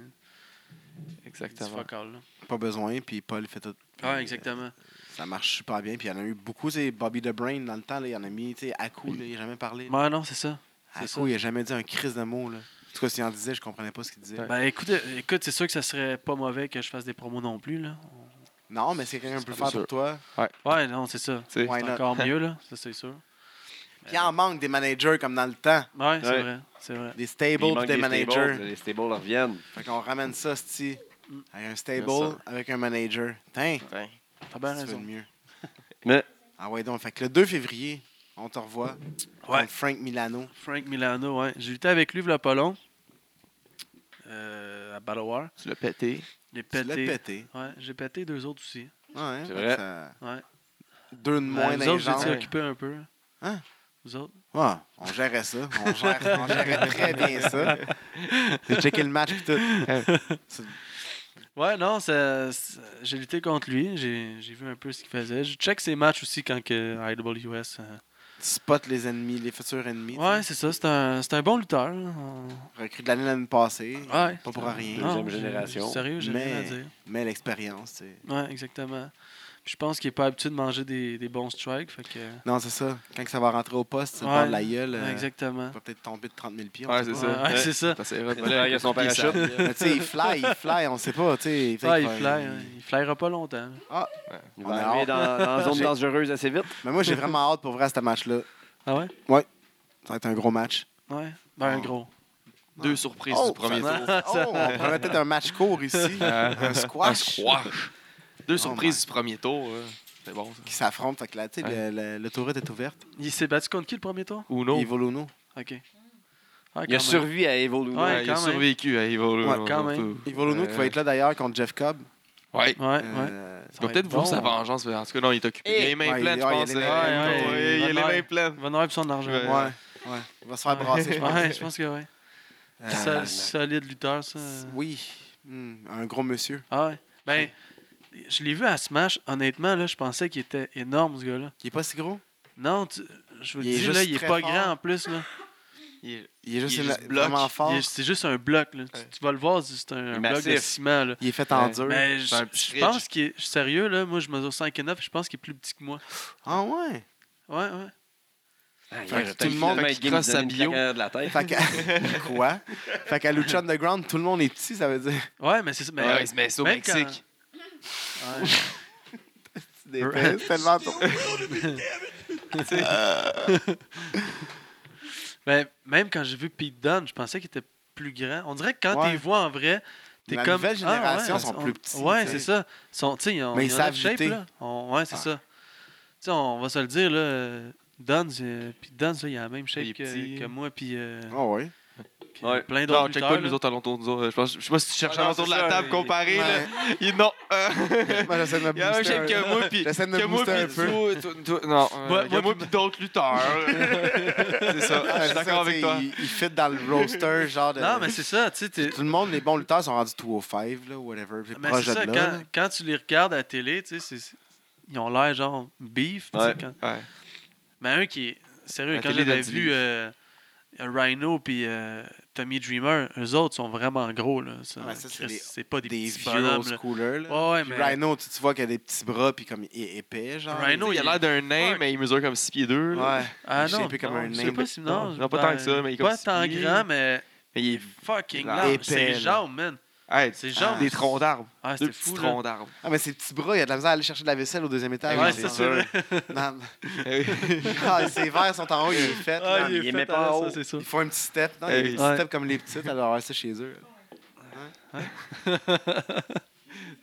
Speaker 1: il dit
Speaker 4: exactement.
Speaker 1: fuck all, là.
Speaker 3: Pas besoin, puis Paul fait tout. Puis,
Speaker 1: Ouais, exactement.
Speaker 3: euh, Ça marche super bien, puis il y en a eu beaucoup. tu sais, Bobby the Brain, dans le temps, là, il y en a mis, tu sais, à coup, là, il n'a jamais parlé.
Speaker 1: Ouais, non, c'est ça.
Speaker 3: À
Speaker 1: c'est
Speaker 3: coup, il n'a jamais dit un crise de mots. Là. En tout cas, s'il en disait, je comprenais pas ce qu'il disait.
Speaker 1: Ben écoute, euh, écoute, c'est sûr que ça serait pas mauvais que je fasse des promos non plus, là.
Speaker 3: Non, mais c'est quelqu'un qui peut le
Speaker 4: pas
Speaker 3: faire pour
Speaker 4: sûr.
Speaker 3: toi.
Speaker 1: Ouais, non, c'est ça.
Speaker 4: Tu sais,
Speaker 3: Why
Speaker 1: C'est
Speaker 3: not?
Speaker 1: encore mieux, là. Ça, c'est sûr.
Speaker 3: Puis il en manque des managers comme dans le temps.
Speaker 1: Ouais, c'est
Speaker 2: Ouais.
Speaker 1: vrai. C'est vrai.
Speaker 3: Des
Speaker 2: il
Speaker 3: stables
Speaker 2: manque
Speaker 3: pis des
Speaker 2: stables, euh,
Speaker 3: managers.
Speaker 2: les stables reviennent.
Speaker 3: Fait qu'on ramène ça, c'ti, avec un
Speaker 4: Bien
Speaker 3: stable, avec un manager. Tiens,
Speaker 1: T'as bien
Speaker 3: tu fais de
Speaker 1: raison.
Speaker 3: mieux.
Speaker 2: Mais-
Speaker 3: Ah ouais, donc, fait que le 2 février, on te revoit.
Speaker 1: Ouais.
Speaker 3: Contre Frank Milano.
Speaker 1: Frank Milano, ouais. J'ai lutté avec lui, v'là pas long. Euh, à Battle War.
Speaker 4: Tu l'as pété.
Speaker 1: J'ai
Speaker 3: Tu l'as
Speaker 1: pété.
Speaker 3: pété.
Speaker 1: Ouais, j'ai pété deux autres aussi.
Speaker 3: Ouais, hein,
Speaker 2: C'est
Speaker 3: fait que
Speaker 2: vrai.
Speaker 3: ça-
Speaker 1: Ouais.
Speaker 3: Deux de moins dans
Speaker 1: Ben, vous
Speaker 3: les
Speaker 1: autres,
Speaker 3: jambes.
Speaker 1: j'étais occupé un peu.
Speaker 3: Hein?
Speaker 1: Vous autres?
Speaker 3: Ouais, on gérait ça. On, gère, on gérait très bien ça. J'ai checké le match et tout.
Speaker 1: Ouais, non, ça- ça- j'ai lutté contre lui. J'ai j'ai vu un peu ce qu'il faisait. Je check ses matchs aussi quand que IWS. euh,
Speaker 3: Tu spots les ennemis, les futurs ennemis.
Speaker 1: Ouais, c'est ça. C'est un, c'est un bon lutteur. là. On-
Speaker 3: Recrue de l'année l'année passée.
Speaker 1: Ouais.
Speaker 3: Pas pour rien.
Speaker 1: Non,
Speaker 2: Deuxième
Speaker 1: j'ai-
Speaker 2: génération.
Speaker 1: Sérieux, j'ai rien à
Speaker 3: Mais-
Speaker 1: dire.
Speaker 3: Mais l'expérience, tu sais.
Speaker 1: Ouais, exactement. Puis je pense qu'il n'est pas habitué de manger des, des bons strikes. Fait que...
Speaker 3: Non, c'est ça. Quand que ça va rentrer au poste, tu
Speaker 1: Ouais.
Speaker 3: ouais. de la gueule. euh,
Speaker 1: Exactement.
Speaker 3: va peut-être tomber de 30 000 pieds. on
Speaker 4: Ouais,
Speaker 3: sait
Speaker 4: c'est
Speaker 3: pas.
Speaker 4: ça.
Speaker 1: Ouais, ouais, c'est ça.
Speaker 4: Ça, c'est vrai.
Speaker 2: Il y a son parachute.
Speaker 3: Mais tu sais, il fly, il fly, on sait pas. tu sais, il fait euh,
Speaker 1: Ah, il
Speaker 3: qu'il fait-
Speaker 1: fly. hein. Il flyera pas longtemps.
Speaker 2: Il
Speaker 3: On a
Speaker 2: va arriver dans, dans la zone
Speaker 3: J'ai-
Speaker 2: dangereuse assez vite.
Speaker 3: Mais moi, j'ai vraiment hâte pour vrai à ce match-là.
Speaker 1: Ah ouais?
Speaker 3: Ça va être un gros match.
Speaker 1: Ouais. Ben, un
Speaker 3: Ah.
Speaker 1: gros.
Speaker 4: Deux surprises
Speaker 3: Oh,
Speaker 4: du premier
Speaker 3: ça-
Speaker 4: tour. Euh,
Speaker 3: Oh, on pourrait peut-être un match court ici. un
Speaker 4: Un
Speaker 3: squash.
Speaker 4: squash. Deux surprises
Speaker 3: my.
Speaker 4: du premier tour. euh, C'est bon, ça.
Speaker 3: Qui s'affrontent. Fait que là, tu sais, le- le- l'autoroute est ouverte.
Speaker 1: Il s'est battu contre qui le premier tour?
Speaker 4: Uno.
Speaker 3: Ivo Luno.
Speaker 1: Ok. Ah,
Speaker 2: Il a
Speaker 1: quand même.
Speaker 2: survécu à Evil Uno.
Speaker 1: Ouais,
Speaker 4: il a
Speaker 1: quand même.
Speaker 4: survécu à Evil Uno.
Speaker 3: Ouais,
Speaker 1: quand même.
Speaker 3: Ivo Luno qui va être là d'ailleurs contre Jeff Cobb.
Speaker 4: Ouais.
Speaker 1: Euh. Ouais, ouais.
Speaker 3: Euh,
Speaker 1: Ça
Speaker 4: Il va
Speaker 1: va
Speaker 4: peut-être
Speaker 1: être
Speaker 4: voir
Speaker 1: bon. hein.
Speaker 4: sa vengeance, mais en tout cas, non, il est occupé. Il a les mains
Speaker 3: Eh, Ouais,
Speaker 4: pleines, je
Speaker 3: ouais, il a
Speaker 4: pense.
Speaker 3: les
Speaker 4: euh,
Speaker 3: mains-
Speaker 1: ouais, ouais,
Speaker 4: ouais, Il a les
Speaker 1: ouais.
Speaker 4: mains pleines.
Speaker 1: Va noir pis son argent.
Speaker 4: Ouais.
Speaker 3: Ouais. ouais. Il va se faire brasser, je pense.
Speaker 1: Ouais, je pense que ouais.
Speaker 3: Euh,
Speaker 1: Sol- solide lutteur, ça.
Speaker 3: Oui. Hmm, un gros monsieur.
Speaker 1: Ah ouais. Ben, je l'ai vu à Smash. Honnêtement, là, je pensais qu'il était énorme, ce gars-là.
Speaker 3: Il est pas si gros.
Speaker 1: Non, tu- je vous le
Speaker 3: Il est
Speaker 1: dis,
Speaker 3: juste
Speaker 1: là, il est
Speaker 3: très
Speaker 1: pas
Speaker 3: fort.
Speaker 1: grand en plus, là.
Speaker 4: Il est-
Speaker 3: Il est juste,
Speaker 4: Il est juste bloc.
Speaker 3: vraiment fort.
Speaker 1: Il est- C'est juste un bloc, là. Tu-
Speaker 4: Ouais.
Speaker 1: Tu, vas le voir, c'est un, un bloc de
Speaker 4: massif.
Speaker 1: ciment, là.
Speaker 3: Il est fait en
Speaker 4: Ouais.
Speaker 3: dur.
Speaker 1: Mais Ben, je
Speaker 4: C'est un petit
Speaker 1: je pense
Speaker 4: ridge.
Speaker 1: qu'il est. je suis Sérieux, là, moi, je mesure 5 et 9, je pense qu'il est plus petit que moi.
Speaker 3: Ah ouais.
Speaker 1: Ouais, ouais.
Speaker 2: Ah,
Speaker 3: Fait que
Speaker 2: il
Speaker 3: tout
Speaker 2: aurait
Speaker 3: le monde
Speaker 2: tellement
Speaker 4: qui
Speaker 2: été game
Speaker 4: crosse
Speaker 2: de donner
Speaker 4: sa
Speaker 2: une
Speaker 4: bio.
Speaker 2: claque en arrière de la tête.
Speaker 3: Fait qu'à... Quoi? Fait qu'à Lucha Underground, tout le monde est petit, ça veut dire.
Speaker 1: Ouais, mais c'est ça. Mais,
Speaker 4: Ouais, il se met ça au
Speaker 1: même quand-
Speaker 4: Mexique.
Speaker 1: Ouais.
Speaker 3: C'est tellement Ah, tôt.
Speaker 1: Ben, même quand j'ai vu Pete Dunne, je pensais qu'il était plus grand. On dirait que quand
Speaker 3: Ouais.
Speaker 1: tu les vois en vrai, t'es
Speaker 3: La
Speaker 1: comme.
Speaker 3: nouvelle génération
Speaker 1: ah ouais,
Speaker 3: sont
Speaker 1: on-
Speaker 3: plus petits,
Speaker 1: Ouais,
Speaker 3: tu
Speaker 1: c'est
Speaker 3: sais.
Speaker 1: ça. Ils Sont, tu sais, ils ont,
Speaker 3: Mais
Speaker 1: ils
Speaker 3: ils
Speaker 1: ont la
Speaker 3: savent
Speaker 1: shape,
Speaker 3: lutter.
Speaker 1: là. On- ouais, c'est
Speaker 3: Ah.
Speaker 1: ça. Tu sais, on va se le dire, là. euh, Dunne, c'est- Pete Dunne, ça, il a la même
Speaker 4: Il est
Speaker 1: shape
Speaker 4: petit.
Speaker 1: que, que moi, puis euh,
Speaker 3: Ah ouais.
Speaker 1: puis
Speaker 2: Ouais.
Speaker 1: euh, plein
Speaker 4: Non, check
Speaker 1: d'autres.
Speaker 4: pas
Speaker 1: lutteurs, là.
Speaker 4: nous autres à l'entour nous autres. euh, Je pense- je sais pas si tu cherches
Speaker 2: Ah
Speaker 4: à
Speaker 2: non,
Speaker 4: l'entour de
Speaker 2: c'est
Speaker 4: la
Speaker 2: ça,
Speaker 4: table
Speaker 2: mais-
Speaker 4: comparé. là.
Speaker 3: Ouais.
Speaker 4: Il- Non. euh,
Speaker 3: Moi, j'essaie de me
Speaker 4: Il y a un
Speaker 3: booster
Speaker 4: chef que
Speaker 3: un-
Speaker 4: moi, puis.
Speaker 3: J'essaie de
Speaker 4: Que
Speaker 3: me
Speaker 4: moi,
Speaker 3: booster un
Speaker 4: puis oh,
Speaker 3: peu.
Speaker 4: toi, toi, toi- non, euh,
Speaker 1: Moi-
Speaker 4: que
Speaker 1: moi,
Speaker 4: moi,
Speaker 1: puis-
Speaker 4: puis d'autres lutteurs. C'est ça. Je
Speaker 3: Ah, c'est
Speaker 4: suis
Speaker 3: ça,
Speaker 4: d'accord avec
Speaker 3: tu sais,
Speaker 4: toi.
Speaker 3: Il, il fit dans le roster, genre de.
Speaker 4: euh,
Speaker 1: Non, mais c'est ça, tu sais. t'es-
Speaker 3: Tout le monde, les bons lutteurs sont rendus 205, là, whatever. C'est
Speaker 1: Mais
Speaker 3: proche
Speaker 1: c'est
Speaker 3: de
Speaker 1: ça,
Speaker 3: là,
Speaker 1: quand,
Speaker 3: là.
Speaker 1: quand tu les regardes à la télé, tu sais, c'est- ils ont l'air genre beef. tu sais,
Speaker 2: Ouais.
Speaker 1: quand-
Speaker 4: Ouais.
Speaker 1: Mais un qui est. Sérieux,
Speaker 4: La
Speaker 1: quand
Speaker 4: télé
Speaker 1: j'avais
Speaker 4: donne du
Speaker 1: vu
Speaker 4: livre.
Speaker 1: euh, Rhino puis euh, Tommy Dreamer, eux autres sont vraiment gros. là. Ça,
Speaker 3: Ah, mais ça, c'est
Speaker 1: Chris,
Speaker 3: des-
Speaker 1: c'est pas des,
Speaker 3: Des
Speaker 1: petits
Speaker 3: vieux
Speaker 1: bonhommes.
Speaker 3: old
Speaker 1: là.
Speaker 3: schoolers. là.
Speaker 1: Ouais, ouais,
Speaker 3: Puis
Speaker 1: mais.
Speaker 3: Rhino, tu, tu vois qu'il a des petits bras, puis comme il est épais, genre.
Speaker 1: Rhino,
Speaker 4: Il a l'air d'un nain, mais il mesure comme 6 pieds 2.
Speaker 3: Ouais.
Speaker 1: ah,
Speaker 3: je sais
Speaker 1: non,
Speaker 3: plus comme
Speaker 1: non,
Speaker 3: un
Speaker 1: je sais
Speaker 3: name.
Speaker 1: pas si- non,
Speaker 4: Non, pas tant que ça, mais il est
Speaker 1: Pas
Speaker 4: comme
Speaker 1: tant
Speaker 4: si-
Speaker 1: grand, mais
Speaker 4: Mais il est.
Speaker 1: fucking
Speaker 4: Grand.
Speaker 1: large.
Speaker 3: Épais,
Speaker 1: C'est
Speaker 3: là.
Speaker 1: jambes, man.
Speaker 4: Hey,
Speaker 1: C'est
Speaker 3: Ah.
Speaker 1: jambes.
Speaker 4: des troncs d'arbres.
Speaker 1: Ah,
Speaker 4: Deux
Speaker 1: c'était
Speaker 4: petits
Speaker 1: fou. là.
Speaker 4: troncs d'arbres.
Speaker 3: Ah, mais ses petits bras, il a de la misère à aller chercher de la vaisselle au deuxième étage.
Speaker 1: Ouais,
Speaker 3: là.
Speaker 4: c'est
Speaker 1: ça, c'est vrai.
Speaker 3: Non,
Speaker 4: Eh oui.
Speaker 3: Ah, ses verres sont en haut, il est fait.
Speaker 1: Ah,
Speaker 3: là.
Speaker 2: il est
Speaker 1: fait
Speaker 2: met
Speaker 1: à
Speaker 2: pas
Speaker 1: la-
Speaker 2: en
Speaker 1: ça,
Speaker 2: haut.
Speaker 1: c'est ça.
Speaker 3: Ils font un petit step. Non, il y a des
Speaker 4: Eh oui.
Speaker 3: petits
Speaker 1: Ouais.
Speaker 3: steps comme les petites, alors avoir ça chez eux.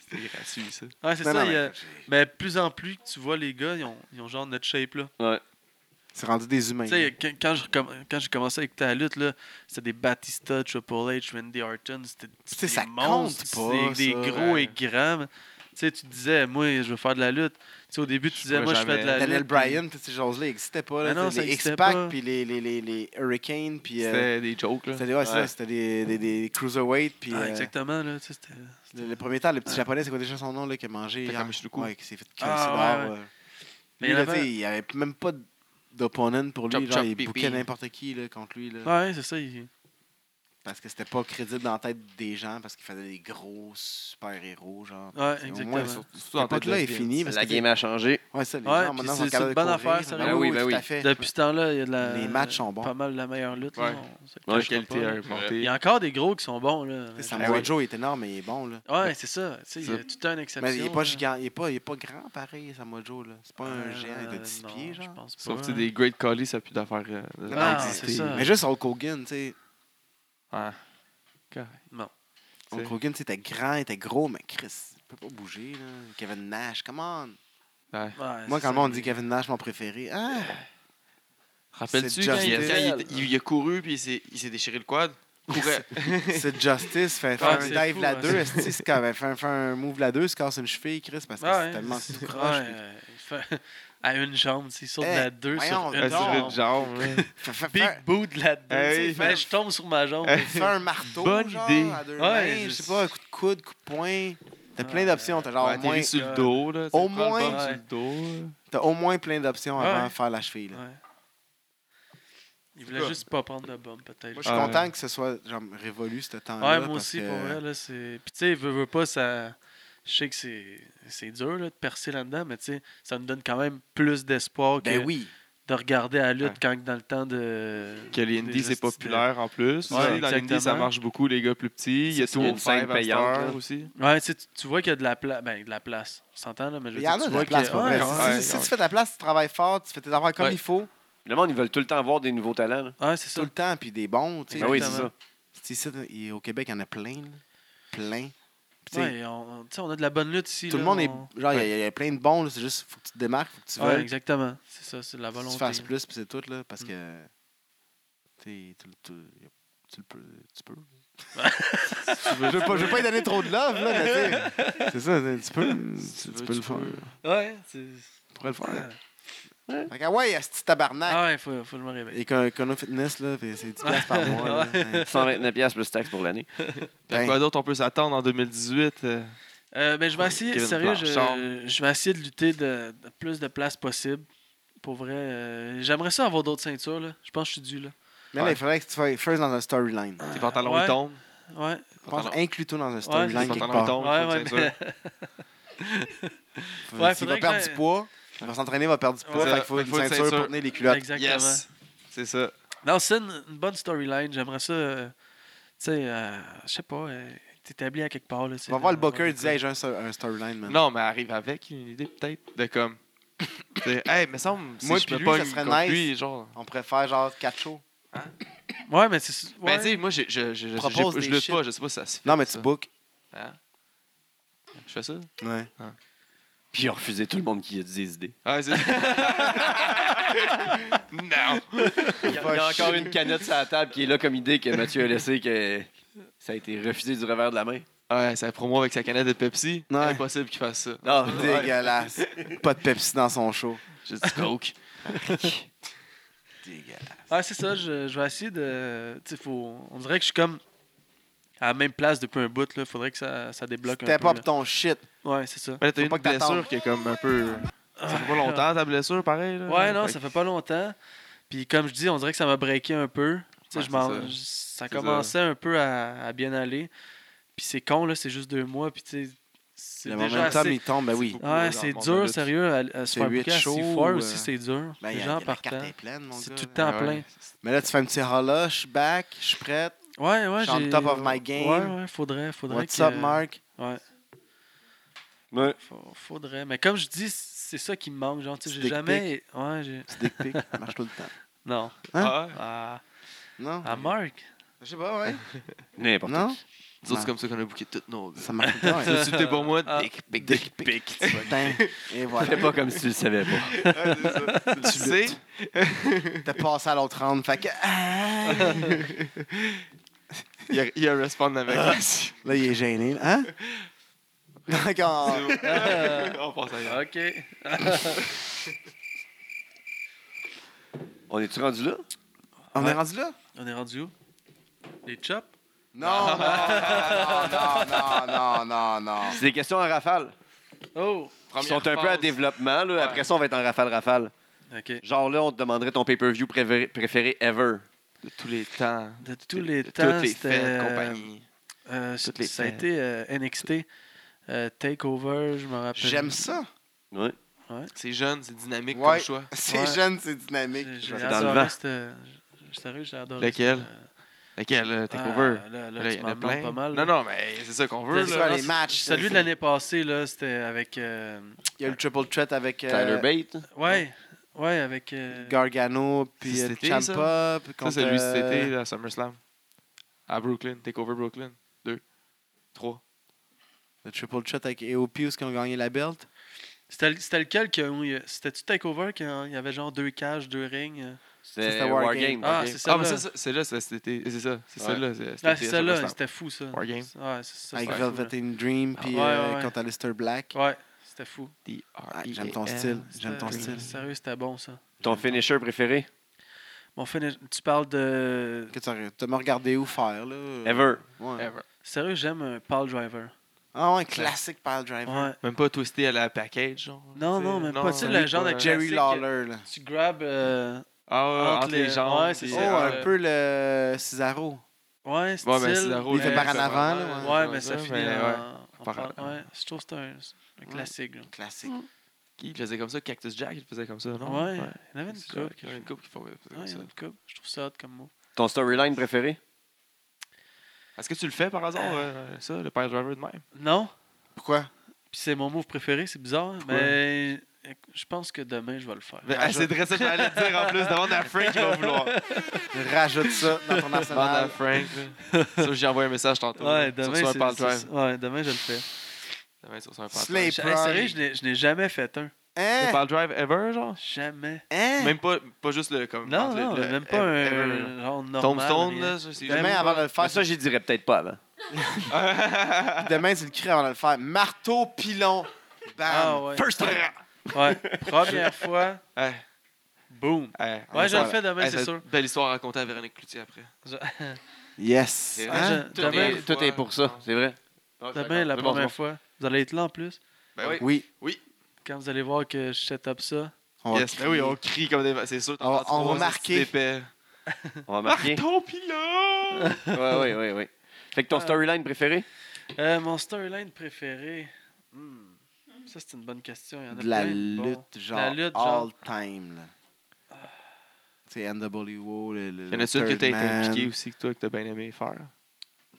Speaker 4: C'est gratuit, ça.
Speaker 1: Ouais, Ah, c'est
Speaker 3: Non,
Speaker 1: ça.
Speaker 3: non,
Speaker 1: il y a-
Speaker 3: mais j'ai-
Speaker 1: Mais plus en plus, que tu vois les gars, ils ont, ils ont genre notre shape là.
Speaker 3: C'est rendu des humains.
Speaker 1: Tu sais, quand, quand je recomm- quand j'ai commencé à écouter la lutte, là, c'était des Batista, Triple H, Randy Orton. C'était
Speaker 3: sais,
Speaker 1: des
Speaker 3: ça compte
Speaker 1: monstres,
Speaker 3: pas,
Speaker 1: c'est Des
Speaker 3: ça,
Speaker 1: gros
Speaker 4: ouais.
Speaker 1: et grands. mais, Tu sais, tu disais, moi, je veux faire de la lutte. Tu sais, au début, tu disais,
Speaker 4: pourrais
Speaker 1: moi, je fais de
Speaker 4: jamais.
Speaker 1: la
Speaker 3: Daniel
Speaker 1: lutte.
Speaker 3: Bryan, toutes ces choses-là n'existaient pas. là.
Speaker 1: Ben non,
Speaker 3: T'sais,
Speaker 1: ça
Speaker 3: les
Speaker 1: existait pas.
Speaker 3: X-Pac, puis les, les, les, les Hurricanes, puis. euh,
Speaker 4: C'était des jokes, là.
Speaker 3: C'était des- ouais, c'est
Speaker 2: Ouais.
Speaker 3: ça, c'était des, des, des Cruiserweight, puis.
Speaker 1: Ah,
Speaker 3: euh,
Speaker 1: exactement, là. tu sais, c'était-
Speaker 3: le, le premier temps, le petit japonais, c'est quoi déjà son nom, là, qui a mangé. hier?
Speaker 4: Takamishnuku.
Speaker 3: Ouais, qui s'est fait casser
Speaker 1: Ah, ouais,
Speaker 3: dehors. euh.
Speaker 1: Mais
Speaker 3: Lui,
Speaker 1: il
Speaker 3: là,
Speaker 1: avait-
Speaker 3: t'sais, il n'y avait même pas d'opponent pour lui.
Speaker 4: Chop,
Speaker 3: genre,
Speaker 4: chop,
Speaker 3: il
Speaker 4: pipi.
Speaker 3: bouquait n'importe qui là, contre lui. Là,
Speaker 1: Ouais, c'est ça. il-
Speaker 3: Parce que c'était pas crédible dans la tête des gens, parce qu'il faisait des gros super-héros, genre.
Speaker 1: Ouais,
Speaker 3: T'sais, au
Speaker 1: exactement.
Speaker 3: moins,
Speaker 4: Surtout surtout
Speaker 3: Cette
Speaker 4: dans
Speaker 3: époque-là est finie. parce
Speaker 2: La
Speaker 3: que
Speaker 2: game a changé.
Speaker 3: Ouais, ça, les
Speaker 1: Ouais,
Speaker 3: gens,
Speaker 1: puis
Speaker 3: maintenant,
Speaker 1: c'est-
Speaker 3: sont
Speaker 1: c'est
Speaker 3: capables de
Speaker 1: une bonne
Speaker 3: courir.
Speaker 1: affaire, Ah sérieux.
Speaker 3: Ben oui,
Speaker 2: Ben
Speaker 3: oui,
Speaker 2: oui,
Speaker 3: tout à
Speaker 2: ben
Speaker 3: fait.
Speaker 1: Depuis ce temps-là, il y a de la.
Speaker 3: Les matchs sont bons.
Speaker 1: Pas mal la meilleure lutte. là,
Speaker 4: Ouais.
Speaker 1: on se le
Speaker 4: La
Speaker 1: cachera
Speaker 4: qualité
Speaker 1: pas,
Speaker 4: a
Speaker 1: là. Il y
Speaker 4: augmenté.
Speaker 1: a encore des gros qui sont bons, là.
Speaker 3: Samoa Joe est énorme, mais il est bon, là.
Speaker 1: Ouais, c'est ça. tu sais, Il y a
Speaker 4: Ça-
Speaker 1: tout un exception.
Speaker 3: Mais il est pas
Speaker 1: là.
Speaker 3: gigant, il est pas, il est pas grand pareil, Samoa Joe, là. C'est pas un géant, il est de 10
Speaker 1: hein. Euh, non,
Speaker 3: pieds,
Speaker 1: je
Speaker 3: genre.
Speaker 1: pense pas.
Speaker 4: Sauf que c'est des Great Collies, ça a plus d'affaires. euh,
Speaker 3: Ah,
Speaker 4: d'exister.
Speaker 1: c'est ça.
Speaker 3: Mais juste Hulk Hogan, tu sais.
Speaker 4: Ouais. Correct. C'est-
Speaker 3: Hulk Hogan, tu sais, était grand, il était gros, mais Chris, il peut pas bouger, là. Kevin Nash, come on.
Speaker 4: Ouais.
Speaker 1: Ouais,
Speaker 3: Moi,
Speaker 1: Ah, c'est
Speaker 3: quand le
Speaker 1: ça,
Speaker 3: monde
Speaker 1: les-
Speaker 3: dit Kevin Nash, mon préféré, ah,
Speaker 4: Rappelles-tu
Speaker 3: C'est
Speaker 4: quand, il,
Speaker 3: Justin.
Speaker 4: quand il, était- il a couru puis il s'est- il s'est déchiré le quad? Il courait.
Speaker 3: c'est Justice, fait fait
Speaker 1: Ouais,
Speaker 3: un
Speaker 1: c'est
Speaker 3: dive
Speaker 1: fou,
Speaker 3: la
Speaker 1: hein.
Speaker 3: 2, esti, c'est quand même, fait un- fait un move la 2, se casse une cheville, Chris, parce que
Speaker 1: Ah,
Speaker 3: c'est
Speaker 1: Ouais,
Speaker 3: tellement
Speaker 1: c'est-
Speaker 3: tout croche.
Speaker 1: ouais, euh, il fait- à une jambe, c'est sur de
Speaker 3: Eh,
Speaker 1: la 2
Speaker 3: voyons,
Speaker 1: sur
Speaker 4: Elle
Speaker 1: une
Speaker 3: euh,
Speaker 4: s'est
Speaker 1: jambe.
Speaker 4: une jambe. ouais.
Speaker 3: Fait- fait- fait-
Speaker 1: Big boot de la 2.
Speaker 4: Eh oui,
Speaker 1: mais
Speaker 4: fait-
Speaker 1: je tombe sur ma jambe.
Speaker 4: Eh.
Speaker 3: Fais un marteau,
Speaker 4: Bonne
Speaker 3: genre,
Speaker 4: idée.
Speaker 3: à deux
Speaker 1: Ouais,
Speaker 3: mains, je
Speaker 1: je- Ah.
Speaker 3: sais pas, un coup de coude, coup de poing. T'as
Speaker 1: Ouais.
Speaker 3: plein d'options. T'as genre
Speaker 4: Ouais,
Speaker 3: au moins,
Speaker 4: atterrit sur le dos, là. tu sais, prends
Speaker 3: Au
Speaker 4: le
Speaker 3: moins-
Speaker 4: bump sur le dos. là.
Speaker 3: t'as au moins plein d'options avant
Speaker 1: Ah, Ouais.
Speaker 3: de faire la cheville. là.
Speaker 1: Ouais. Il voulait juste pas prendre de bombe, peut-être.
Speaker 3: Moi, je suis
Speaker 4: Ah,
Speaker 3: content
Speaker 4: ouais.
Speaker 3: que ce soit genre, révolu ce temps-là.
Speaker 1: Ouais, moi
Speaker 3: parce
Speaker 1: aussi,
Speaker 3: que-
Speaker 1: pour vrai. Là, c'est... Puis, tu sais, veux, veux pas, ça. Je sais que c'est, c'est dur là, de percer là-dedans, mais tu sais, ça me donne quand même plus d'espoir que
Speaker 3: Ben oui.
Speaker 1: de regarder à la lutte
Speaker 4: Ouais.
Speaker 1: quand que dans le temps de.
Speaker 4: Que les
Speaker 1: des
Speaker 4: indies, c'est
Speaker 1: hosties de-
Speaker 4: populaire en plus.
Speaker 1: Ouais,
Speaker 4: Tu sais, dans
Speaker 1: exactement.
Speaker 4: l'indie, ça marche beaucoup, les gars plus petits. Il y a
Speaker 1: C'est
Speaker 4: tout
Speaker 2: ça.
Speaker 4: une
Speaker 2: Il y a une
Speaker 4: 5
Speaker 2: scène payante, là.
Speaker 4: payante aussi.
Speaker 1: Ouais, tu, sais, tu- tu vois qu'il y a de la place. Ben, de la place. On s'entend, là, mais je veux
Speaker 3: Il y
Speaker 1: dire,
Speaker 3: en
Speaker 1: tu
Speaker 3: a de
Speaker 1: vois
Speaker 3: la place
Speaker 1: que-
Speaker 3: pour vrai.
Speaker 1: Ouais,
Speaker 3: Si-
Speaker 1: ouais.
Speaker 3: si, si tu fais de la place, tu travailles fort, tu fais tes affaires comme
Speaker 4: Ouais.
Speaker 3: il faut,
Speaker 2: Le monde, ils veulent tout le temps voir des nouveaux talents. là.
Speaker 1: Ouais, c'est ça.
Speaker 3: tout le temps, puis des bons. tu sais.
Speaker 2: Ben oui, c'est
Speaker 1: Exactement.
Speaker 2: ça.
Speaker 3: C'est ici, il- au Québec, il y en a plein. là. Plein. Puis, tu sais,
Speaker 1: Ouais, on, tu sais, on a de la bonne lutte ici.
Speaker 3: tout le
Speaker 1: là,
Speaker 3: monde est.
Speaker 1: on-
Speaker 3: Genre, il y a- il y, a plein de bons, là, c'est juste, faut que tu te démarques, faut que tu
Speaker 1: Ouais,
Speaker 3: veuilles.
Speaker 1: exactement. C'est ça, c'est de la
Speaker 3: Faut que
Speaker 1: volonté. Mm.
Speaker 3: tu fasses plus, puis c'est tout, là, parce que. Tu sais, tout- tout- y a tu le peux. Tu peux. je veux pas, je veux pas y donner trop de love, là, mais tu sais, C'est ça, tu peux. Tu,
Speaker 1: veux,
Speaker 3: tu peux le
Speaker 1: tu
Speaker 3: faire.
Speaker 1: peux. Ouais, c'est.
Speaker 3: Tu pourrais le faire. Fait que, ah ouais, ce petit tabarnak.
Speaker 1: Ah ouais, faut, faut le me réveiller.
Speaker 3: Et qu'un Kono Fitness, là, puis c'est 10$ piastres par mois. là.
Speaker 2: 129 piastres plus taxes pour l'année.
Speaker 3: Ben.
Speaker 4: Puis à Quoi d'autre on peut s'attendre en 2018? euh,
Speaker 1: Euh, ben, je vais essayer,
Speaker 4: Kevin
Speaker 1: sérieux,
Speaker 4: Blanchard.
Speaker 1: je, je vais essayer de lutter de, de plus de place possible. Pour vrai, euh, j'aimerais ça avoir d'autres ceintures, là. Je pense que je suis dû, là.
Speaker 3: Mais là, il faudrait que tu fasses first dans un storyline.
Speaker 4: Tes pantalons
Speaker 1: Ouais.
Speaker 4: ils tombent.
Speaker 1: Ouais,
Speaker 3: Je pense,
Speaker 4: Pantalons-
Speaker 3: inclus-toi dans un storyline
Speaker 1: c'est
Speaker 4: Tes
Speaker 1: ça.
Speaker 3: quelque
Speaker 4: pantalons ils tombent.
Speaker 3: part.
Speaker 4: faut
Speaker 1: ouais,
Speaker 4: une
Speaker 1: ouais,
Speaker 4: ceinture.
Speaker 1: Ouais,
Speaker 3: S'il
Speaker 1: faudrait
Speaker 3: va
Speaker 1: que
Speaker 3: perdre
Speaker 1: j'aille-
Speaker 3: du poids, il va s'entraîner, il va perdre du poids.
Speaker 1: Ouais.
Speaker 3: Fait qu'il faut
Speaker 4: Fait
Speaker 3: une
Speaker 4: qu'il faut une
Speaker 3: ceinture pour
Speaker 4: ceinture.
Speaker 3: tenir les culottes.
Speaker 1: exactement.
Speaker 4: Yes! C'est ça.
Speaker 1: Non, c'est une, une bonne storyline. J'aimerais ça, euh, tu sais, euh, je sais pas, euh, t'établis à quelque part, là.
Speaker 3: On va voir le Booker dire hey, j'ai un, so- un storyline, man.
Speaker 4: Non, mais arrive avec une idée peut-être de comme. tu sais, hey, mais semble, si
Speaker 3: Moi
Speaker 4: je
Speaker 3: puis
Speaker 4: me
Speaker 3: lui,
Speaker 4: pogne
Speaker 3: ça serait
Speaker 4: contre
Speaker 3: nice.
Speaker 4: lui, genre.
Speaker 3: On pourrait faire genre 4 shows.
Speaker 1: Ouais, mais c'est. Ouais.
Speaker 4: Ben, tu sais, moi, j'ai- je je- je-
Speaker 3: Propose
Speaker 4: j'ai- je
Speaker 3: des
Speaker 4: lutte
Speaker 3: shit.
Speaker 4: pas, je sais pas si ça se fait.
Speaker 3: Non, mais tu
Speaker 4: ça.
Speaker 3: book.
Speaker 4: Hein? Je fais ça?
Speaker 3: Ouais.
Speaker 2: Puis ils ont refusé tout le monde qui a dit des idées.
Speaker 4: Ah, c'est Non!
Speaker 2: Il y a, il y a encore une canette sur la table qui est là comme idée que Mathieu a laissée, que ça a été refusé du revers de la main.
Speaker 4: Ouais, c'est la promo avec sa canette de Pepsi.
Speaker 3: Ouais.
Speaker 4: Impossible qu'il fasse ça.
Speaker 3: Ah,
Speaker 2: Non,
Speaker 3: Dégueulasse. Pas de Pepsi dans son show.
Speaker 4: Juste du coke.
Speaker 3: Dégueulasse.
Speaker 1: Ah, c'est ça, je, je vais essayer de. Tu sais, faut. On dirait que je suis comme à la même place depuis un bout, là. Faudrait que ça, ça débloque un peu.
Speaker 3: Step up
Speaker 1: là.
Speaker 3: ton shit.
Speaker 1: Ouais, c'est ça.
Speaker 4: Mais là, t'as
Speaker 3: Faut
Speaker 4: eu une
Speaker 3: pas que t'attendes.
Speaker 4: blessure qui est comme un peu. Ça fait pas longtemps ta blessure, pareil. Là.
Speaker 1: Ah. Ouais, non,
Speaker 4: Fait
Speaker 1: ça fait pas longtemps. Puis comme je dis, on dirait que ça m'a breaké un peu. Tu sais,
Speaker 4: Ouais,
Speaker 1: je m'en-
Speaker 4: c'est ça.
Speaker 1: je- ça. commençait un peu à, à bien aller. Puis c'est con, là, c'est juste deux mois. Puis tu sais, c'est
Speaker 3: Le
Speaker 1: déjà
Speaker 3: momentum,
Speaker 1: assez...
Speaker 3: il tombe, ben oui.
Speaker 4: beaucoup, là,
Speaker 1: Ouais,
Speaker 4: dans le
Speaker 1: c'est
Speaker 4: monde de
Speaker 1: dur,
Speaker 4: lutte.
Speaker 1: sérieux. À, à se
Speaker 3: C'est
Speaker 1: faire
Speaker 3: huit
Speaker 1: bouquer à
Speaker 3: shows,
Speaker 1: six fois
Speaker 3: euh,
Speaker 1: aussi, c'est dur.
Speaker 3: Ben,
Speaker 1: Les
Speaker 3: y a-
Speaker 1: gens
Speaker 3: la carte
Speaker 1: partant.
Speaker 3: est pleine, mon
Speaker 1: C'est
Speaker 3: gars. Ah
Speaker 1: tout le
Speaker 4: Ouais,
Speaker 1: temps plein.
Speaker 4: ouais.
Speaker 3: Mais là, tu fais un petit holla, je suis back, je suis prête.
Speaker 1: Ouais, ouais,
Speaker 3: Je suis on
Speaker 1: j'ai-
Speaker 3: top of my game.
Speaker 1: Ouais, ouais, faudrait, faudrait
Speaker 3: What's
Speaker 1: que-
Speaker 3: up, Mark?
Speaker 1: Ouais,
Speaker 2: Ouais.
Speaker 1: fa- faudrait. Mais comme je dis, c'est ça qui me manque, genre, tu sais,
Speaker 3: Petit
Speaker 1: j'ai
Speaker 3: dick
Speaker 1: jamais... Ouais, j'ai...
Speaker 3: Petit dick pic, ça marche tout le temps.
Speaker 1: Non.
Speaker 3: Hein?
Speaker 4: Ah, ouais.
Speaker 1: Ah,
Speaker 3: Non?
Speaker 1: à Marc.
Speaker 3: Je sais pas, ouais.
Speaker 2: N'importe
Speaker 3: Non?
Speaker 4: Nous autres,
Speaker 3: Ouais.
Speaker 4: c'est comme ça qu'on a booké toutes nos.
Speaker 3: Ça marche tout le temps, ouais.
Speaker 4: Si t'es pour moi,
Speaker 1: Ah.
Speaker 4: dick, big, dick, big.
Speaker 3: Putain. Et
Speaker 2: quoi.
Speaker 3: voilà.
Speaker 2: Fais pas comme si tu le savais pas.
Speaker 4: Tu le sais?
Speaker 3: T'as passé à l'autre round. Fait que. Ah!
Speaker 4: Il y a- il y a un respawn avec
Speaker 3: Ah.
Speaker 4: lui.
Speaker 3: Là, il est gêné. là. Hein? D'accord. Ah.
Speaker 4: On passe ailleurs.
Speaker 1: OK.
Speaker 2: On est-tu rendu là?
Speaker 3: On
Speaker 4: Ouais.
Speaker 3: est rendu là?
Speaker 1: On est rendu où? Les chops?
Speaker 3: Non, non, non, non, non, non, non.
Speaker 2: C'est des questions en rafale.
Speaker 1: Oh!
Speaker 2: Ils sont un peu à développement. Là. Après ça, on va être en rafale-rafale.
Speaker 1: OK.
Speaker 2: Genre là, on te demanderait ton pay-per-view préféré, préféré ever.
Speaker 4: De tous les temps.
Speaker 1: De tous les
Speaker 4: de
Speaker 1: temps,
Speaker 4: toutes les
Speaker 1: c'était,
Speaker 4: fêtes,
Speaker 1: euh,
Speaker 4: compagnie.
Speaker 1: Euh,
Speaker 4: Toutes les
Speaker 1: ça a
Speaker 4: fêtes.
Speaker 1: été euh, NXT, euh, Takeover, je me rappelle.
Speaker 3: J'aime ça.
Speaker 2: Ouais.
Speaker 4: C'est jeune, c'est dynamique
Speaker 3: Ouais.
Speaker 4: comme choix.
Speaker 3: C'est
Speaker 1: Ouais.
Speaker 3: jeune, c'est dynamique.
Speaker 1: J'ai j'ai
Speaker 2: C'est dans le
Speaker 1: adoré
Speaker 2: vent.
Speaker 1: cette... Je sérieux, j'ai adoré
Speaker 4: Lequel?
Speaker 1: cette, euh,
Speaker 4: Laquelle, euh,
Speaker 1: ah,
Speaker 4: Takeover?
Speaker 1: là, là,
Speaker 4: Là,
Speaker 1: tu
Speaker 4: il y en
Speaker 1: m'en
Speaker 4: a
Speaker 1: demandes
Speaker 4: plein.
Speaker 1: pas mal. là.
Speaker 4: non, non, mais c'est ça qu'on veut.
Speaker 1: C'est
Speaker 4: là.
Speaker 3: ça, les matchs.
Speaker 1: Celui de
Speaker 3: c'est-
Speaker 1: l'année passée, là, c'était avec... euh,
Speaker 3: Il y a eu le triple threat avec euh,
Speaker 2: Tyler Bate.
Speaker 1: Ouais, ouais, avec... euh,
Speaker 3: Gargano, puis
Speaker 4: C'est
Speaker 3: euh,
Speaker 4: cet été,
Speaker 3: Ciampa. puis
Speaker 4: Ça,
Speaker 3: contre,
Speaker 4: c'est lui cet
Speaker 3: euh,
Speaker 4: été à SummerSlam. À Brooklyn. Takeover Brooklyn. Deux. Trois.
Speaker 3: Le triple threat avec AOP, où ils ont gagné la belt.
Speaker 1: C'était c'était lequel qui a- où il y a- C'était-tu Takeover quand il y avait genre deux cages, deux rings? euh?
Speaker 2: C'était
Speaker 3: War
Speaker 2: War
Speaker 3: Game.
Speaker 2: Game.
Speaker 1: Ah,
Speaker 4: Ok.
Speaker 1: c'est
Speaker 4: Ah, mais
Speaker 1: celle-là.
Speaker 4: ça, ça- c'est là, c'est cet été. C'est ça. C'est
Speaker 2: Ouais.
Speaker 4: celle-là. c'est- cet
Speaker 1: Ah,
Speaker 4: été
Speaker 1: c'est
Speaker 4: à
Speaker 1: celle-là,
Speaker 4: SummerSlam.
Speaker 1: c'était fou, ça.
Speaker 4: Wargame.
Speaker 1: Ouais, c'est- ça,
Speaker 3: Avec
Speaker 1: c'était fou,
Speaker 3: Velvet in Dream, puis
Speaker 1: ouais,
Speaker 3: euh,
Speaker 1: ouais.
Speaker 3: contre Aleister Black.
Speaker 1: là. Ouais, c'était fou.
Speaker 4: E
Speaker 3: Ah, J'aime ton style. J'aime ton
Speaker 1: C'était-
Speaker 3: style.
Speaker 1: Sérieux, c'était bon, ça.
Speaker 2: Ton finisher préféré
Speaker 1: Mon finish- tu parles de...
Speaker 3: Que tu as- tu m'as regardé où faire, là.
Speaker 2: ever.
Speaker 3: Ouais.
Speaker 4: Ever.
Speaker 1: Sérieux, j'aime un Paul Driver.
Speaker 3: Ah ouais, classique pile driver.
Speaker 1: Ouais.
Speaker 4: Même pas twisté à la package, genre.
Speaker 1: Non,
Speaker 4: Tu sais,
Speaker 1: non, même pas. Tu sais, le genre de
Speaker 4: ouais.
Speaker 1: classique.
Speaker 3: Jerry Lawler, là.
Speaker 1: Tu grabes... euh,
Speaker 4: Ah, ouais, entre,
Speaker 1: Entre
Speaker 4: les
Speaker 1: les-
Speaker 4: jambes.
Speaker 1: ouais, c'est
Speaker 4: puis,
Speaker 3: Oh,
Speaker 1: ça.
Speaker 4: euh,
Speaker 1: Ouais.
Speaker 3: un peu le Cesaro.
Speaker 1: Ouais,
Speaker 4: Ouais, ben,
Speaker 1: style,
Speaker 4: c'est la roue,
Speaker 3: Il fait
Speaker 1: mais-
Speaker 3: par en avant, là,
Speaker 1: Ouais, ben,
Speaker 3: ouais.
Speaker 1: mais ça finit
Speaker 4: mais ouais.
Speaker 1: en... en
Speaker 4: Par
Speaker 1: par-
Speaker 4: en-
Speaker 1: Ouais, je trouve que c'est un, un classique. là.
Speaker 3: Classique.
Speaker 4: Qui le faisait comme ça Cactus Jack, il le faisait comme ça, non
Speaker 1: Ouais, il y en avait une
Speaker 4: C'est ça,
Speaker 1: coupe.
Speaker 4: Il y en a une couple qui font- faisait
Speaker 1: Ah, Ouais,
Speaker 4: comme
Speaker 1: il y
Speaker 4: ça.
Speaker 1: en a une coupe. Je trouve ça hot comme mot.
Speaker 2: Ton storyline préféré
Speaker 4: Est-ce que tu le fais par hasard, euh, ça, le pile driver de même
Speaker 1: Non?
Speaker 3: Pourquoi?
Speaker 1: Puis c'est mon move préféré, c'est bizarre, hein,
Speaker 4: Pourquoi?
Speaker 1: mais je pense que demain, je vais le faire.
Speaker 4: Mais, ah, C'est dressé, je vais aller le dire en plus. Demande à Frank, il va vouloir.
Speaker 3: Rajoute ça dans ton
Speaker 4: Demande à
Speaker 3: arsenal.
Speaker 4: Frank. là. Ça, j'ai envoyé un message tantôt. là.
Speaker 1: Ouais,
Speaker 4: Tu
Speaker 1: demain,
Speaker 4: reçois
Speaker 1: c'est-
Speaker 4: un pile
Speaker 1: c'est-
Speaker 4: drive.
Speaker 1: ouais, demain, je le fais.
Speaker 4: Demain, tu reçois un pile drive.
Speaker 3: Slay
Speaker 1: Je- hey, sérieux, je
Speaker 3: Pride.
Speaker 1: n'ai- je n'ai jamais fait un.
Speaker 4: Le
Speaker 3: Hein?
Speaker 4: pile drive ever, genre?
Speaker 1: Jamais.
Speaker 3: Hein?
Speaker 4: Même pas, pas juste le. Comme,
Speaker 1: Non,
Speaker 4: entre le-
Speaker 1: non,
Speaker 4: le
Speaker 1: même
Speaker 4: e-
Speaker 1: pas un
Speaker 4: ever, là.
Speaker 1: genre normal.
Speaker 4: Tombstone,
Speaker 1: rien.
Speaker 4: là, ça, c'est
Speaker 3: Demain, avant de le
Speaker 2: Mais
Speaker 3: faire,
Speaker 2: ça, j'y dirais peut-être pas avant.
Speaker 4: Ah,
Speaker 3: demain, tu le cries avant de le faire. Marteau, pilon, bam.
Speaker 1: Ah ouais.
Speaker 3: First round.
Speaker 1: Ouais. Première fois,
Speaker 4: ah,
Speaker 1: boom.
Speaker 4: ah.
Speaker 1: Ouais, je le
Speaker 3: ça-
Speaker 1: fais demain,
Speaker 4: Ah,
Speaker 1: c'est
Speaker 4: ça-
Speaker 1: sûr.
Speaker 4: Belle histoire à raconter à Véronique Cloutier après.
Speaker 1: Je-
Speaker 3: Yes.
Speaker 1: Ah,
Speaker 3: Hein?
Speaker 1: je- demain,
Speaker 4: est-
Speaker 2: Tout est pour ça, c'est vrai.
Speaker 1: demain, la
Speaker 2: C'est bon, c'est bon.
Speaker 1: première fois, vous allez être là en plus.
Speaker 4: Ben oui.
Speaker 3: Oui.
Speaker 1: Quand vous allez voir que je set up ça,
Speaker 3: On va
Speaker 4: Yes, ben
Speaker 3: crier.
Speaker 4: oui, on crie comme des. C'est sûr.
Speaker 3: On va-
Speaker 4: t'entends
Speaker 3: on va
Speaker 4: trois
Speaker 3: marquer.
Speaker 4: hosties d'épais.
Speaker 2: On va marquer.
Speaker 4: Marteau pilon!
Speaker 2: Ouais, ouais, ouais, ouais. Fait que ton storyline préféré?
Speaker 1: Euh, mon storyline préféré. Hmm. Ça, c'est une bonne question. Il y en a
Speaker 3: De la
Speaker 1: plein de bons.
Speaker 3: lutte, genre,
Speaker 1: La lutte, genre.
Speaker 3: all time. là. Tu sais, NWO, le. le
Speaker 4: Y en a-tu une que
Speaker 3: Third
Speaker 4: t'as été
Speaker 3: Man.
Speaker 4: impliqué aussi que toi que t'as bien aimé faire?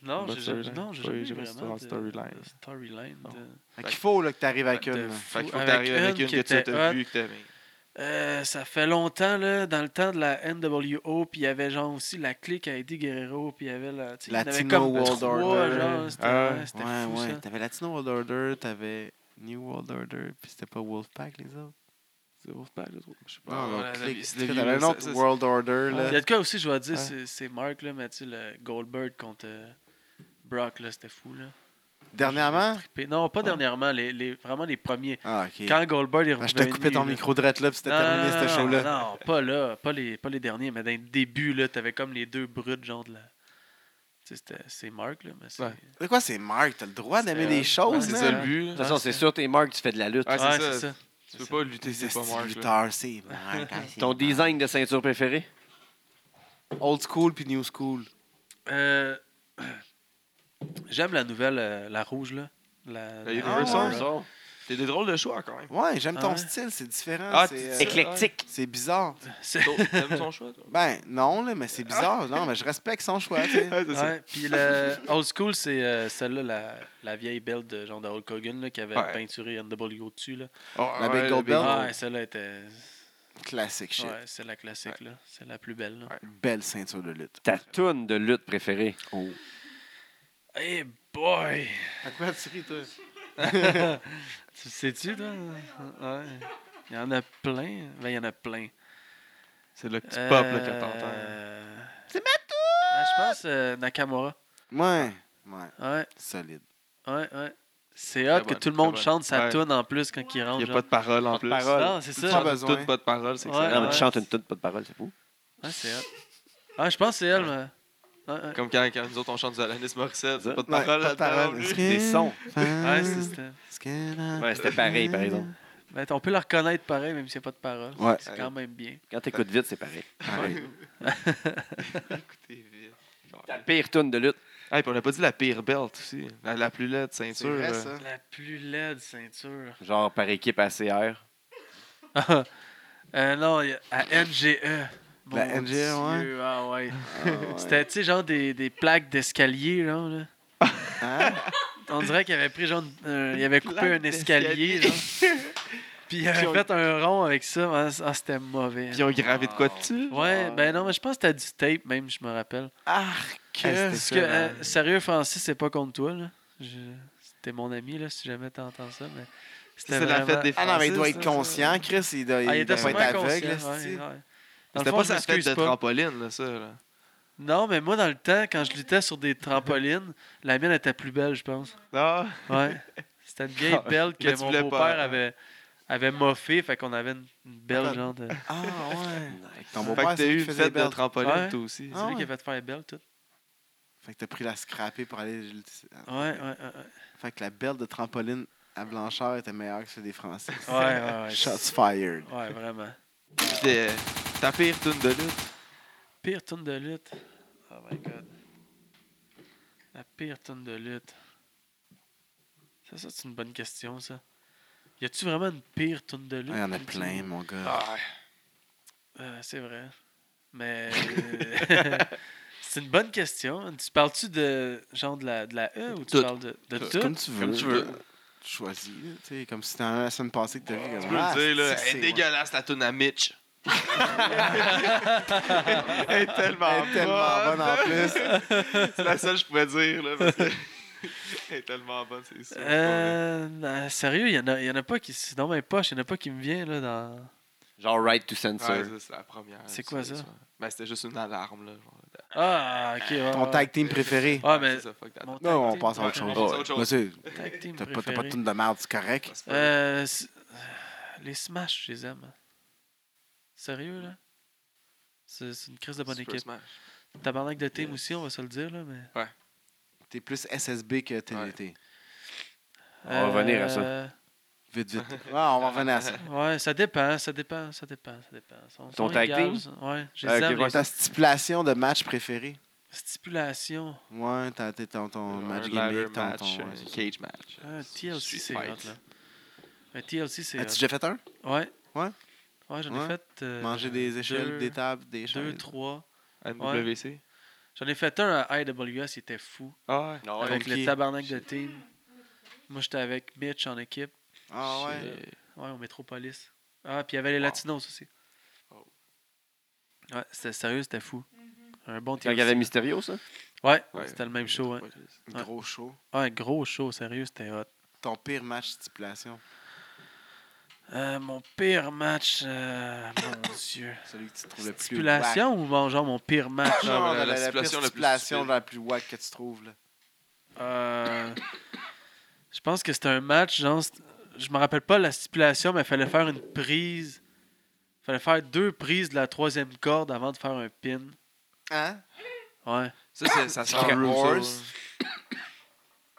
Speaker 1: Non,
Speaker 4: Bonne
Speaker 1: j'ai
Speaker 4: storyline.
Speaker 1: jamais, non, j'ai
Speaker 4: Oui,
Speaker 1: jamais
Speaker 4: j'ai
Speaker 1: eu
Speaker 4: pas
Speaker 1: vraiment
Speaker 4: de
Speaker 1: de-
Speaker 4: storyline.
Speaker 1: de Storyline.
Speaker 4: Non.
Speaker 1: de-
Speaker 3: Fait qu'il faut là, que t'arrives avec
Speaker 1: de
Speaker 3: une. là.
Speaker 1: fou.
Speaker 4: Fait qu'il faut que t'arrives avec une
Speaker 1: qui
Speaker 4: que tu
Speaker 1: était
Speaker 4: t'as
Speaker 1: hot.
Speaker 4: vu que t'as aimé.
Speaker 1: Euh, ça fait longtemps, là, dans le temps de la NWO, puis il y avait genre aussi la clique à Eddie Guerrero, puis il y avait la. tu sais, Il y en avait
Speaker 3: Latino
Speaker 1: comme
Speaker 3: World
Speaker 1: trois,
Speaker 3: Order.
Speaker 1: genre, C'était
Speaker 4: Ah,
Speaker 1: ouais, c'était
Speaker 3: ouais,
Speaker 1: fou,
Speaker 3: ouais.
Speaker 1: ça.
Speaker 3: T'avais Latino World Order, t'avais New World Order, puis c'était pas Wolfpack, les autres.
Speaker 4: C'est Wolfpack, je trouve. Je sais
Speaker 3: Non,
Speaker 4: pas.
Speaker 3: non,
Speaker 4: Ouais,
Speaker 3: clique.
Speaker 4: c'est
Speaker 3: T'avais
Speaker 4: vieux,
Speaker 3: un
Speaker 4: ça,
Speaker 3: autre
Speaker 4: ça, c'est-
Speaker 3: World Order, là.
Speaker 1: Il y a de quoi aussi, je dois dire,
Speaker 4: Ouais.
Speaker 1: c'est- c'est Mark, là, mais tu sais, le Goldberg contre euh, Brock, là, c'était fou, là.
Speaker 3: Dernièrement?
Speaker 1: Trippé. Non, pas dernièrement, les, les- vraiment les premiers.
Speaker 3: Ah, ok.
Speaker 1: Quand Goldberg est
Speaker 3: Ah,
Speaker 1: revenu.
Speaker 3: je te coupé ton
Speaker 1: là.
Speaker 3: micro drette là, puis c'était
Speaker 1: Non,
Speaker 3: terminé
Speaker 1: non,
Speaker 3: ce
Speaker 1: non,
Speaker 3: show-là.
Speaker 1: Non, pas là, pas les, pas les derniers, mais dans le début, là, t'avais comme les deux brutes, genre de la. Tu sais, c'était- c'est Mark, là, mais c'est.
Speaker 4: Ouais.
Speaker 3: C'est quoi, c'est Mark? T'as le droit d'aimer
Speaker 1: C'est- euh,
Speaker 3: des
Speaker 1: ouais,
Speaker 3: choses,
Speaker 4: C'est
Speaker 3: hein.
Speaker 1: non.
Speaker 3: là.
Speaker 4: ça le but. là.
Speaker 2: De toute façon, c'est sûr, tes marques, tu fais de la lutte.
Speaker 4: Ouais,
Speaker 1: Ouais,
Speaker 4: c'est ça. Tu peux
Speaker 1: c'est
Speaker 4: pas lutter,
Speaker 3: C'est
Speaker 4: c'est pas Mark. là.
Speaker 3: lutteur, c'est Mark. Ah, c'est
Speaker 2: Ton
Speaker 3: Mark.
Speaker 2: design de ceinture préféré?
Speaker 3: Old school puis new school.
Speaker 1: Euh, J'aime la nouvelle, euh, la rouge, là. La,
Speaker 4: La
Speaker 1: la-
Speaker 4: Universal?
Speaker 1: Ouais.
Speaker 4: T'es des drôles de choix quand même.
Speaker 3: Ouais, j'aime
Speaker 1: Ah
Speaker 3: ton
Speaker 1: ouais.
Speaker 3: style, c'est différent.
Speaker 4: Ah,
Speaker 3: c'est,
Speaker 4: t'es-
Speaker 3: euh,
Speaker 4: c'est-
Speaker 2: Éclectique.
Speaker 3: c'est bizarre.
Speaker 1: C'est-
Speaker 4: T'aimes son choix, toi?
Speaker 3: Ben, non, là, mais c'est bizarre. Non, mais je respecte son choix. tu sais.
Speaker 4: Ouais, c'est ça.
Speaker 1: Ouais, puis le old school, c'est euh, celle-là, la, la vieille belle de genre de Hulk Hogan là, qui avait
Speaker 4: Ouais.
Speaker 1: peinturé NWO dessus. Là. Ah,
Speaker 4: Oh,
Speaker 3: La
Speaker 4: ouais,
Speaker 3: Big
Speaker 4: le
Speaker 3: Gold Bell.
Speaker 1: Ouais, celle-là était.
Speaker 3: Classic shit.
Speaker 1: Ouais, c'est la classique, là. C'est la plus belle. Là.
Speaker 4: Ouais.
Speaker 3: Belle ceinture de lutte.
Speaker 2: Ta toune de lutte préférée?
Speaker 1: Hey boy!
Speaker 3: À quoi tu ris, toi?
Speaker 1: Tu le sais-tu, toi? Ouais. Il y en a plein. Ben, il y en a plein.
Speaker 4: C'est le petit
Speaker 1: Euh,
Speaker 4: pop là, que t'entends.
Speaker 1: C'est ma Euh, Je pense euh, Nakamura.
Speaker 3: Ouais. Ouais,
Speaker 1: Ouais,
Speaker 3: solide.
Speaker 1: ouais, ouais. C'est hot
Speaker 4: Très bonne,
Speaker 1: que tout le
Speaker 4: très
Speaker 1: monde
Speaker 4: bonne.
Speaker 1: chante sa
Speaker 4: Ouais.
Speaker 1: toune en plus quand il
Speaker 4: Il
Speaker 1: rentre.
Speaker 4: n'y a
Speaker 1: genre.
Speaker 4: pas de parole en plus.
Speaker 2: parole.
Speaker 1: Non, c'est
Speaker 4: Tu
Speaker 1: ça.
Speaker 3: Pas
Speaker 4: chantes
Speaker 3: besoin.
Speaker 4: toutes pas de parole, c'est
Speaker 1: Ouais.
Speaker 4: excellent.
Speaker 2: Non, mais
Speaker 1: ouais.
Speaker 2: tu chantes une toune, pas de parole, c'est fou.
Speaker 1: Ouais, c'est hot. Ah, je pense que c'est elle, mais. Ouais, ouais.
Speaker 4: Comme quand, quand nous autres on chante du Alanis Morissette,
Speaker 2: Ça.
Speaker 4: pas de parole
Speaker 3: Ouais, pas de
Speaker 4: là-dedans.
Speaker 3: parole.
Speaker 4: lui.
Speaker 2: Des sons.
Speaker 1: Ah, Ouais, c'est- c'était-
Speaker 2: Ouais, c'était pareil, par exemple.
Speaker 1: Ben, on peut la reconnaître pareil, même s'il n'y a pas de parole.
Speaker 3: Ouais.
Speaker 1: C'est quand même bien.
Speaker 2: Quand t'écoutes vite, c'est pareil.
Speaker 3: Pareil.
Speaker 4: Écoutez, vite.
Speaker 2: Ta pire toune de lutte?
Speaker 4: Hey, Ah, puis on n'a pas dit la pire belt aussi. La, la plus laide ceinture.
Speaker 3: C'est vrai,
Speaker 4: euh,
Speaker 3: ça.
Speaker 1: La plus laide ceinture.
Speaker 2: Genre par équipe ACR.
Speaker 1: Euh, non, il y a- à NGE.
Speaker 3: La NGE, ouais.
Speaker 1: E. Dieu, Ah ouais.
Speaker 3: Ah, ouais.
Speaker 1: C'était, tu sais, genre des, des plaques d'escalier, genre, là.
Speaker 3: Hein?
Speaker 1: On dirait qu'il avait pris, genre, euh, il avait coupé
Speaker 4: plaque
Speaker 1: un escalier,
Speaker 4: d'escalier.
Speaker 1: genre. Puis il
Speaker 4: Puis
Speaker 1: avait
Speaker 4: on-
Speaker 1: fait un rond avec ça. Ah, c- ah, c'était mauvais.
Speaker 4: Puis ils ont gravé de quoi dessus?
Speaker 1: Ouais,
Speaker 3: Ah.
Speaker 1: ben non, mais je pense que c'était du tape, même, je me rappelle.
Speaker 3: Arc.
Speaker 4: Hey, c'était
Speaker 1: Parce
Speaker 4: ça,
Speaker 1: que,
Speaker 4: là.
Speaker 1: euh, sérieux, Francis, c'est pas contre toi, là. Je- C'était mon ami, là, si jamais t'entends ça, mais...
Speaker 4: C'est la fête
Speaker 1: vraiment-
Speaker 4: des
Speaker 3: Ah non, mais il doit
Speaker 4: Francis,
Speaker 3: être
Speaker 4: ça, ça.
Speaker 3: conscient, Chris. Il doit,
Speaker 1: Ah, il
Speaker 3: il
Speaker 1: était
Speaker 3: doit
Speaker 1: sûrement
Speaker 3: pas être aveugle.
Speaker 1: conscient, ouais,
Speaker 3: c'est-tu.
Speaker 1: ouais. Dans le
Speaker 4: C'était
Speaker 1: fond,
Speaker 4: pas
Speaker 1: je
Speaker 4: sa fête
Speaker 1: m'excuse
Speaker 4: de
Speaker 1: pas.
Speaker 4: trampoline, là, ça. là.
Speaker 1: Non, mais moi, dans le temps, quand je luttais sur des trampolines, la mienne était plus belle, je pense.
Speaker 4: Non,
Speaker 1: Ouais. C'était une vieille belle
Speaker 4: Mais
Speaker 1: que
Speaker 4: tu
Speaker 1: mon
Speaker 4: voulais pas, hein.
Speaker 1: beau-père avait, avait moffé, fait qu'on avait une, une belle
Speaker 3: Attends.
Speaker 1: genre de...
Speaker 3: Ah, ouais. Ton
Speaker 4: fait
Speaker 3: beau-père,
Speaker 4: que t'as
Speaker 3: c'est lui
Speaker 4: eu
Speaker 3: qui
Speaker 4: une
Speaker 3: faisait les
Speaker 4: fête de
Speaker 3: belts.
Speaker 4: trampoline,
Speaker 1: Ouais.
Speaker 4: toi aussi.
Speaker 1: C'est
Speaker 3: Ah
Speaker 1: lui qui
Speaker 3: ouais.
Speaker 1: avait fait les belles, tout.
Speaker 3: Fait que t'as pris la scraper pour aller. euh,
Speaker 1: Ouais, ouais, ouais. ouais.
Speaker 3: Fait que la belle de trampoline à Blanchard était meilleure que celle des Français.
Speaker 1: Ouais, ouais, ouais.
Speaker 3: Shots fired.
Speaker 1: Ouais, vraiment.
Speaker 4: C'était euh, ta pire tune de lutte.
Speaker 1: Pire tune de lutte. Oh my god. La pire tune de lutte. Ça, ça c'est une bonne question, ça. Y a-tu vraiment une pire tune de lutte?
Speaker 3: Il Ah, y en a
Speaker 1: Une
Speaker 3: plein, mon gars.
Speaker 4: Ah,
Speaker 1: Euh, c'est vrai. Mais. euh, c'est une bonne question. Tu parles-tu de genre de la, de la E ou tu
Speaker 4: Tout.
Speaker 1: parles de, de tout?
Speaker 3: Comme tu veux.
Speaker 4: Comme tu veux.
Speaker 3: Tu choisis. là, tu sais, Comme si c'était la semaine passée que t'as vu. ah,
Speaker 4: tu peux le dire, là. Elle est dégueulasse, ta tune à Mitch. Elle est tellement
Speaker 3: Elle est tellement bonne en plus.
Speaker 4: hein. C'est la seule que je pouvais dire, là. Parce que... Elle est tellement bonne, c'est sûr.
Speaker 1: Euh, non, sérieux, il y, en a- il y en a pas qui. C'est dans mes poches, il y en a pas qui me vient, là, dans.
Speaker 2: Genre Right to
Speaker 4: Ouais,
Speaker 2: Censor.
Speaker 4: ça, c'est la première.
Speaker 1: C'est quoi ça?
Speaker 4: Ben, c'était juste une alarme, là. genre.
Speaker 1: Ah, ok, ouais.
Speaker 3: Ton
Speaker 1: ouais.
Speaker 3: tag team préféré.
Speaker 1: Ah, mais.
Speaker 4: C'est ça, fuck that.
Speaker 1: mon
Speaker 3: Non, on
Speaker 1: tag team-
Speaker 3: passe à autre
Speaker 4: Ouais,
Speaker 3: chose.
Speaker 4: on passe à autre chose.
Speaker 3: Monsieur,
Speaker 1: Tag team
Speaker 3: t'as pas, t'as pas de
Speaker 1: préféré.
Speaker 3: tune de merde, c'est correct.
Speaker 4: Ça, c'est pas-
Speaker 1: Euh, c'est- les Smash, je les aime. hein. Sérieux, là? C'est c'est une crise de bonne
Speaker 4: Super
Speaker 1: équipe.
Speaker 4: Smash.
Speaker 1: Tabarnak de team aussi, on va se le dire, là, mais...
Speaker 3: T'es plus SSB que TNT.
Speaker 2: On va revenir à ça.
Speaker 1: Euh,
Speaker 3: Vite, vite. Ah, on va revenir à ça.
Speaker 1: Ouais, ça dépend, ça dépend, ça dépend, ça dépend. Son,
Speaker 2: Ton tag team?
Speaker 1: Ouais, je
Speaker 2: Ah,
Speaker 1: les
Speaker 2: ok,
Speaker 1: aime,
Speaker 2: ouais,
Speaker 1: les
Speaker 3: Ta stipulation de match préféré.
Speaker 1: stipulations.
Speaker 3: Ouais, t'as t'es ton, ton
Speaker 4: Un
Speaker 3: match
Speaker 4: ladder
Speaker 3: gimmick, ton. ton
Speaker 4: match, euh, un cage match.
Speaker 1: Un TLC,
Speaker 4: Street
Speaker 1: c'est
Speaker 4: fight.
Speaker 1: hot, là. Un TLC, c'est
Speaker 3: As-tu
Speaker 1: hot.
Speaker 3: déjà fait un
Speaker 1: Ouais.
Speaker 3: Ouais?
Speaker 1: Ouais, j'en
Speaker 3: Ouais.
Speaker 1: ai fait... euh,
Speaker 3: Manger des échelles,
Speaker 1: deux-
Speaker 3: des tables, des
Speaker 1: Deux,
Speaker 3: chaises.
Speaker 1: trois.
Speaker 4: NWC.
Speaker 1: J'en ai fait un à IWS, il était fou.
Speaker 4: Ah ouais.
Speaker 2: Non,
Speaker 1: avec
Speaker 3: contre qui?
Speaker 1: le tabarnak de team. Moi, j'étais avec Mitch en équipe.
Speaker 3: Ah ouais.
Speaker 4: Shit.
Speaker 1: Ouais, au Métropolis. Ah, puis il y avait les
Speaker 4: Wow.
Speaker 1: Latinos aussi.
Speaker 4: Oh.
Speaker 1: Ouais, c'était sérieux, c'était fou. Un bon
Speaker 2: Quand il y
Speaker 1: TLC.
Speaker 2: avait Mysterio, ça?
Speaker 1: Ouais,
Speaker 4: Ouais.
Speaker 1: c'était le même show. Hein. Ouais.
Speaker 3: Gros show.
Speaker 1: Ouais, gros show, sérieux, c'était hot.
Speaker 3: Ton pire match stipulation.
Speaker 1: Euh, mon pire match, euh, mon Dieu.
Speaker 3: Celui que tu trouves le plus.
Speaker 1: Stipulation ou mon- genre mon pire match?
Speaker 3: whack. Non,
Speaker 4: Non, mais la-
Speaker 3: la,
Speaker 4: la
Speaker 3: la pire
Speaker 4: stipulation la plus
Speaker 3: stipulation
Speaker 4: stupide.
Speaker 3: la plus wack que tu trouves. Là.
Speaker 1: Euh, je pense que c'était un match, genre, c't- je me rappelle pas la stipulation, mais il fallait faire une prise. fallait faire deux prises de la troisième corde avant de faire un pin.
Speaker 3: Hein?
Speaker 1: Ouais.
Speaker 4: Ça, c'est- ça sent
Speaker 3: Chicken
Speaker 4: le Russo. hein.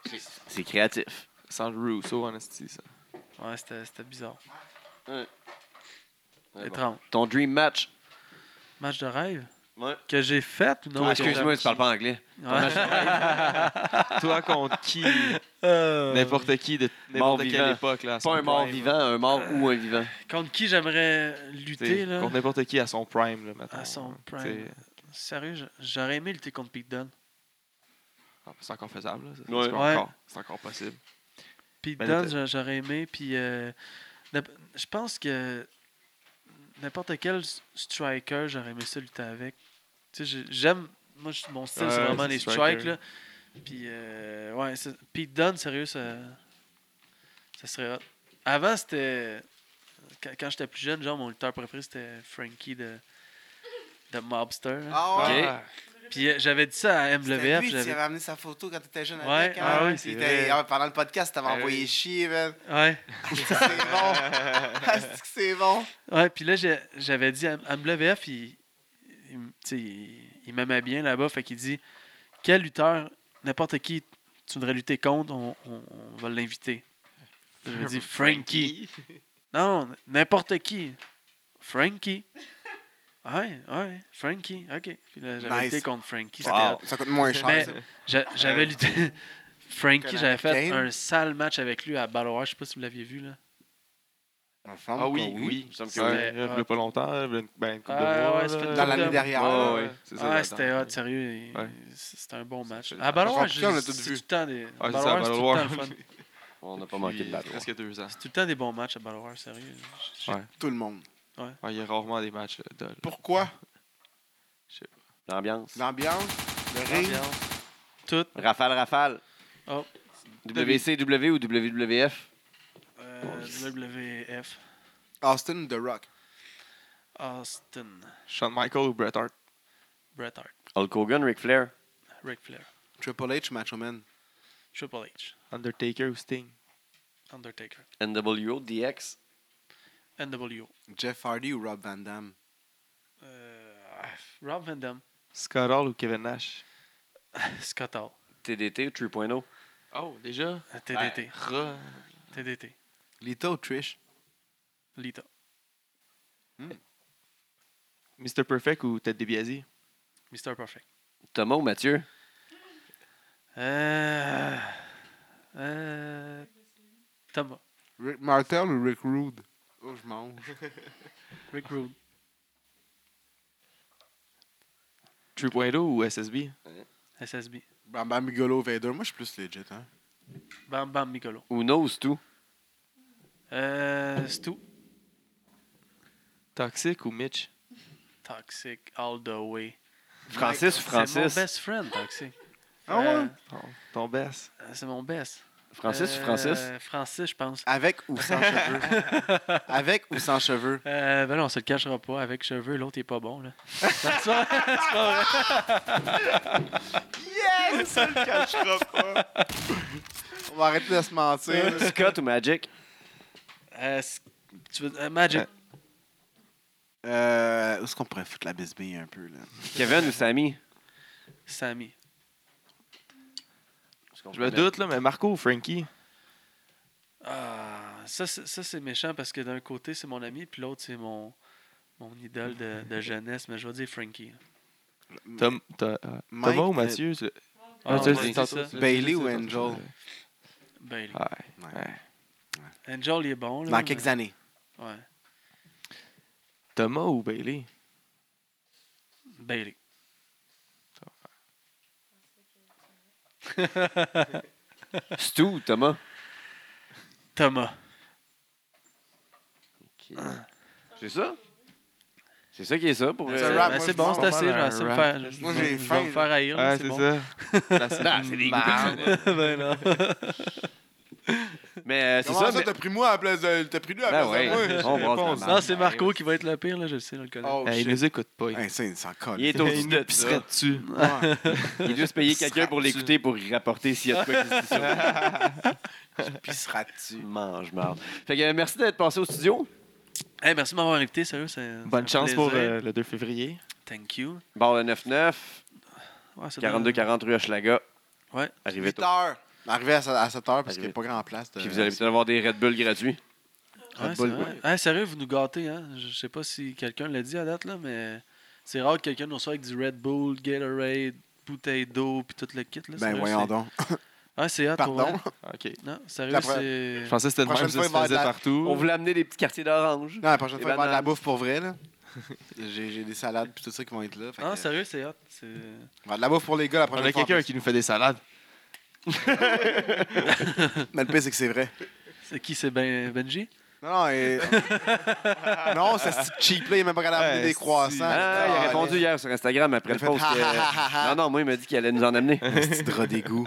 Speaker 3: Horse.
Speaker 2: C'est créatif.
Speaker 4: Ça sent le Russo, en esti, ça.
Speaker 1: Ouais, c'était c'était bizarre.
Speaker 2: Ouais, bon.
Speaker 1: Étrange.
Speaker 2: Ton dream match.
Speaker 1: Match de rêve?
Speaker 2: Ouais.
Speaker 1: Que j'ai fait ou non?
Speaker 2: Ah,
Speaker 1: que-
Speaker 2: Excuse-moi, tu parles pas anglais.
Speaker 4: Toi contre qui
Speaker 1: Euh,
Speaker 4: N'importe qui de
Speaker 2: Mort
Speaker 4: n'importe
Speaker 2: vivant.
Speaker 4: quelle époque. Là, à son
Speaker 2: Pas un mort
Speaker 4: prime,
Speaker 2: vivant,
Speaker 4: là.
Speaker 2: un mort ou un vivant.
Speaker 1: Contre qui j'aimerais
Speaker 4: T'sais,
Speaker 1: lutter, là?
Speaker 4: Contre n'importe qui à son prime, là, hein, maintenant.
Speaker 1: À son prime. Sérieux, j'a- j'aurais aimé lutter contre Pete Dunne.
Speaker 4: Ah, C'est encore faisable, là. ça.
Speaker 2: Ouais.
Speaker 4: C'est pas
Speaker 1: Ouais.
Speaker 4: encore- C'est encore possible.
Speaker 1: Pete
Speaker 4: Ben,
Speaker 1: Dunne,
Speaker 4: t'as-
Speaker 1: j'a- j'aurais aimé, puis... euh, n'imp- je pense que n'importe quel s- striker, j'aurais aimé ça lutter avec. Tu sais, j'ai- j'aime... Moi, je- mon style, c'est
Speaker 4: Ouais,
Speaker 1: vraiment
Speaker 4: c'est
Speaker 1: les
Speaker 4: striker.
Speaker 1: strikes, là. Puis, euh, ouais, c'est- Pete Dunne, sérieux, ça... Ça serait hot. Avant, c'était... Quand, quand j'étais plus jeune, genre, mon lutteur préféré, c'était Frankie de... De Mobster. là.
Speaker 3: Ah ouais.
Speaker 4: Ah,
Speaker 1: Puis euh, j'avais dit ça
Speaker 3: C'était
Speaker 1: à MWF.
Speaker 3: lui qui
Speaker 1: j'avais-
Speaker 3: avait amené sa photo quand t'étais jeune
Speaker 1: Ouais,
Speaker 3: avec. hein?
Speaker 1: ah ouais,
Speaker 3: Il
Speaker 1: c'est
Speaker 3: était-
Speaker 1: vrai.
Speaker 3: ah, pendant le podcast, t'avais
Speaker 4: Ah
Speaker 3: envoyé
Speaker 4: oui.
Speaker 3: chier, man.
Speaker 1: Ouais.
Speaker 3: Asti que c'est bon. Asti que c'est bon.
Speaker 1: Ouais, puis là, j'ai- j'avais dit à à MWF, il, il, m- tu sais, il- il m'aimait bien là-bas. Fait qu'il dit Quel lutteur, n'importe qui, tu voudrais lutter contre, on, on- on va l'inviter. Je lui ai dit Frankie. Non, n'importe qui. Frankie. Ouais, ouais, Frankie. Ok. Puis là, j'avais
Speaker 3: Nice.
Speaker 1: lutté contre Frankie. c'était
Speaker 2: Wow.
Speaker 1: hot.
Speaker 3: Ça coûte moins cher.
Speaker 1: Mais
Speaker 3: ça.
Speaker 1: j'a- j'avais lutté. Frankie,
Speaker 3: Conan
Speaker 1: j'avais fait
Speaker 3: Kane.
Speaker 1: un sale match avec lui à Battle Royale. Je sais pas si vous l'aviez vu, là.
Speaker 3: Enfin,
Speaker 4: Ah oui,
Speaker 3: quoi,
Speaker 4: oui.
Speaker 2: Il me semble que
Speaker 4: Ouais,
Speaker 1: oui.
Speaker 4: il y a pas longtemps, il y a une- ben, une couple de
Speaker 1: Ah,
Speaker 4: mois.
Speaker 1: ouais, ça fait
Speaker 4: là.
Speaker 1: une
Speaker 3: Dans
Speaker 1: couple
Speaker 3: l'année
Speaker 1: de-
Speaker 3: dernière.
Speaker 4: Ah,
Speaker 3: là.
Speaker 4: ouais, c'est ça.
Speaker 1: Ah,
Speaker 4: là,
Speaker 1: c'était
Speaker 4: dans-
Speaker 1: hot, sérieux. il-
Speaker 4: Ouais.
Speaker 1: c- C'était un bon match.
Speaker 4: c'est-
Speaker 1: À Battle
Speaker 3: je
Speaker 1: Royale,
Speaker 3: pense qu'on
Speaker 1: je-
Speaker 3: l'a tout
Speaker 1: c'est
Speaker 3: vu.
Speaker 1: tout le temps des.
Speaker 4: Ah,
Speaker 1: Battle
Speaker 4: c'est ça,
Speaker 1: Royale, c'est
Speaker 4: Battle
Speaker 1: tout le temps le
Speaker 4: Royale.
Speaker 1: fun.
Speaker 2: On n'a pas
Speaker 4: Puis, euh,
Speaker 2: manqué de battre.
Speaker 4: Presque deux ans.
Speaker 1: C'est tout le temps des bons matchs à Battle Royale, sérieux. J-
Speaker 4: Ouais.
Speaker 3: Tout le monde.
Speaker 4: Ouais, il y a rarement des matchs euh, dol.
Speaker 3: Pourquoi?
Speaker 2: L'ambiance.
Speaker 3: L'ambiance, le ring.
Speaker 1: l'ambiance, Tout.
Speaker 2: Rafale, rafale.
Speaker 1: Oh.
Speaker 2: WCW ou WWF?
Speaker 1: euh, WWF.
Speaker 3: Austin The Rock.
Speaker 1: Austin.
Speaker 4: Shawn Michael ou Bret Hart?
Speaker 1: Bret Hart.
Speaker 2: Hulk Hogan, Ric Flair.
Speaker 1: Ric Flair.
Speaker 3: Triple H, Macho Man.
Speaker 1: Triple H.
Speaker 4: Undertaker ou Sting?
Speaker 1: Undertaker.
Speaker 2: NWO, DX.
Speaker 1: NWO.
Speaker 3: Jeff Hardy ou Rob Van Damme.
Speaker 1: euh, Rob Van Damme.
Speaker 4: Scott Hall ou Kevin Nash?
Speaker 1: Scott Hall. euh,
Speaker 2: TDT, 3.0.
Speaker 4: Oh, déjà?
Speaker 1: TDT.
Speaker 4: Ra-
Speaker 1: TDT.
Speaker 3: Lita ou Trish.
Speaker 1: Lita.
Speaker 4: Mr. Perfect ou Ted DiBiase?
Speaker 1: Mr. Perfect.
Speaker 2: Thomas ou Mathieu?
Speaker 1: Euh. Euh. Thomas.
Speaker 3: Rick Martel ou Rick Rude. Oh, je mange.
Speaker 1: Rick Rude.
Speaker 4: 3.0 ou SSB?
Speaker 1: SSB.
Speaker 3: Bam Bam Bigolo, Vader. Moi, je suis plus legit, hein.
Speaker 1: Bam Bam Micolo.
Speaker 2: Uno ou Stu?
Speaker 1: Euh, Stu.
Speaker 4: Toxic ou Mitch?
Speaker 1: Toxic all the way.
Speaker 2: Francis ou
Speaker 1: C'est mon
Speaker 2: Francis?
Speaker 1: best friend, Toxic.
Speaker 3: Ah ouais?
Speaker 4: Ton, ton best.
Speaker 1: Euh, c'est mon best.
Speaker 2: Francis ou
Speaker 1: Euh,
Speaker 2: Francis?
Speaker 1: Francis, je pense.
Speaker 3: Avec ou sans cheveux? Avec ou sans cheveux?
Speaker 1: Euh, ben non, on se le cachera pas. Avec cheveux, l'autre est pas bon. Là. C'est pas- c'est pas vrai.
Speaker 3: Yes! Ça le cachera pas. On va arrêter de se mentir.
Speaker 2: Scott ou Magic?
Speaker 1: Euh, c- tu veux- euh, Magic.
Speaker 3: Euh, où est-ce qu'on pourrait foutre la bisbille un peu, là?
Speaker 2: Kevin ou Sammy?
Speaker 1: Sammy.
Speaker 4: Je me doute, là, mais Marco ou Frankie?
Speaker 1: Ah, ça, c'est ça, c'est méchant parce que d'un côté, c'est mon ami, puis l'autre, c'est mon, mon idole de, de jeunesse. Mais je vais dire Frankie.
Speaker 4: Tom- Tom- euh,
Speaker 3: Mike,
Speaker 4: Thomas ou
Speaker 3: euh,
Speaker 4: Mathieu? c'est-
Speaker 1: Ah,
Speaker 4: tu le
Speaker 1: ouais,
Speaker 4: dis
Speaker 1: c'est
Speaker 4: tantôt,
Speaker 1: ça.
Speaker 4: tu le dis,
Speaker 3: Bailey
Speaker 4: c'est
Speaker 3: ou
Speaker 4: ça,
Speaker 3: Angel?
Speaker 1: Bailey.
Speaker 4: Ouais.
Speaker 3: Ouais.
Speaker 4: ouais.
Speaker 1: Angel, il est bon. Là,
Speaker 3: Dans
Speaker 1: mais-
Speaker 3: quelques années.
Speaker 1: Ouais.
Speaker 4: Thomas ou Bailey?
Speaker 1: Bailey.
Speaker 2: Stu ou Thomas?
Speaker 1: Thomas.
Speaker 2: C'est ça? C'est ça qui est ça pour...
Speaker 3: C'est
Speaker 2: euh,
Speaker 3: un rap.
Speaker 1: Ben,
Speaker 3: moi,
Speaker 1: c'est
Speaker 3: je
Speaker 1: bon,
Speaker 3: pense
Speaker 1: c'est assez. Je
Speaker 4: pas
Speaker 1: vais
Speaker 4: mal
Speaker 1: essayer de me
Speaker 4: un
Speaker 1: faire, je
Speaker 3: Moi,
Speaker 1: vais-
Speaker 3: j'ai
Speaker 1: je vais
Speaker 3: faim,
Speaker 1: me faire haïr. là,
Speaker 4: Ouais,
Speaker 1: c'est
Speaker 4: Ah, c'est
Speaker 1: bon.
Speaker 4: ça. La
Speaker 2: Non, c'est des goûts
Speaker 4: marde.
Speaker 2: personnels.
Speaker 1: Ben non.
Speaker 2: Mais euh, c'est
Speaker 3: Comment
Speaker 2: ça,
Speaker 3: ça,
Speaker 2: mais-
Speaker 3: t'as pris moi à la place de... T'as pris lui à la
Speaker 2: Ben
Speaker 3: place de
Speaker 2: ouais,
Speaker 3: moi?
Speaker 2: on brasse la
Speaker 1: Non,
Speaker 2: marde.
Speaker 1: c'est Marco qui va être le pire, là, je le sais, on le connaît.
Speaker 3: Oh,
Speaker 4: Hey, Il
Speaker 3: shit.
Speaker 4: Eh, nous écoute pas. il-
Speaker 3: Hey, c'est il s'en colle.
Speaker 2: Il est
Speaker 4: Hey,
Speaker 2: au-dessus
Speaker 4: il
Speaker 2: de
Speaker 4: nous
Speaker 2: ça.
Speaker 4: pisserait dessus.
Speaker 3: Ouais.
Speaker 2: Il doit se payer quelqu'un pour l'écouter, pour y rapporter s'il y a de quoi qui se dit sur lui.
Speaker 3: Puis sera dessus.
Speaker 2: Mange marde. Fait que euh, merci d'être passé au studio.
Speaker 1: Hey, merci de m'avoir invité, sérieux. c'est-
Speaker 4: Bonne
Speaker 1: c'est un
Speaker 4: chance pour
Speaker 1: plaisir.
Speaker 4: euh, le 2 février.
Speaker 1: Thank you.
Speaker 2: Bar le 9-9,
Speaker 1: Ouais, ça donne-
Speaker 2: 42-40 rue Hochelaga.
Speaker 1: Ouais.
Speaker 2: Arrivez
Speaker 3: 8
Speaker 2: tôt.
Speaker 3: heures. Arrivé à 7 heures parce qu'il n'y a
Speaker 2: Arrivé.
Speaker 3: pas grand place. de-
Speaker 2: Puis vous allez peut-être avoir des Red Bull gratuits.
Speaker 1: Ouais, c'est vrai. Hey, sérieux, vous nous gâtez, hein? Je sais pas si quelqu'un l'a dit à date, là, mais c'est rare que quelqu'un nous reçoive avec du Red Bull, Gatorade, bouteille d'eau, puis tout le kit, là.
Speaker 3: Ben
Speaker 1: sérieux,
Speaker 3: voyons
Speaker 1: c'est-
Speaker 3: donc.
Speaker 1: Ah, c'est hot, pour
Speaker 3: Pardon.
Speaker 1: vrai.
Speaker 4: OK.
Speaker 1: Non, sérieux,
Speaker 3: La pre-
Speaker 1: c'est...
Speaker 4: Je pensais que c'était le
Speaker 3: Prochaine
Speaker 4: même, ça
Speaker 3: fois,
Speaker 4: se
Speaker 3: il va
Speaker 4: faisait
Speaker 3: être à-
Speaker 4: partout.
Speaker 2: On voulait amener des petits quartiers d'orange.
Speaker 3: Non, la prochaine
Speaker 2: Des
Speaker 3: fois, il va y avoir de la
Speaker 2: bananes.
Speaker 3: bouffe pour vrai, là. J'ai j'ai des salades puis tout ça qui vont être là. fait
Speaker 1: Non,
Speaker 3: que-
Speaker 1: Ah, sérieux, c'est hot. c'est-
Speaker 3: Il va y avoir de la bouffe pour les gars la
Speaker 4: Ah, On
Speaker 3: prochaine
Speaker 4: a
Speaker 3: fois. en
Speaker 4: quelqu'un
Speaker 3: plus.
Speaker 4: qui nous fait des salades.
Speaker 3: Mais le pire, c'est que c'est vrai.
Speaker 1: C'est qui, c'est Ben- Benji?
Speaker 3: Non, non, et... non c'est ce cheap là, il a même pas regardé
Speaker 4: Ouais,
Speaker 3: amener des
Speaker 4: si.
Speaker 3: croissants.
Speaker 2: Ah, il a
Speaker 3: Ah,
Speaker 2: répondu hier sur Instagram après
Speaker 3: Il a
Speaker 2: le
Speaker 3: fait
Speaker 2: post.
Speaker 3: ha,
Speaker 2: que-
Speaker 3: ha, ha, ha, ha.
Speaker 2: Non, non, moi, il m'a dit qu'il allait nous en amener.
Speaker 3: Petit drap d'égout.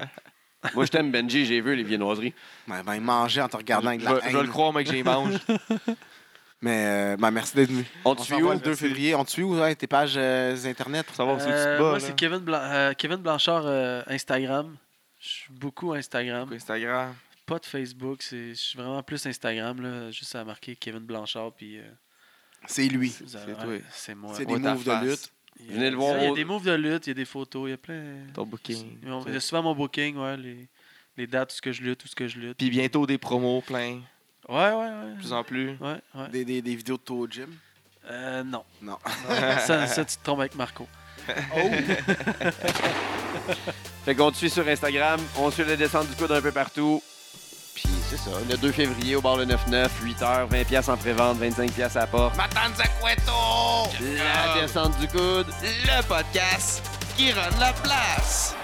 Speaker 2: moi, je t'aime, Benji, j'ai vu les viennoiseries.
Speaker 3: Ben, ben, il mangeait en te regardant avec de
Speaker 4: Je
Speaker 3: la
Speaker 4: vais-
Speaker 3: haine.
Speaker 4: je vais le croire, mec, j'ai mange.
Speaker 3: Mais euh, ben, merci d'être venu.
Speaker 2: On te suit
Speaker 3: s'envoie
Speaker 2: où?
Speaker 3: le 2 février. On te suit où, hein, tes pages euh, internet?
Speaker 4: Pour savoir si tu
Speaker 1: Euh,
Speaker 4: te
Speaker 1: moi,
Speaker 4: bats.
Speaker 1: c'est
Speaker 4: là.
Speaker 1: Kevin, Blan- euh, Kevin Blanchard, euh, Instagram. Je suis beaucoup Instagram.
Speaker 4: Instagram.
Speaker 1: Pas de Facebook, c'est- je suis vraiment plus Instagram, là, juste à marquer Kevin Blanchard, puis... euh,
Speaker 3: C'est lui.
Speaker 1: vous avez-
Speaker 4: c'est toi.
Speaker 1: ouais, c'est moi.
Speaker 3: C'est
Speaker 4: Ouais,
Speaker 3: des
Speaker 4: ta
Speaker 3: moves de
Speaker 4: face.
Speaker 3: lutte.
Speaker 1: Il y a-
Speaker 2: Venez le voir
Speaker 1: Il y a
Speaker 2: au-
Speaker 1: des moves de lutte, il y a des photos, il y a plein.
Speaker 4: Ton booking.
Speaker 1: Il y a- il y a souvent mon booking, ouais, les, les dates, où ce que je lutte, tout ce que je lutte.
Speaker 4: Puis bientôt des promos plein,
Speaker 1: Ouais, ouais, ouais.
Speaker 4: de plus en plus.
Speaker 1: Ouais, ouais.
Speaker 3: Des, des, des vidéos de toi au gym.
Speaker 1: Euh, non.
Speaker 3: Non.
Speaker 1: ça, ça, tu te trompes avec Marco.
Speaker 2: Fait qu'on te suit sur Instagram, on suit le descente du coude un peu partout. Puis c'est ça, le 2 février au bar le 9-9, 8h, 20$ piastres en pré-vente, 25$ piastres à la porte.
Speaker 3: Matanza Cueto!
Speaker 2: La descente du coude.
Speaker 4: Le podcast qui rend la place.